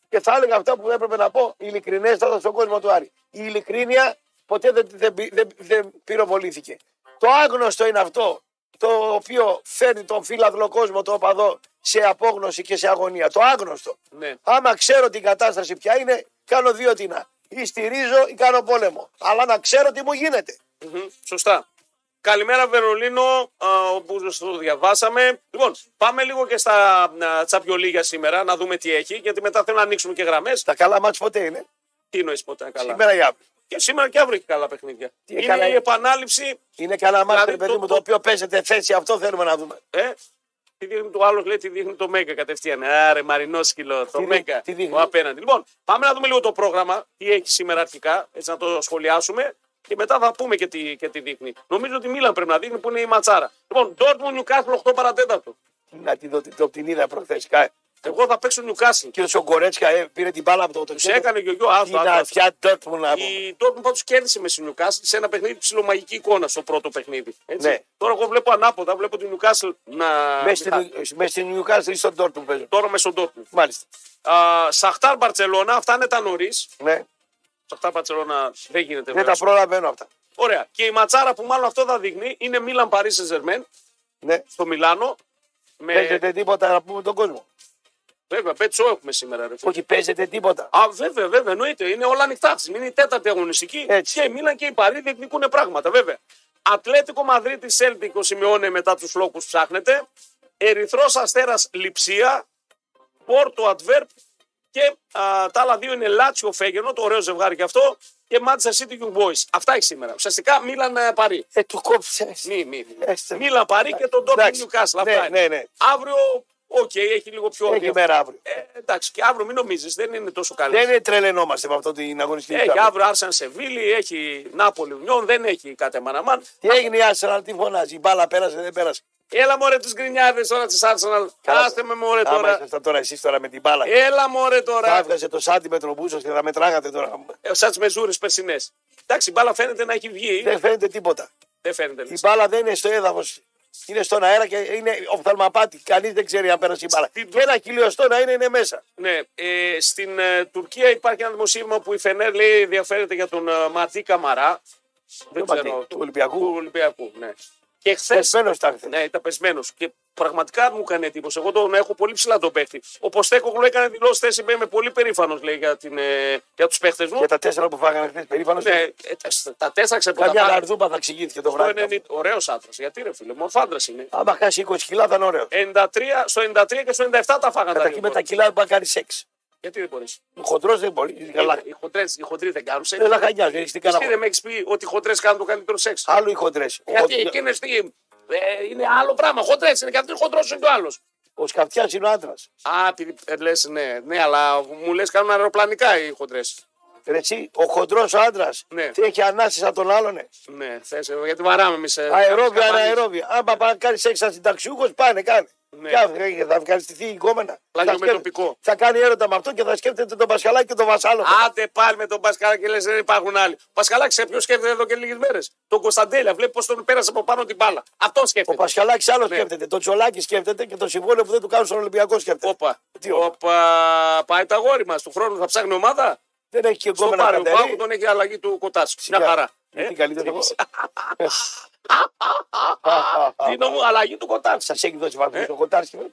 και θα έλεγα αυτά που έπρεπε να πω ειλικρινέστατα στον κόσμο του Άρη. Η ειλικρίνεια ποτέ δεν, δεν, πυ- δεν, δεν πυροβολήθηκε. Το άγνωστο είναι αυτό το οποίο φέρνει τον φίλαθλο κόσμο, το οπαδό, σε απόγνωση και σε αγωνία. Το άγνωστο.
Ναι.
Άμα ξέρω την κατάσταση ποια είναι, κάνω δύο τινά. Ή στηρίζω ή κάνω πόλεμο. Αλλά να ξέρω τι μου γίνεται.
Μμμ, Σωστά. Καλημέρα Βερολίνο, α, όπου το διαβάσαμε. Λοιπόν, πάμε λίγο και στα α, τσαπιολίγια σήμερα, να δούμε τι έχει, γιατί μετά θέλω να ανοίξουμε και γραμμές.
Τα καλά μάτς ποτέ είναι.
Τι εννοείς ποτέ καλά.
Σήμερα ή αύριο.
Και σήμερα και αύριο έχει καλά παιχνίδια.
Τι
είναι
καλά
η
είναι.
επανάληψη.
Είναι καλά μάτς,
Δηλαδή,
ρε παιδί
το-
μου,
το-
το οποίο παίζεται θέση. Αυτό θέλουμε να δούμε.
Ε, τι δείχνει το άλλος, λέει, τι δείχνει το Μέγκα κατευθείαν. Άρε, μαρινό σκυλό, το
δείχνει,
Μέγκα.
τι δείχνει.
Ο απέναντι. Λοιπόν, πάμε να δούμε λίγο το πρόγραμμα, τι έχει σήμερα αρχικά, έτσι να το σχολιάσουμε και μετά θα πούμε και τι, και τι δείχνει. Νομίζω ότι Μίλαν πρέπει να δείχνει που είναι η ματσάρα. Λοιπόν, Dortmund Newcastle 8 παρατέταρτο.
Να τη δω, την- το, την είδα προχθές. Κα-
Εγώ θα παίξω Newcastle.
Ο κ. Σογκορέτσκα ε, πήρε την μπάλα από το
Σε έκανε και ο γιο, άστο, άστο,
Κίνα,
άστο.
πια τότε μου να πω.
Η Dortmund πάντως κέρδισε με στην Newcastle σε ένα παιχνίδι ψιλομαγική εικόνα στο πρώτο παιχνίδι. Έτσι.
Ναι.
Τώρα εγώ βλέπω ανάποδα, βλέπω την Newcastle να.
Μες στην- ε, Μες στην Newcastle ή στον Dortmund παίζουν.
Τώρα μες στον Dortmund.
Μάλιστα.
Α, Σαχτάρ Μπαρσελόνα, αυτά είναι τα νωρίς. Ε,
Ναι.
Σαχτάρ Μπαρσελόνα δεν γίνεται.
Δεν
βέβαια.
Ναι, τα προλαβαίνω αυτά.
Ωραία. Και η ματσάρα που μάλλον αυτό θα δείχνει είναι Μίλαν Παρί Σεζερμέν
Ναι.
στο Μιλάνο. Με...
Παίζετε τίποτα να πούμε τον κόσμο.
Βέβαια, πέτσο έχουμε σήμερα. Ρε. φίλε.
Όχι, παίζετε τίποτα.
Α, βέβαια, βέβαια, εννοείται. Είναι όλα ανοιχτά. αυτή τη στιγμή. Είναι η τέταρτη αγωνιστική.
Έτσι.
Και η Μίλαν και η Παρί διεκδικούν πράγματα, βέβαια. Ατλέτικο Μαδρίτη Σέλτικο σημειώνει μετά τους λόγου που ψάχνετε. Ερυθρός Αστέρας Λιψία. Πόρτο Αντβέρπ. Και α, τα άλλα δύο είναι Λάτσιο Φέγενο, το ωραίο ζευγάρι και αυτό. Και Manchester City Young Boys. Αυτά έχει σήμερα. Ουσιαστικά Μίλαν ε, Παρί.
Ε, του κόψες.
Μη, μη.
Έστε.
Μίλαν Παρί και τον Ντόπιν
Εντάξει.
Νιουκάσλ.
Ναι,
Αυτά είναι.
ναι, ναι.
Αύριο, οκ, έχει λίγο πιο
Έχει
άδεια.
μέρα αύριο.
Ε, εντάξει, και αύριο μην νομίζεις, δεν είναι τόσο καλή.
Δεν είναι τρελαινόμαστε με αυτό την αγωνιστική.
Έχει
tablet.
αύριο Άρσεν Σεβίλη, έχει Νάπολη Ουνιόν, δεν έχει κάτι μαναμάν.
Τι έγινε η Arsenal, τι φωνάζει. Η μπάλα πέρασε, δεν πέρασε.
Έλα μωρέ τις γκρινιάδες τώρα της Arsenal.
Καλά.
Άστε με μωρέ
Άμα
Ε, τώρα.
ήσασταν τώρα εσείς τώρα με την μπάλα.
Έλα μωρέ
Θα
τώρα.
έβγαζε το σάντιμετρο μπούσο και θα μετράγατε τώρα.
Ε, Σαν τις μεζούρες περσινές. Εντάξει, η μπάλα φαίνεται να έχει βγει.
Δεν φαίνεται τίποτα.
Δεν φαίνεται.
Η
λες.
μπάλα δεν είναι στο έδαφος. Είναι στον αέρα και είναι οφθαλμαπάτη. Κανείς δεν ξέρει αν πέρασε η μπάλα.
Στην-
Και ένα χιλιοστό να είναι, είναι μέσα.
Ναι, ε, στην ε, Τουρκία υπάρχει ένα δημοσίευμα που η Φενέρ λέει ενδιαφέρεται για τον ε, Ματί Καμαρά. Δεν
Ποιο
ξέρω.
Ματί, του Ολυμπιακού?
Του Ολυμπιακού, ναι. Και χθες.
Πεσμένος τα χθες.
Ναι, ήταν πεσμένος. Και πραγματικά μου έκανε εντύπωση. Εγώ τον έχω πολύ ψηλά τον παίχτη. Ο Ποστέκογλου έκανε δηλώσεις θέση. Είμαι είμαι πολύ περήφανος για, την, ε, για τους παίχτες μου.
Για τα τέσσερα που φάγανε χθες περήφανος.
Ναι, ε, τα, τα τέσσερα
Καμιά
ξεπερνάνε.
λαρδούπα θα ξηγήθηκε το
Το
βράδυ.
90. Ωραίο άντρα. Γιατί ρε φίλε, μορφάντρα είναι.
Άμα χάσει 20 κιλά θα είναι ωραίος.
93, στο 93 και στο 97 τα φάγανε. τα
Καταρχήν
δύο
με τα
γκολ.
κιλά μπορεί να κάνει σεξ.
Γιατί δεν μπορείς.
Χοντρός δεν
Ε,
μπορεί. Καλά. Ε,
Οι χοντρές- οι χοντροί δεν κάνουν σεξ.
Δεν λαχανιάζει, έχεις την
Εσύ δεν
καλά.
με έχεις πει ότι οι χοντρές κάνουν το καλύτερο σεξ.
Άλλο οι χοντρές.
Γιατί εκείνε ε, είναι άλλο πράγμα. Χοντρές είναι και αυτός χοντρός είναι το άλλος.
Ο σκαφτιάς είναι ο άντρας.
Α, επειδή ε, λες, ναι, ναι, αλλά μου λες κάνουν αεροπλανικά οι χοντρές.
Ρε, εσύ, ο χοντρός άντρας.
Ναι.
Τι έχει ανάσει σαν τον άλλον. ε.
Ναι, θες, ε, γιατί βαράμε εμείς.
Αερόβια, αερόβια. Άμα πάνε κάνει έξι σαν συνταξιούχος, πάνε, κάνε.
Ναι.
Και θα- θα ευχαριστηθεί η κόμενα.
Πλάγιο
θα,
με τοπικό.
θα κάνει έρωτα με αυτό και θα σκέφτεται τον Πασχαλάκη και τον Βασάλο.
Άντε πάλι με τον Πασκαλά και λες: Δεν υπάρχουν άλλοι. Πασκαλά, ξέρει ποιο σκέφτεται εδώ και λίγες μέρες. Τον Κωνσταντέλια, βλέπεις πώς τον πέρασε από πάνω την μπάλα. Αυτό
Ο
σκέφτεται.
Πασχαλάκης άλλος
Ναι.
σκέφτεται. Το Τσολάκη σκέφτεται και το συμβόλαιο που δεν του κάνουν στον Ολυμπιακό σκέφτεται.
Όπα.
Τι όπα.
Όπα. Πάει το αγόρι μας. Του χρόνου θα ψάχνει ομάδα.
Δεν έχει και
Στο
κόμμα να
πάρει. Ο
κατέβει.
Πάκου τον έχει αλλαγή του κοτάτσου. Μια
Σιγά.
χαρά.
Ε,
Ε,
τι καλύτερο εγώ. [LAUGHS]
Δίνω μου αλλαγή του κοτάτσου.
Σας έχει δώσει βαθμού ο Κοτάρσκι. βέβαια.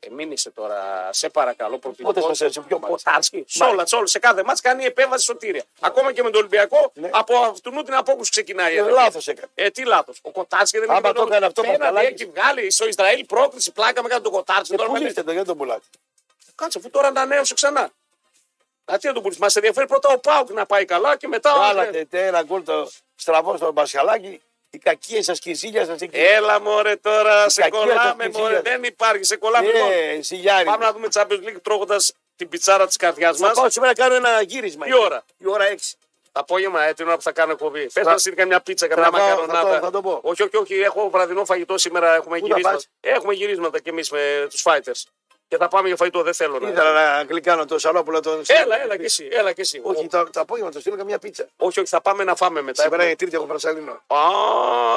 Ε, μην είσαι τώρα, σε παρακαλώ,
Πότε
προπηγικό.
σας έρθει, ποιο μάτι.
Κοτάρσκι. Σε όλα, σε όλα, σε κάθε μάτς κάνει επέμβαση σωτήρια. Ακόμα και με τον Ολυμπιακό,
Ναι.
από αυτού την απόκουση ξεκινάει. η
Ε,
ένταση.
λάθος έκανε.
Ε, τι λάθος. Ο Κοτάρσκι δεν
Άμα το έκανε αυτό,
Πέναντι
Παπαδάκης.
έχει βγάλει στο Ισραήλ πρόκληση, πλάκα με κάτω τον Κοτάρσκι.
Και
τώρα με
πουλήστε το, γιατί τον πουλάτε.
λέει, Κάτσε, αφού τώρα ανανέωσε ξανά. Α, τι να τον πουλήσει. Μας ενδιαφέρει πρώτα ο Πάουκ να πάει καλά και μετά. ο-
Βάλατε τε,
ε.
ένα γκολ το στραβό στον Πασχαλάκη. Η κακία σας και η ζήλιας σας εκεί.
Έλα μωρέ τώρα, σε
Ε, κακία
κολλάμε
τακτική,
μωρέ,
ε.
δεν υπάρχει, σε κολλάμε. λοιπόν.
Ε, εσύ Γιάννη.
Πάμε να δούμε Champions League τρώγοντας την πιτσάρα της καρδιάς
Θα
μας.
πάω σήμερα να κάνω ένα γύρισμα.
Τι
εκεί.
ώρα?
Η ώρα 6.
Τα απόγευμα, ε, την ώρα που θα κάνω εκπομπή. Πε
Θα-
να στείλει καμιά πίτσα, καμιά
θα πάω,
μακαρονάδα.
θα το- θα το πω.
Όχι, όχι, όχι. Έχω βραδινό φαγητό σήμερα. Έχουμε
Πού θα
γυρίσματα.
πας?
Έχουμε γυρίσματα κι εμείς με τους fighters. Και θα πάμε για φαγητό, δεν θέλω να.
Ήθελα να γλυκάνω το σαλόπουλο. Το...
Έλα, έλα κι εσύ. Έλα κι εσύ.
Όχι, το, το απόγευμα το στείλω καμιά πίτσα.
όχι, όχι, θα πάμε να φάμε μετά.
Σήμερα είναι Τρίτη, έχω πρασαλίνο.
Α,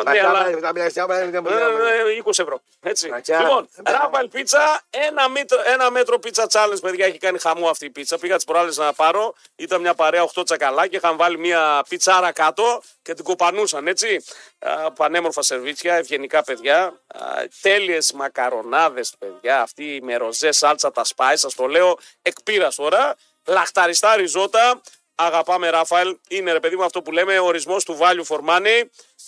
Να
ναι, αλλά.
κάνουμε- να μοιραστεί, άμα δεν
Ε,
μιλάμε.
ε, 20 ευρώ. Έτσι.
Να κάνω.
Λοιπόν,
Ε,
Ράφαλ πίτσα, ένα, μέτρο, ένα μέτρο πίτσα challenge, παιδιά, έχει κάνει χαμό αυτή η πίτσα. Πήγα τις προάλλες να πάρω, ήταν μια παρέα 8 τσακαλάκια, είχαν βάλει μια πιτσάρα κάτω και την κοπανούσαν, έτσι. Α, Πανέμορφα σερβίτσια, ευγενικά παιδιά. Τέλειες μακαρονάδες, παιδιά. Αυτή με ροζέ σάλτσα τα σπάει, σας το λέω εκ πείρας τώρα. Λαχταριστά ριζότα, Αγαπάμε Ράφαελ. Είναι ρε παιδί μου αυτό που λέμε ορισμός του value for money.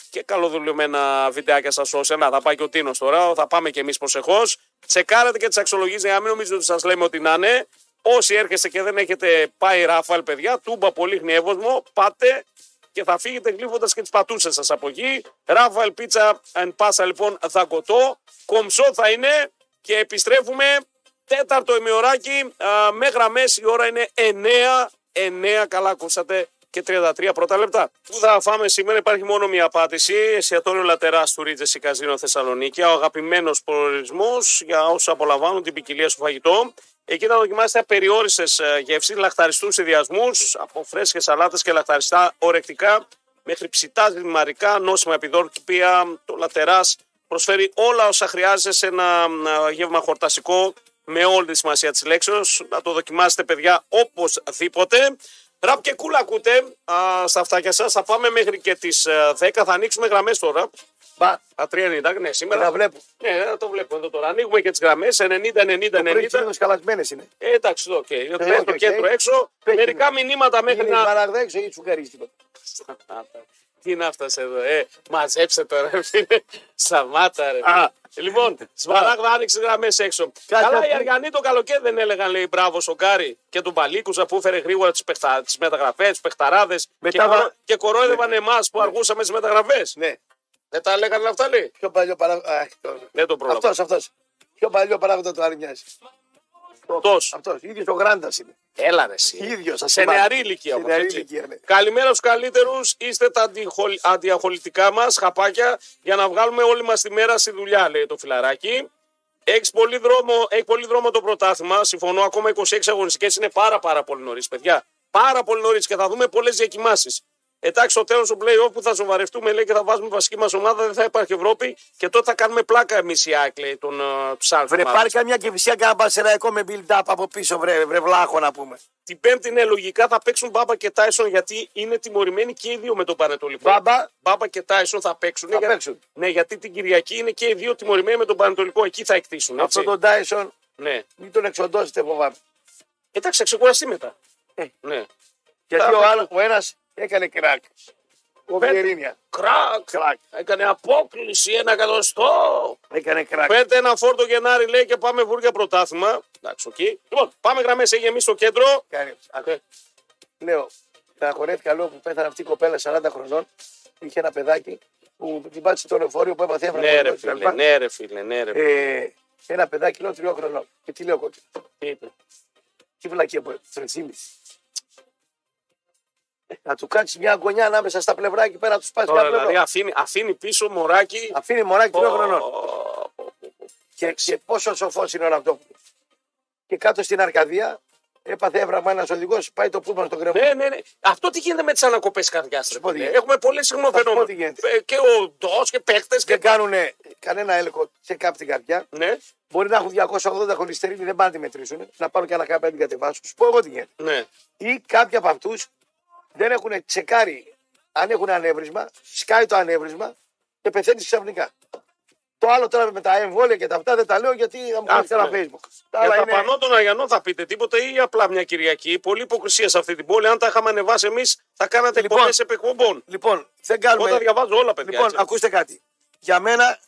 Και καλοδουλευμένα βιντεάκια στα social. Να, θα πάει και ο Τίνος τώρα. Θα πάμε και εμείς προσεχώς. Τσεκάρετε και τις αξιολογήσει για να μην νομίζετε ότι σας λέμε ότι να είναι. Όσοι έρχεστε και δεν έχετε πάει Ράφαελ, παιδιά, τούμπα πολύ γνιεύοσμο. Πάτε και θα φύγετε γλύφοντας και τις πατούσες σας από εκεί. Ράφαελ πίτσα εν πάσα λοιπόν δακοτό. Κομψό θα είναι και επιστρέφουμε τέταρτο ημιωράκι α, με γραμμές. Η ώρα είναι 9. 9, καλά ακούσατε και 33 πρώτα λεπτά. Πού θα φάμε σήμερα, υπάρχει μόνο μία απάντηση. Εστιατόριο Λατερά του Ρίτζε ή Καζίνο Θεσσαλονίκη. Ο αγαπημένος προορισμός για όσους απολαμβάνουν την ποικιλία στο φαγητό. Εκεί θα δοκιμάσετε ε, απεριόριστε γεύσεις, λαχταριστούς συνδυασμούς από φρέσκες σαλάτες και λαχταριστά ορεκτικά μέχρι ψητά δημαρικά, νόσημα επιδόρπια. Το Λατεράς προσφέρει όλα όσα χρειάζεσαι σε ένα α, γεύμα χορτασικό με όλη τη σημασία της λέξεως. Να το δοκιμάσετε παιδιά οπωσδήποτε. Ραπ και κούλα ακούτε α, στα αυτάκια σας. Θα πάμε μέχρι και τις α, 10. Θα ανοίξουμε γραμμές τώρα.
Μπα,
Α, 3.90, ναι, σήμερα.
να βλέπω.
Ναι, να το βλέπω εδώ τώρα. Ανοίγουμε και τις γραμμές. 90, 90, 90.
Πρίτσε καλασμένε είναι.
Ε, εντάξει, εδώ, οκ. Okay.
Ε,
το
οκ,
κέντρο
οκ.
έξω.
Πες
Μερικά μηνύματα μέχρι
Είναι η
να...
παράγδα έξω ή τσουκαρίζει τίποτα.
Σταμάτα. [LAUGHS] Τι είναι αυτά σε εδώ, ε, μαζέψε τώρα, ρε φίλε. Σταμάτα, ρε.
Α.
Λοιπόν, Σμαράγδα άνοιξε γραμμές έξω.
Κάτσε
Καλά, οι
αυτό.
Αργανοί το καλοκαίρι δεν έλεγαν, λέει, μπράβο Σοκάρη και τον Παλίκουσα που έφερε γρήγορα τις μεταγραφές, τους παιχταράδες. Και,
Μετά
κορο-
βα-
και κορόιδευαν εμάς που αργούσαμε στι μεταγραφές.
Ναι.
Δεν τα λέγανε αυτά, λέει.
Πιο παλιό παράγοντα.
Ναι, Δεν το πρόλαβα.
Αυτός, αυτός. Πιο παλιό παράγοντα του άλλη μοιάζει.
Αυτός.
Αυτός. ίδιος ο Γράντας είναι.
Έλα, ρε, εσύ.
ίδιος σας
Σε
θυμάμαι.
νεαρή ηλικία
Σε
όμως.
νεαρή ηλικία, ναι.
Καλημέρα στους καλύτερους. Είστε τα αντιχολ- αντιαχολητικά μας, χαπάκια, για να βγάλουμε όλη μας τη μέρα στη δουλειά, λέει το φιλαράκι. Έχεις πολύ, δρόμο, έχεις πολύ δρόμο το πρωτάθλημα. Συμφωνώ. Ακόμα 26 αγωνιστικές είναι πάρα, πάρα πολύ νωρίς, παιδιά. Πάρα πολύ νωρίς και θα δούμε πολλές διακοιμάσεις. Εντάξει, στο τέλος του playoff που θα σοβαρευτούμε λέει, και θα βάζουμε βασική μας ομάδα, δεν θα υπάρχει Ευρώπη και τότε θα κάνουμε πλάκα εμείς οι Άκλεοι των ε, Ψάρτων.
Βρε, πάρει καμιά κεφυσιά και ένα μπασεραϊκό με build-up από πίσω, βρε, βρε βλάχο να πούμε.
Την Πέμπτη είναι λογικά θα παίξουν Μπάμπα και Τάισον γιατί είναι τιμωρημένοι και οι δύο με τον Πανετολικό.
Μπάμπα.
Μπάμπα και Τάισον θα παίξουν.
Θα
για-
παίξουν.
Ναι, γιατί την Κυριακή είναι και οι δύο τιμωρημένοι με τον Πανετολικό. Εκεί θα εκτίσουν. Έτσι.
Αυτό τον Τάισον,
Ναι.
μην τον εξοντώσετε, φοβάμαι.
Εντάξει, θα ξεκουραστεί μετά.
Ε.
Ναι.
Γιατί
Θα-
ο, άλλο, ο ένας έκανε κράκ. Ο
Πέντε.
Βιερίνια
Κρακ.
Κρακ.
Έκανε απόκληση ένα εκατοστό.
έκανε κράκ.
Πέντε ένα φόρτο Γενάρη λέει και πάμε βούρια πρωτάθλημα. Εντάξει, οκ. Λοιπόν, πάμε γραμμές. Έχει εμείς στο κέντρο.
Κάνει. Α,
Ε,
Λέω, τα χορεύτηκα λέω που πέθανε αυτή η κοπέλα 40 χρονών. Είχε ένα παιδάκι που την πάτησε το λεωφορείο που έπαθε έφραγκο,
Ναι, ρε
κτλ.
φίλε, ναι, ρε φίλε, ναι, ρε.
Ε, ένα παιδάκι λέω τριών χρονών. ε, Και τι λέω κόκκινο.
Τι είπε.
Τι βλακία που έπαθε. Τρεσίμιση. Ε, Να του κάτσεις μια γωνιά ανάμεσα στα πλευρά εκεί πέρα, να τους σπάσει μια
Τώρα
πλευρά.
δηλαδή αφήνει, αφήνει πίσω μωράκι.
Αφήνει μωράκι τριών χρονών.
Πω, πω, πω, πω.
Και, και πόσο σοφός είναι ο Ραπτόπουλος. Και κάτω στην Αρκαδία έπαθε έβραγμα ένας οδηγός, πάει το πούλμα στο κρεμό.
Ναι, ναι, ναι. Αυτό τι γίνεται με τις ανακοπές καρδιάς.
σου πω τι γίνεται.
Έχουμε πολύ συχνό
Θα σου πω
φαινόμενο.
τι γίνεται.
Ε, Και ο ντός και παίχτε και.
Δεν κάνουν κανένα έλεγχο σε κάποια καρδιά.
Ναι,
Μπορεί να έχουν 280 χολυστερίνη, δεν πάνε να τη μετρήσουν. Να πάρουν και ένα κάπα να την κατεβάσουν. Σου πω εγώ τι γίνεται.
ναι.
Ή κάποιοι από αυτούς δεν έχουν τσεκάρει αν έχουν ανέβρισμα, σκάει το ανέβρισμα και πεθαίνει ξαφνικά. Το άλλο τώρα με τα εμβόλια και τα αυτά δεν τα λέω γιατί θα μου κάνει
Άκου,
ένα
ναι.
facebook.
Για
Τα άλλα
τα
είναι-
πανώ των Αγιανών θα πείτε τίποτα ή απλά μια Κυριακή. Πολύ υποκρισία σε αυτή την πόλη. Αν τα είχαμε ανεβάσει εμείς, θα κάνατε
Λοιπόν.
εκπομπές επεκπομπών.
Λοιπόν, δεν κάνουμε.
Εγώ τα διαβάζω όλα, παιδιά.
Λοιπόν,
έτσι.
ακούστε κάτι. Για μένα,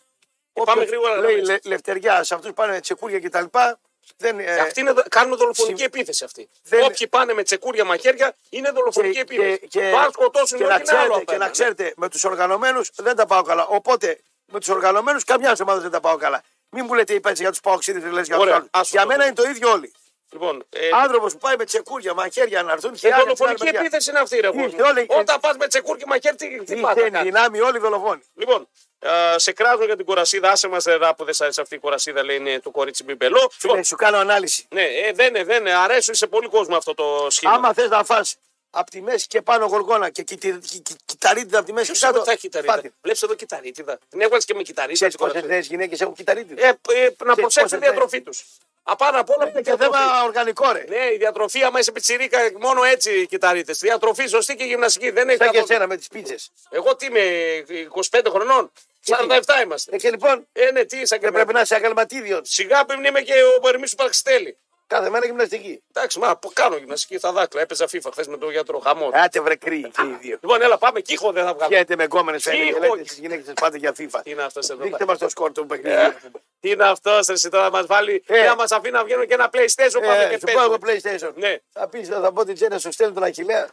όποιος
Ε, γρήγορα να
λέει
λέμε.
λε, λευτεριά σε αυτούς που πάνε τσεκούρια και τα λοιπά, δεν, ε,
Αυτή είναι, κάνουν δολοφονική επίθεση αυτή.
Δεν-
Όποιοι πάνε με τσεκούρια μαχαίρια είναι δολοφονική
και,
επίθεση.
και- και-
Αν σκοτώσουν
και
όλοι
να
είναι άλλο
ξέρετε, και
απέναντι.
να ξέρετε με τους οργανωμένους δεν τα πάω καλά. Οπότε με τους οργανωμένους καμιάς ομάδας δεν τα πάω καλά. Μην μου λέτε είπα έτσι για τους παοξίδε, λε για του
Ωραία,
άλλου.
άσου
Για
το
μένα
τώρα.
είναι το ίδιο όλοι.
Λοιπόν, ε,
Άνθρωπος που πάει με τσεκούρια, μαχαίρια να έρθουν
η
και άλλοι.
δολοφονική
παιδιά.
επίθεση είναι αυτή, ρε
Ήρθε
κόσμο.
όλοι-
Όταν πας με τσεκούρια μαχαίρι, τι, τι πας να
Είχε
κάνεις.
δυνάμει όλοι δολοφόνοι.
Λοιπόν, ε, σε κράζω για την κορασίδα. Άσε μας ρερά που δεν σ' αρέσει αυτή η κορασίδα, λέει είναι το κορίτσι Μπιμπελό. Λοιπόν,
Φίλε, Ε, σου κάνω ανάλυση.
ναι, ε, δεν είναι, δεν είναι. Αρέσουν σε πολύ κόσμο αυτό το σχήμα.
Άμα θες να φας από τη μέση και πάνω γοργόνα και κοι- κοι- κοι- κυταρίτιδα από τη μέση
Ποιος
και
σε
κάτω.
βοηθάει κυταρίτιδα.
φάτε.
Βλέπεις εδώ κυταρίτιδα. Την έβγαλε και με κυταρίτιδα.
Ξέρεις
την
πόσες
κορασίδα.
νέες γυναίκες έχουν κυταρίτιδα.
Ε, ε, να προσέξουν
πόσες
τη διατροφή τους. Απάνω απ' όλα είναι
Είναι
και
Ε, και
διατροφή.
θέμα οργανικό ρε.
Ναι, η διατροφή, άμα είσαι πιτσιρίκα, μόνο έτσι κοιταρίτες. Διατροφή σωστή και γυμναστική. Δεν έχει
Σαν και
καθόλου.
εσένα με τις πίτσες.
Εγώ τι είμαι, 25 χρονών. 47 είμαστε.
Ε, και λοιπόν
Ε, ναι, τι είσαι
δεν
και
πρέπει να είσαι αγαλματίδιος.
Σιγά που είμαι και ο Ερμή του Παρξιτέλη.
Κάθε μέρα γυμναστική.
Εντάξει, μα που κάνω γυμναστική στα δάκλα. Έπαιζα FIFA χθες με τον γιατρό χαμός.
Άτε βρε κρύοι και οι δύο.
Λοιπόν, έλα, πάμε. Κύχο δεν θα βγάλω.
Βγαίνετε με γκόμενες φαίνεται.
Λίγο.
Λέτε στις γυναίκες σας πάτε για FIFA.
Τι είναι αυτός εδώ.
Δείχτε μας το σκόρ του
Ε,
παιχνιδιού.
Τι είναι αυτός, εσύ τώρα μας βάλει.
Ε.
Να μας αφήνει να βγαίνουν και ένα PlayStation. Πάμε
Ε,
και
Σου πω εγώ
παίζουμε.
PlayStation.
Ναι.
Θα πεις θα πω την Τζένα σου στέλνει τον Αχιλέα.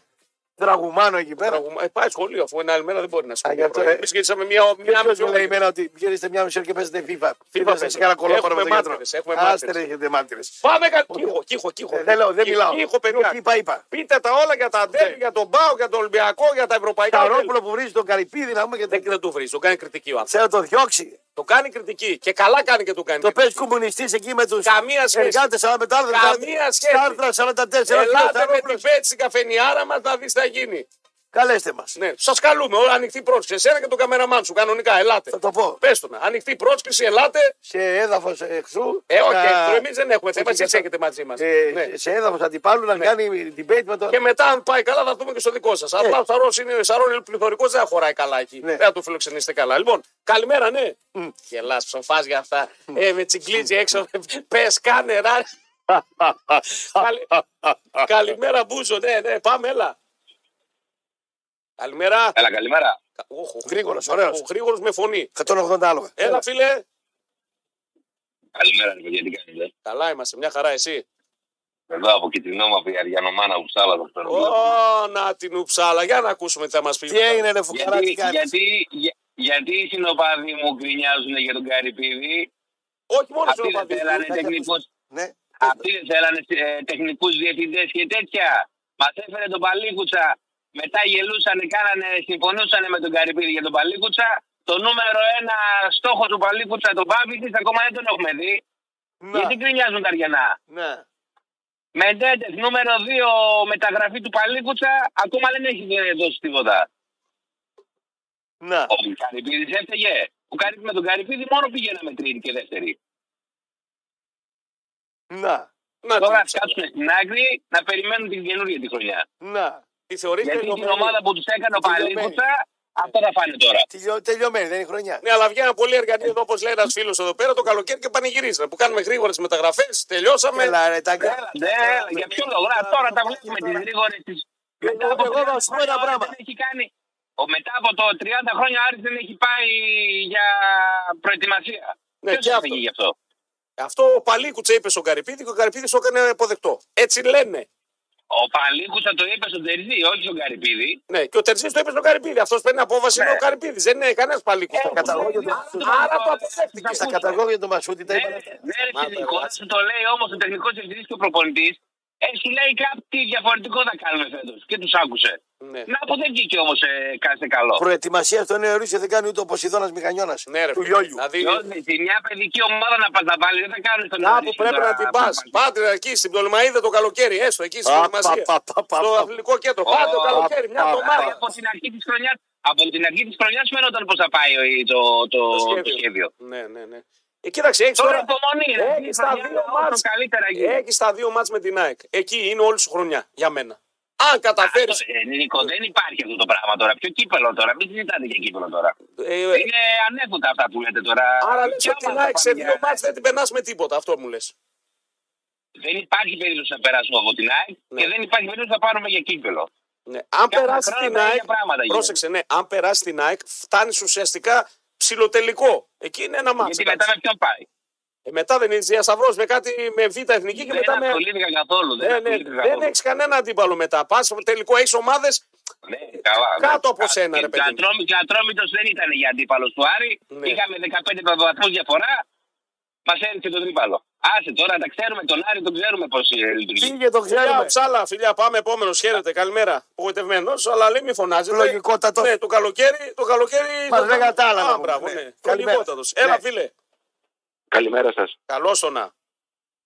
Τραγουμάνο εκεί πέρα.
Τραγουμα- Ε, πάει σχολείο, αφού είναι άλλη μέρα δεν μπορεί να
Α, γι' αυτό,
σχολείο.
ε.
Εμείς γυρίσαμε μια, μια
Ποιος
μισή
μου λέει
ώρα.
εμένα ότι πηγαίνετε μια μισή ώρα και παίζετε FIFA.
FIFA
Πείτε σε
παίζουμε.
κανένα κολόφαρο με
Έχουμε
τον γιατρό.
μάρτυρες, έχουμε
Άστε
μάρτυρες.
ρε, έχετε μάρτυρες.
Πάμε κα... Κύχο, κύχο, κύχο.
Ε, Δεν λέω, δεν
Κύχο,
μιλάω. Ε.
Κύχο, παιδιά. Ε,
Τι Είπα, είπα.
Πείτε τα όλα για τα αντέρ, για τον Πάο, για τον Ολυμπιακό, για τα ευρωπαϊκά. Δεν,
Καρόπουλο που βρίζει τον Καρυπίδη να πούμε και
ε. δεν,
τον.
δεν του βρει, τον κάνει κριτική ο άνθρωπος.
Ξέρω το διώξει.
Το κάνει κριτική και καλά κάνει και του κάνει.
Το
κριτική.
παίζει κομμουνιστής εκεί με τους
Καμία σχέση.
εργάτες 45.
Καμία σχέση.
Στάρτρα 44.
Ελάτε με
Καρόπουλος.
την πέτση στην καφενιάρα μας να δεις τι θα γίνει.
Καλέστε μας.
Ναι, σας καλούμε. Όλα ανοιχτή πρόσκληση. Εσένα και τον καμεραμάν σου κανονικά. Ελάτε.
Θα το πω.
Πες του να. Ανοιχτή πρόσκληση, ελάτε.
Σε έδαφος εχθρού.
Ε, όχι,
να-
εμείς δεν έχουμε θέμα.
Όχι,
Εσεί
για-
έχετε μαζί Ναι. μας.
ε, Σε έδαφος αντιπάλου να κάνει debate με τον.
Ναι. Και μετά, αν πάει καλά, θα δούμε και στο δικό σας. Απλά ο Σαρός είναι, Σαρών είναι πληθωρικός, δεν χωράει καλά εκεί.
Ναι.
Δεν θα το φιλοξενήσετε καλά. Λοιπόν, καλημέρα, ναι. Γελάς, ψοφάς για αυτά. Ε, με τσιγκλίζει [LAUGHS] έξω. Πες, κάνε, ρα. [LAUGHS] Καλη- Καλημέρα, Μπούζο, ναι, ναι, πάμε, έλα. Καλημέρα.
Έλα, καλημέρα.
Οχ, Ο
Γρήγορος, ωραίος.
Ο γρήγορος με φωνή.
180 άλογα.
Έλα, φίλε.
Καλημέρα, ρε παιδιά, τι κάνετε.
Καλά είμαστε, μια χαρά εσύ.
Εδώ από Κιτρινόμαυρη, Αριανομάνα, Ουψάλα, το φέρνω.
Ω, να την ουψάλα, για να ακούσουμε τι θα μας πει.
Τι έγινε, ρε φουκαρά,
γιατί,
τι κάνεις.
γιατί, για- γιατί οι συνοπάδοι μου γκρινιάζουν για τον Καρυπίδη.
Όχι μόνο
Αυτοί δεν
στον
θέλανε
θα
τεχνικούς,
Ναι.
αυτοί δεν θέλανε ε, τεχνικούς διευθυντές και τέτοια. Μας έφερε τον Παλίκουτσα. Μετά γελούσαν, κάνανε, συμφωνούσαν με τον Καρυπίδη για τον Παλίκουτσα. Το νούμερο ένα στόχο του Παλίκουτσα, τον Πάπη, ακόμα δεν τον έχουμε δει. Γιατί γκρινιάζουν τα Αριανά.
Ναι.
Μεντέντε, νούμερο 2, μεταγραφή του Παλίκουτσα, ακόμα δεν έχει ε, δώσει τίποτα.
Ναι.
Ο Καρυπίδης έφταιγε. Ο Καρυπίδη με τον Καρυπίδη μόνο πηγαίναμε τρίτη και δεύτερη.
Να,
Να την
Τώρα
Ουψάλα.
κάτσουν στην άκρη να περιμένουν την καινούργια τη χρονιά.
να.
Τη θεωρείτε
Γιατί την
δεδομένη.
ομάδα που τους έκανε ο
Τελειωμένη.
Παλίκουτσα, αυτό θα φάνε τώρα.
Τελειω- Τελειωμένη, δεν είναι χρονιά.
Ναι, αλλά βγαίνουν πολύ εργατοί εδώ, όπως λέει ένας φίλος εδώ πέρα, το καλοκαίρι και πανηγυρίζανε. Που κάνουμε γρήγορες μεταγραφές, τελειώσαμε.
Έλα ρε, τα
Ναι, έλα, για ποιο λόγο. Α, Τώρα τα βλέπουμε τι γρήγορε τη.
Εγώ- εγώ θα σου πω ένα πράγμα.
Έχει κάνει. Ο, μετά από το 30 χρόνια ο Άρης δεν έχει πάει για προετοιμασία.
Ναι,
Ποιος
και
έφυγε
αυτό.
γι' αυτό.
Αυτό ο Παλίκουτσα είπε στον Καρυπίδη και ο Καρυπίδης το έκανε αποδεκτό. Έτσι λένε.
Ο Παλίκουτσα το είπε στον Τερζή, όχι στον Καρυπίδη.
Ναι, και ο Τερζή το είπε στον Καρυπίδη. Αυτός παίρνει απόφαση,
Ναι.
είναι ο Καρυπίδης. Δεν είναι κανένας Παλίκουτσα.
Ε, κατά- καταλόγια του-
Άρα το αποδέχτηκε.
Στα καταγόγια του Μασούτη τα
Ναι,
είπαν
ρε,
αυτά.
ναι, ρε,
Μα,
στη
βέβαια.
δικότητα σου το λέει όμως ο τεχνικός διευθυντής και ο προπονητής. Ε, σου λέει κάτι διαφορετικό θα κάνουμε φέτος. Και τους άκουσε.
Ναι.
Να από δεν βγήκε όμως ε, κάτι καλό.
Προετοιμασία στο νέο Ρούσιο δεν κάνει ούτε ο Ποσειδώνας Μηχανιώνας.
Ναι, ρε,
του
φίλε.
Λιόλιου.
Δηλαδή,
Διότι τη μια παιδική ομάδα να πας τα βάλει, δεν θα κάνουν στον
κάπου
Άρη
πρέπει
τώρα
να την πα.
τα βάλεις.
Πάτε εκεί στην Πτολεμαίδα το καλοκαίρι, έστω εκεί στην
Α,
προετοιμασία.
πα, πα, πα,
Στο
πα.
αθλητικό κέντρο.
Ω,
Πάτε το καλοκαίρι, μια
πα,
εβδομάδα.
πα.
Από την αρχή της χρονιάς. Από την αρχή της χρονιάς φαίνονταν πώς θα πάει ο- το, το,
Το
το σχέδιο.
Ναι, ναι, ναι. Ε, κοίταξε, έχεις
Τώρα
τώρα.
υπομονή, ρε.
Έχεις τα
Χρονιά,
Ε, δύο
Δηλαδή όσο
μάτς. ε,
καλύτερα γίνει.
Έχεις τα δύο μάτς με την ΑΕΚ. Εκεί είναι όλη σου χρονιά για μένα. Αν καταφέρεις.
Αυτό, ε, Νίκο, δεν υπάρχει αυτό το πράγμα τώρα. Ποιο κύπελο τώρα, μην συζητάτε για κύπελο τώρα. Είναι ανέφουτα αυτά που λέτε τώρα.
Ε. άρα λες
Ποια
ότι την
ομάδα
ΑΕΚ σε
πάμε
δύο
για-
μάτς δεν την περνάς με τίποτα. Αυτό μου λες.
Δεν υπάρχει περίπτωση να περάσουμε από την ΑΕΚ
Ναι.
και δεν υπάρχει περίπτωση να πάρουμε για κύπελο.
Ναι. Αν
Κάθε
περάσει
χρόνο
την
τα ίδια
ΑΕΚ.
πράγματα γίνονται.
Πρόσεξε, ναι. Αν περάσει την ΑΕΚ, φτάνεις ουσιαστικά ψηλοτελικό. Εκεί είναι ένα μάτς.
Γιατί μετά με ποιον πάει.
Ε, μετά δεν είναι Διασταυρό με κάτι με β' εθνική και
Δεν
μετά με.
ασχολήθηκα καθόλου.
Ναι,
Δεν
ναι,
ασχολήθηκα
δεν
καθόλου.
έχεις κανένα αντίπαλο μετά. Πας τελικό, έχεις ομάδες.
Ναι, καλά.
Κάτω
ναι.
από σένα, ρε
Και
παιδί μου.
Ατρόμη- και Ατρόμητος δεν ήταν για αντίπαλος του Άρη.
Ναι.
Είχαμε 15 βαθμούς διαφορά. Μας έριξε το τρίπαλο. Άσε τώρα να ξέρουμε τον Άρη, τον ξέρουμε πώς λειτουργεί.
Πήγε, το
Φιλιά,
ξέρουμε.
ψάλα, φιλιά, πάμε επόμενος. Χαίρετε, καλημέρα. Απογοητευμένος, αλλά λέει μη φωνάζετε.
Λογικότατος.
Ναι, το καλοκαίρι. Το καλοκαίρι
Μα
το
δεν
κάνουμε.
κατάλαβα,
Α, μπράβο,
ναι.
ναι.
Καλημέρα.
Λογικότατος. Έλα,
Ναι.
φίλε.
Καλημέρα σας.
Καλό το να.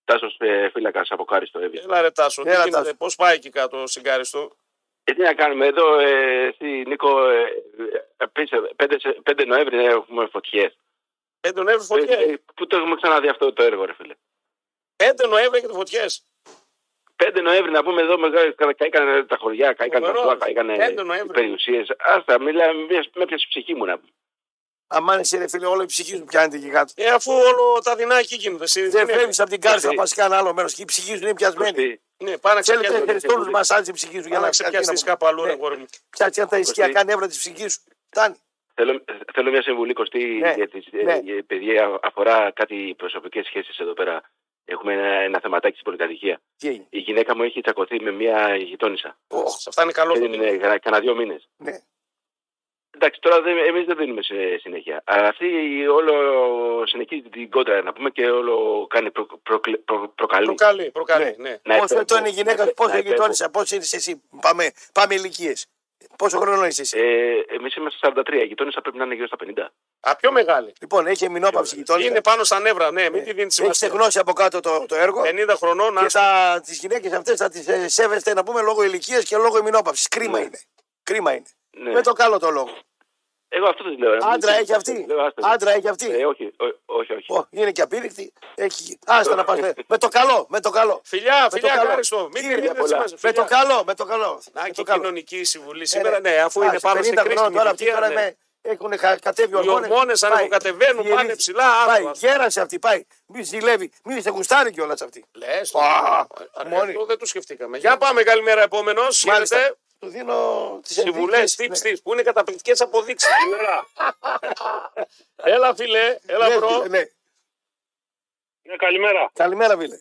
Τάσος ε, Φύλακας από Κάριστο Εύη.
Έλα, ρε Τάσο.
Έλα,
Τι γίνεται,
Τάσο.
πώς πάει εκεί κάτω, συγκάριστο.
Ε, τι να κάνουμε εδώ, ε, εσύ Νίκο, ε, ε, πέσε- 5, σε- 5 Νοέμβρη ναι, έχουμε φωτιές.
Πέντε Νοέμβρη φωτιέ.
Πού το έχουμε ξαναδεί αυτό το έργο, ρε φίλε.
Πέντε Νοέμβρη έχετε φωτιές.
5 Νοέμβρη να πούμε εδώ, μεγάλη- κα- καήκανε τα χωριά, καήκανε τα
Φοβερός.
φλάκα, καήκανε
5 Νοέμβρη.
οι περιουσίες. Άστα, μιλάμε, με- με πιασε η ψυχή μου να πούμε.
Αμάν εσύ ρε φίλε, όλο η ψυχή σου πιάνεται εκεί κάτω.
Ε, αφού όλο τα δεινά εκεί γίνονται. Στη-
Δεν
ναι,
φεύγεις από την κάρτα,
Εσύ.
πας σε κανένα άλλο μέρος. Και η ψυχή σου είναι πιασμένη.
Σωστή.
Ναι, πάνε να
Θέλετε
ξεπιάσεις-
χεριστόλου μασάζ η ψυχή σου για
πάνε
να
να ξεπιαστεί
ξεπιαστεί.
κάπου αλλού,
Ναι.
ρε γόρι μου.
Πιάτσε τα ισχυρά
Σωστή.
νεύρα τη ψυχή σου. Φτάνει.
Θέλω, θέλω μια συμβουλή, Κωστή,
Ναι,
για τις, ε,
ναι.
για- επειδή α- αφορά κάτι προσωπικές σχέσεις εδώ πέρα. Έχουμε ένα, ένα θεματάκι στην πολυκατοικία.
Τι έγινε.
Η γυναίκα μου έχει τσακωθεί με μια γειτόνισσα.
Ωχ, Σε αυτά είναι καλό.
Πριν ε, κανα- κανένα δύο μήνες.
Ναι.
Εντάξει, τώρα δεν, εμείς δεν δίνουμε σε συνέχεια. Αλλά αυτή η- όλο συνεχίζει την κόντρα, να πούμε, και όλο κάνει προ, προκλε- προ- προκαλεί.
Προκαλεί, προκαλεί. Ναι.
Να
Πόσο
επέμβω,
ετών είναι η γυναίκα
να
σου, πόσο
επέ- να
γειτόνισσα, πόσο είσαι εσύ. Πάμε, πάμε ηλικίες. Πόσο χρόνο είσαι εσύ.
επέμβω. Ε, εμείς είμαστε 43, η γειτόνισσα πρέπει να είναι γύρω στα 50.
Α, πιο μεγάλη.
Λοιπόν, έχει μηνόπαυση
Είναι
γειτόνισσα.
πάνω στα νεύρα, ναι, μην τη δίνεις
Έχει
σημασία.
στεγνώσει από κάτω το, το έργο.
50 χρονών, να
Και τα, τις γυναίκες αυτές θα τις ε, σέβεστε να πούμε λόγω ηλικίας και λόγω ημινόπαυσης. Κρίμα
Ναι.
είναι. Κρίμα είναι.
Ναι.
Με το καλό το λόγο.
Εγώ αυτό δεν λέω. να μην-
Άντρα έχει αυτή.
Λέω, άστα.
Άντρα έχει αυτή.
Ε, όχι, ό- όχι, όχι.
Ω, είναι και απήρυχτη. Έχει... Άστα να πας. ε, με το καλό, με το καλό.
Φιλιά,
το
φιλιά,
καλό.
Κάριστο. Μην
Κύριε,
τη δίνετε
πολλά.
σημασία.
Με
φιλιά.
το καλό, με το καλό.
Να
με
και
το καλό.
κοινωνική συμβουλή
Ε,
σήμερα, ναι, αφού
Α,
είναι
σε
πάνω στην
50
κρίση.
χρονών τώρα αυτοί τώρα
ναι.
με έχουν χα- κατέβει οι ορμόνες.
ορμόνες
Πάει.
ανεβοκατεβαίνουν, πάνε
Γυρίζει.
ψηλά, άστο,
Πάει,
άστο.
γέρασε αυτή, πάει. Μη ζηλεύει, μη σε γουστάρει κιόλας αυτή.
Λες, το-
Α,
ε,
μόνοι.
Αυτό δεν το σκεφτήκαμε. Για πάμε, καλημέρα, επόμενο. Χαίρετε.
Του δίνω τις
Συμβουλές,
ενδείξεις, ναι.
tips, tips, που είναι καταπληκτικές αποδείξεις. Έλα, φίλε,
Ναι,
έλα, μπρο.
φίλε, ναι.
Ναι, καλημέρα.
Καλημέρα, φίλε.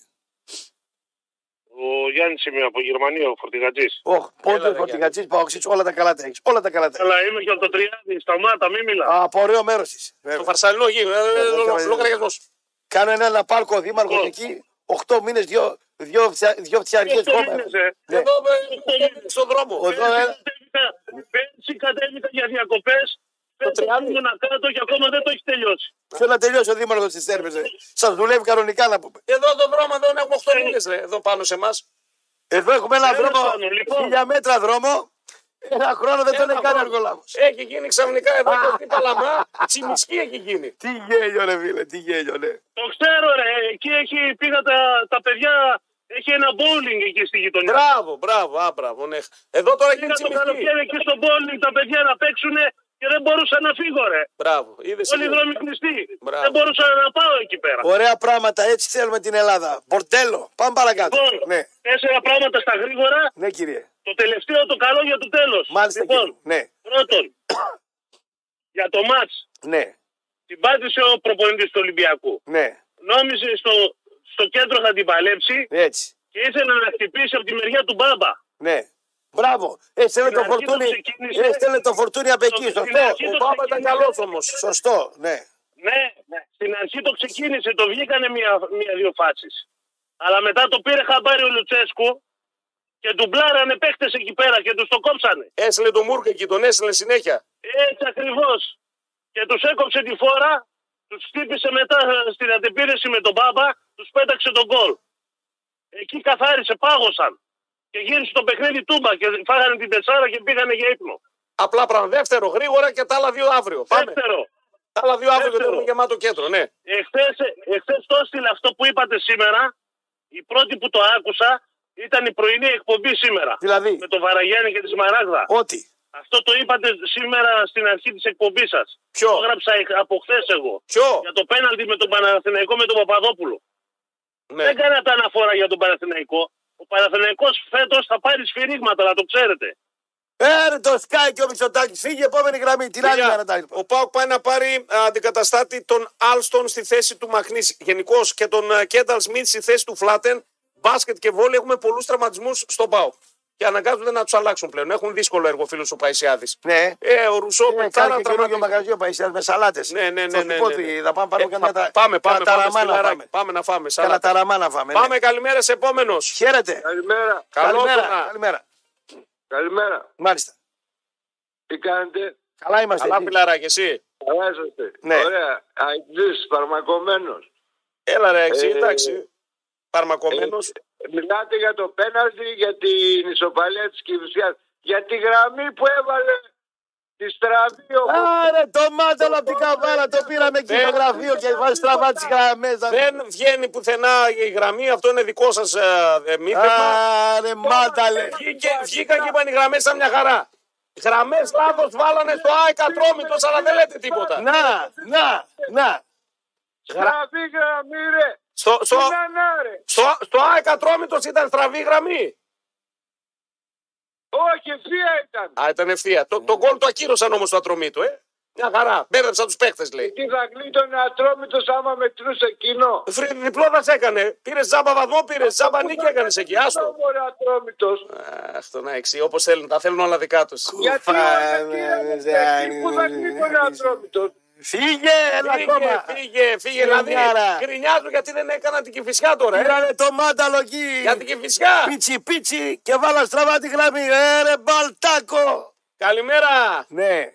Ο Γιάννης είμαι από Γερμανία, ο φορτηγατή.
Όχ,
Έλα,
πόντο
ρε,
φορτηγατζή Παοξή, όλα τα καλά τα έχεις. Όλα τα καλά τα έχει.
Αλλά είμαι και από το Τριάδι, σταμάτα, μην μιλά.
Από ωραίο μέρος τη.
Το φαρσαλινό γη.
βέβαια.
Λογαριασμός.
Κάνω ένα λαπάρκο δήμαρχο
Λοιπόν.
εκεί, 8 μήνες, δύο, δύο, φτια- δύο φτιαριέ
Οκτώ μήνες, ε.
Ναι.
Εδώ ε, στον δρόμο.
Ο- εδώ, ε.
Κατέβηκα- Πέρσι κατέβηκα για διακοπές.
Τριάδι.
Πέρσι ήμουν κάτω και ακόμα δεν το έχεις τελειώσει.
Θέλω να τελειώσει ο δήμαρχος της Θέρμη. Σα ε. δουλεύει κανονικά να πούμε.
Εδώ στον δρόμο δεν έχουμε 8 μήνε εδώ πάνω σε εμάς.
Εδώ έχουμε ένα
Τέλος
δρόμο,
πάντων, λοιπόν.
χίλια μέτρα δρόμο, ένα χρόνο δεν τον
Ένα
έχει κάνει
χρόνο.
εργολάβο.
Έχει γίνει ξαφνικά εδώ και αυτή παλαμά. Τσιμισκή έχει γίνει.
Τι γέλιο, ρε φίλε, τι γέλιο, ναι.
Το ξέρω, ρε. Εκεί έχει, πήγα τα, τα παιδιά. Έχει ένα bowling εκεί στη γειτονιά.
Μπράβο, μπράβο, α, μπράβο, ναι. Εδώ τώρα γίνει
Πήγα το
τσιμισκή.
καλοκαίρι εκεί στο bowling τα παιδιά να παίξουν και δεν μπορούσα να φύγω, ρε.
Μπράβο, είδες.
Όλοι οι δρόμοι κλειστοί.
Μπράβο.
Δεν μπορούσα να πάω εκεί πέρα.
Ωραία πράγματα, έτσι θέλουμε την Ελλάδα. Μπορτέλο, πάμε παρακάτω.
Λοιπόν,
Ναι,
τέσσερα πράγματα στα γρήγορα.
ναι, κύριε.
Το τελευταίο το καλό για το τέλος.
Μάλιστα,
λοιπόν,
κύριε. Ναι,
πρώτον, για το μάτ.
ναι,
Την πάτησε ο προπονητής του Ολυμπιακού.
ναι,
Νόμιζε στο, στο κέντρο θα την παλέψει
έτσι.
και ήθελε να χτυπήσει από τη μεριά του μπάμπα.
Ναι. Μπράβο. Έστελε
Στην
το
αρχή το
φορτούνι.
ξεκίνησε.
Έστελε το φορτούνι απ' εκεί.
Στην
Σωστό.
αρχή
Ο
το
Μπάμπας ήταν
ξεκίνησε-
καλός όμως.
Σωστό. Ναι.
Ναι, ναι. στην αρχή το ξεκίνησε, το βγήκανε μία-δύο φάσεις. Αλλά μετά το πήρε χαμπάρι ο Λουτσέσκου Και ντουμπλάρανε παίχτε εκεί πέρα και τους το κόψανε.
Έστειλε τον Μούρκ εκεί, τον έστειλε συνέχεια.
Έτσι ακριβώς. Και τους έκοψε τη φόρα, τους χτύπησε μετά στην αντεπίρρηση με τον Μπάμπα, τους πέταξε τον γκολ. Εκεί καθάρισε, πάγωσαν. Και γύρισε το παιχνίδι τούμπα και φάγανε την τεσσάρα και πήγανε για ύπνο.
Απλά πράγματα. Δεύτερο, γρήγορα και τα άλλα δύο αύριο. Πάμε.
Δεύτερο,
Τα άλλα δύο αύριο και το
δεύτερο.
έχουμε γεμάτο κέντρο, ναι.
εχθές, εχθές το έστειλε αυτό που είπατε σήμερα. Η πρώτη που το άκουσα ήταν η πρωινή εκπομπή σήμερα.
Δηλαδή,
Με τον Βαραγιάννη και τη Σμαράγδα.
ότι.
Αυτό το είπατε σήμερα στην αρχή της εκπομπής σας.
Ποιο?
Το έγραψα εκ- από χθες εγώ.
Ποιο?
Για το πέναλτι με τον Παναθηναϊκό με τον Παπαδόπουλο.
Ναι.
Δεν κάνατε αναφορά για τον Παναθηναϊκό. Ο Παναθηναϊκός φέτος θα πάρει σφυρίγματα, να το ξέρετε.
Έρε Ε, το σκάει και ο Μητσοτάκης. Φύγει επόμενη γραμμή. Την άλλη
Παιδιά,
μέρα τα λοιπά.
Ο Πάουκ πάει να πάρει α, αντικαταστάτη τον Άλστον στη θέση του Μαχνής. Γενικώς και τον α, Κένταλ Σμιτ στη θέση του Φλάτεν. Μπάσκετ και βόλιο έχουμε πολλούς τραυματισμούς στον Πάουκ. Και αναγκάζονται να τους αλλάξουν πλέον. Έχουν δύσκολο έργο φίλος ο Παϊσιάδης.
Ναι.
Ε, ο Ρουσό
Έχουμε
με
κάνει
τσάρα
και καινούργιο
τραυματίζει.
μαγαζί ο Παϊσιά με σαλάτες.
Ναι, ναι, ναι.
Θα
ναι,
σου πω
ναι,
ότι
ναι.
θα πάμε
Ε,
πάρουμε
θα-
καμιά τα-
Πάμε, πάμε,
καμιά
πάμε, στη
ταραμάνα.
Λαράκη.
πάμε.
πάμε να φάμε.
Καλά
σαλάτα.
τα ραμάνα φάμε. ναι.
Πάμε, καλημέρα σε επόμενος.
Χαίρετε.
Καλημέρα.
Καλό
Καλημέρα.
Θωμά.
Καλημέρα.
Καλημέρα.
Μάλιστα.
Τι κάνετε.
Καλά είμαστε.
Καλά,
εσύ.
φιλαράκι, εσύ.
Καλά είσαστε.
Ναι.
Ωραία. Αιτζής, φαρμακωμένος.
Έλα, ρε, έξι,
Ε,
εντάξει. Παρμακωμένο.
Μιλάτε για το πέναλτι, για την ισοπαλία της Κυβισιάς. Για τη γραμμή που έβαλε τη στραβή ο
Άρε το μάνταλο από την καβάλα το πήραμε εκεί
Δεν-
στο γραφείο και βάζει τραβά τις γραμμές.
ε.
Δεν βγαίνει πουθενά η γραμμή, αυτό είναι δικό ε, σα μύθισμα.
Άρε μάνταλε.
Βγήκε- Βγήκαν και είπαν οι γραμμές σαν μια χαρά. Γραμμές λάθος βάλανε στο ΑΕΚ Ατρόμητος, αλλά δεν λέτε τίποτα.
Να, να, να.
Στραβή γραμμή ρε.
Στο, στο,
Να, να, ρε.
στο, στο ΑΕΚ Ατρόμητος ήταν στραβή γραμμή.
Όχι, ευθεία ήταν.
Α, ήταν ευθεία. Το, το γκολ το ακύρωσαν όμως το Ατρομήτου, ε. Μια χαρά. Μπέρδεψαν τους παίχτες, λέει.
Ε, Τι θα γλίτωνε ατρόμητος άμα μετρούσε κοινό.
Φρύ, διπλό θα σε έκανε. Πήρε ζάμπα βαθμό, πήρε ζάμπα νίκη, έκανε εκεί. Άστο.
Άστο. Ατρόμητος.
Αχ, τον έξι, όπως θέλουν. Τα θέλουν όλα δικά τους.
Γιατί όλα τα που θα γλίτωνε ατρόμητος.
Φύγε, έλα
Φύγε,
ακόμα.
φύγε, φύγε. Δηλαδή,
Γκρινιάρα.
γκρινιάζουν γιατί δεν έκαναν την κυφισιά τώρα. Ε.
Πήρανε το μάνταλο εκεί.
Για την κυφισιά.
Πίτσι, πίτσι και βάλα στραβά τη γραμμή. Έρε μπαλτάκο.
Καλημέρα.
Ναι.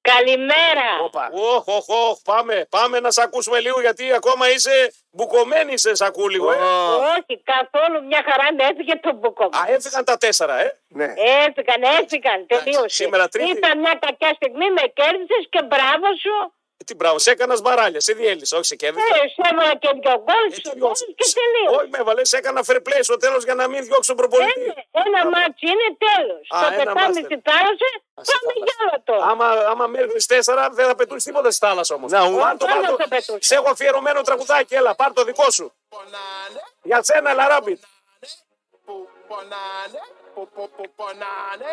Καλημέρα.
Όπα.
Οχ, οχ, οχ, πάμε, πάμε να σε ακούσουμε λίγο γιατί ακόμα είσαι μπουκωμένη σε σακού λίγο. Ε.
Όχι, καθόλου μια χαρά με έφυγε το μπουκόμα.
Α, έφυγαν τα τέσσερα, ε.
Ναι.
Έφυγαν, έφυγαν, τελείωσε.
σήμερα Τρίτη.
Ήταν μια κακιά στιγμή, με κέρδισες και μπράβο σου.
Τι μπράβο, σε έκανας μπαράλιας, σε διέλυσα, όχι σε κέρδισα. Ε,
Ε, σε έβαλα και δυο γκολ σου και τελείωσε.
Όχι, με έβαλε, σε έκανα fair play στο τέλος για να μην διώξω τον προπονητή.
Ένα, Ε, ένα μάτσι είναι τέλος.
Α,
Το
ένα
πετάμε
μάτς
στη θάλασσα,
Α, στη
πάμε
θάλασσα.
για άλλο τώρα.
Άμα, άμα μέχρι τι 4 δεν θα πετούσε τίποτα στη θάλασσα όμως.
Να, ο-
Πάρ το,
Πάντα
πάρ το.
θα πετούσε.
Σε έχω αφιερωμένο τραγουδάκι, έλα, πάρ το δικό σου. Για σένα, Λαράμπιτ.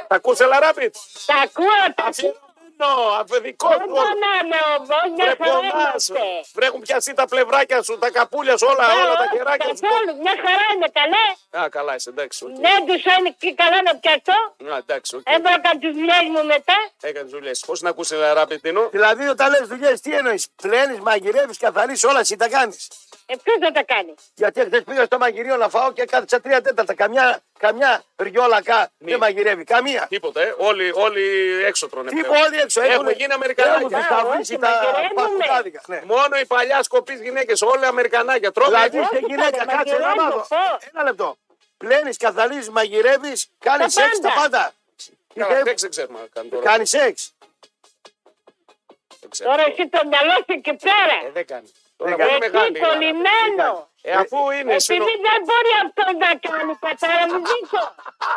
Θα ακούσε Λαράμπιτ.
Τα ακούω, τα ακούω.
Αφιερωμένο, αφ- δικό
Δεν
σου.
πονάμε όμως, μια
Βρε
χαρά
πονάς.
ναι, είμαστε.
Βρε, έχουν πιαστεί τα πλευράκια σου, τα καπούλια σου, όλα, όλα τα
Α,
κεράκια σου.
Καθόλου, μια χαρά είναι καλέ.
Α, καλά είσαι, εντάξει. οκ.
Δεν τους άνοιξε καλά να πιαστώ.
Α, εντάξει, οκ.
Έβρακα τις δουλειές μου μετά.
Έκανες δουλειές. Πώς να ακούσεις Λαράμπιτινο.
Δηλαδή όταν λες δουλειές τι εννοείς. Πλένεις, μαγειρεύεις, καθαρίζεις όλα εσύ τα κάνεις.
Ε, ποιος θα τα κάνει.
Γιατί χθε πήγα στο μαγειρίο να φάω και κάθισα τρία τέταρτα. Καμιά, καμιά ριόλα κα, δεν μαγειρεύει. Καμία.
Τίποτα, ε. όλοι, όλοι έξω τρώνε.
Τι
πλέον.
όλοι έξω.
Έχουμε
Έχουν
γίνει Αμερικανάκια.
Έχουν τους
Α,
ταυρίσεις,
όχι,
τα
μαγειρεύουνε.
πασκουδάδικα. Ναι.
Μόνο οι παλιά σκοπή γυναίκες, όλοι Αμερικανάκια. Τρώμε
Δηλαδή
έξω.
είσαι
όχι,
γυναίκα,
καλέ,
κάτσε να
μαγειρεύω,
μάθω.
πώς.
Ένα λεπτό. Πλένεις, καθαρίζεις, μαγειρεύεις, κάνεις
Τα
σεξ, τα
πάντα.
πάντα.
Καλά, δεν ξε- ξέρουμε να κάνουμε τώρα.
Κάνεις σεξ.
Δεν ξέρουμε.
Τώρα εσύ το μυαλό σου εκεί
Ε,
πέρα.
δεν κάνεις. Τώρα
κάνει.
πολύ
Εκεί
μεγάλη. η Λάρα.
κολλημένο.
Ε, αφού είναι. συνο-
Επειδή δεν μπορεί αυτό να κάνει,
[LAUGHS]
καταλαβαίνετε.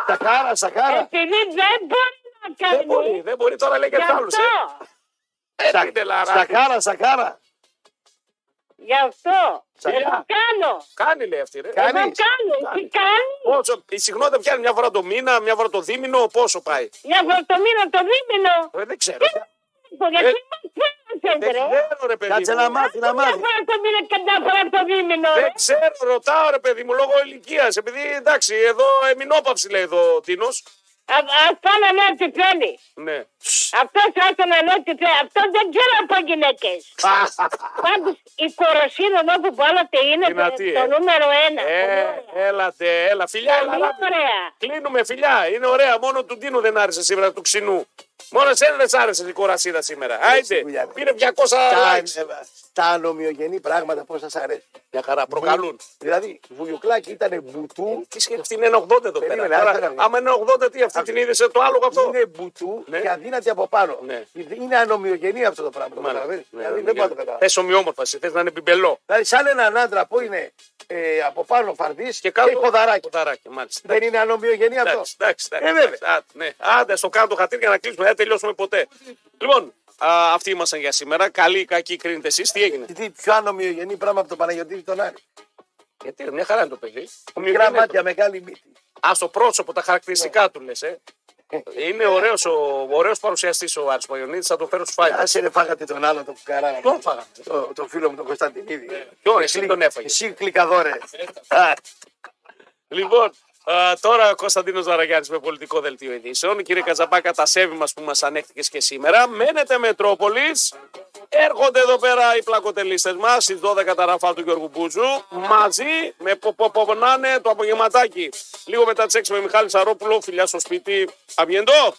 Σαχάρα,
Ε,
σαχάρα.
Επειδή δεν μπορεί να
Δεν μπορεί,
κάνει.
δεν μπορεί. Τώρα ε. λέει και
Γι'
του άλλους.
αυτό.
Έτσι είναι, Λάρα.
Σαχάρα, σαχάρα.
ε.
Γι' αυτό. Εγώ
Σακά.
κάνω.
Κάνει, λέει αυτή. ρε.
Κα-
Εγώ
Κάνεις.
κάνω. Τι κάνει.
Πόσο, η συχνότητα πιάνει μια φορά το μήνα, μια φορά το δίμηνο, πόσο πάει.
Για αυτό το μήνα το δίμηνο.
Ε, δεν ξέρω.
Γιατί μας πέρασες,
Ε. Δεν
ρε.
ξέρω, ρε παιδί.
Κάτσε
μου.
να μάθει, να
Ε, Μια
μάθει.
φορά το μήνα και μια φορά το δίμηνο, ρε.
Δεν ξέρω, ρωτάω ρε παιδί μου, λόγω ηλικίας. Επειδή εντάξει, εδώ εμεινόπαυση λέει εδώ ο Τίνος.
Αυτό να λέω τι θέλει.
Ναι.
Αυτός ήθελα να λέω τι θέλει. Αυτό δεν ξέρω από γυναίκες. Πάντως η κοροσίδα εδώ που βάλατε είναι το,
Δυνατή,
το
ε.
νούμερο ένα.
Ε, έλατε, έλα. Φιλιά, έλα.
Πολύ
αγάπη.
ωραία.
Κλείνουμε, φιλιά. Είναι ωραία. Μόνο του Ντίνου δεν άρεσε σήμερα, του ξινού. Μόνο εσένα δεν σ' άρεσε η κορασίδα σήμερα. Άιντε,
δουλειά.
πήρε 200
Τα,
likes.
τα ανομοιογενή πράγματα πώς σας αρέσουν.
Μια χαρά, προκαλούν.
Δηλαδή, Βουγιουκλάκη ήταν μπουτού,
Τι σκέφτεσαι, αυτή είναι 80 εδώ πέρα.
Περίμενε,
Τώρα,
άστερα, ναι.
άμα είναι 80, τι αυτή την είδε το άλογο αυτό.
είναι μπουτού
Ναι.
και αδύνατη από πάνω.
Ναι.
Είναι ανομοιογενή αυτό το πράγμα. καταλαβαίνεις. δηλαδή, δεν πάω να το καταλάβω.
Θες ναι, ομοιόμορφα, εσύ θες να είναι μπιμπελό.
Δηλαδή, σαν έναν άντρα που είναι ε, από πάνω φαρδί και,
Και κάτω.
ποδαράκι.
Ποδαράκι, μάλιστα.
Δεν είναι ανομοιογενή αυτό.
Εντάξει, εντάξει. εντάξει,
Ε, βέβαια.
εντάξει. Άντε, ναι. Άντε, στο κάνω το χατήρι για να κλείσουμε. Δεν τελειώσουμε ποτέ. Λοιπόν, α, αυτοί ήμασταν για σήμερα. Καλή ή κακή κρίνετε εσείς. Τι έγινε.
Τι πιο ανομοιογενή πράγμα από τον Παναγιώτη τον Άρη.
Γιατί ρε, μια χαρά είναι το παιδί.
Μικρά μάτια, μεγάλη μύτη.
Α το πρόσωπο, τα χαρακτηριστικά του λες. Ε. Είναι ωραίος ο ωραίος παρουσιαστής ο Άρης Παγιονίδης, θα τον φέρω στους φάιλ.
Άσε ρε φάγατε τον άλλο το φουκαρά.
Τον φάγαμε.
Το, το φίλο μου τον Κωνσταντινίδη.
Ε, Ποιο, εσύ
Εσύ-
τον έφαγες.
Εσύ κλικαδό ρε.
Λοιπόν, α, τώρα ο Κωνσταντίνος Δαραγιάννη με πολιτικό δελτίο ειδήσεων. Κύριε Καζαμπάκα, τα σέβη μας που μας ανέχτηκε και σήμερα. Μένετε Μετρόπολης. Έρχονται εδώ πέρα οι πλακοτελίστες μας στις 12 τα ραφάλ του Γιώργου Μπούτζου. Μαζί με ποποποπνάνε το απογευματάκι. Λίγο μετά τι 6 με Μιχάλη Σαρόπουλο, φιλιά στο σπίτι. Αμπιεντό!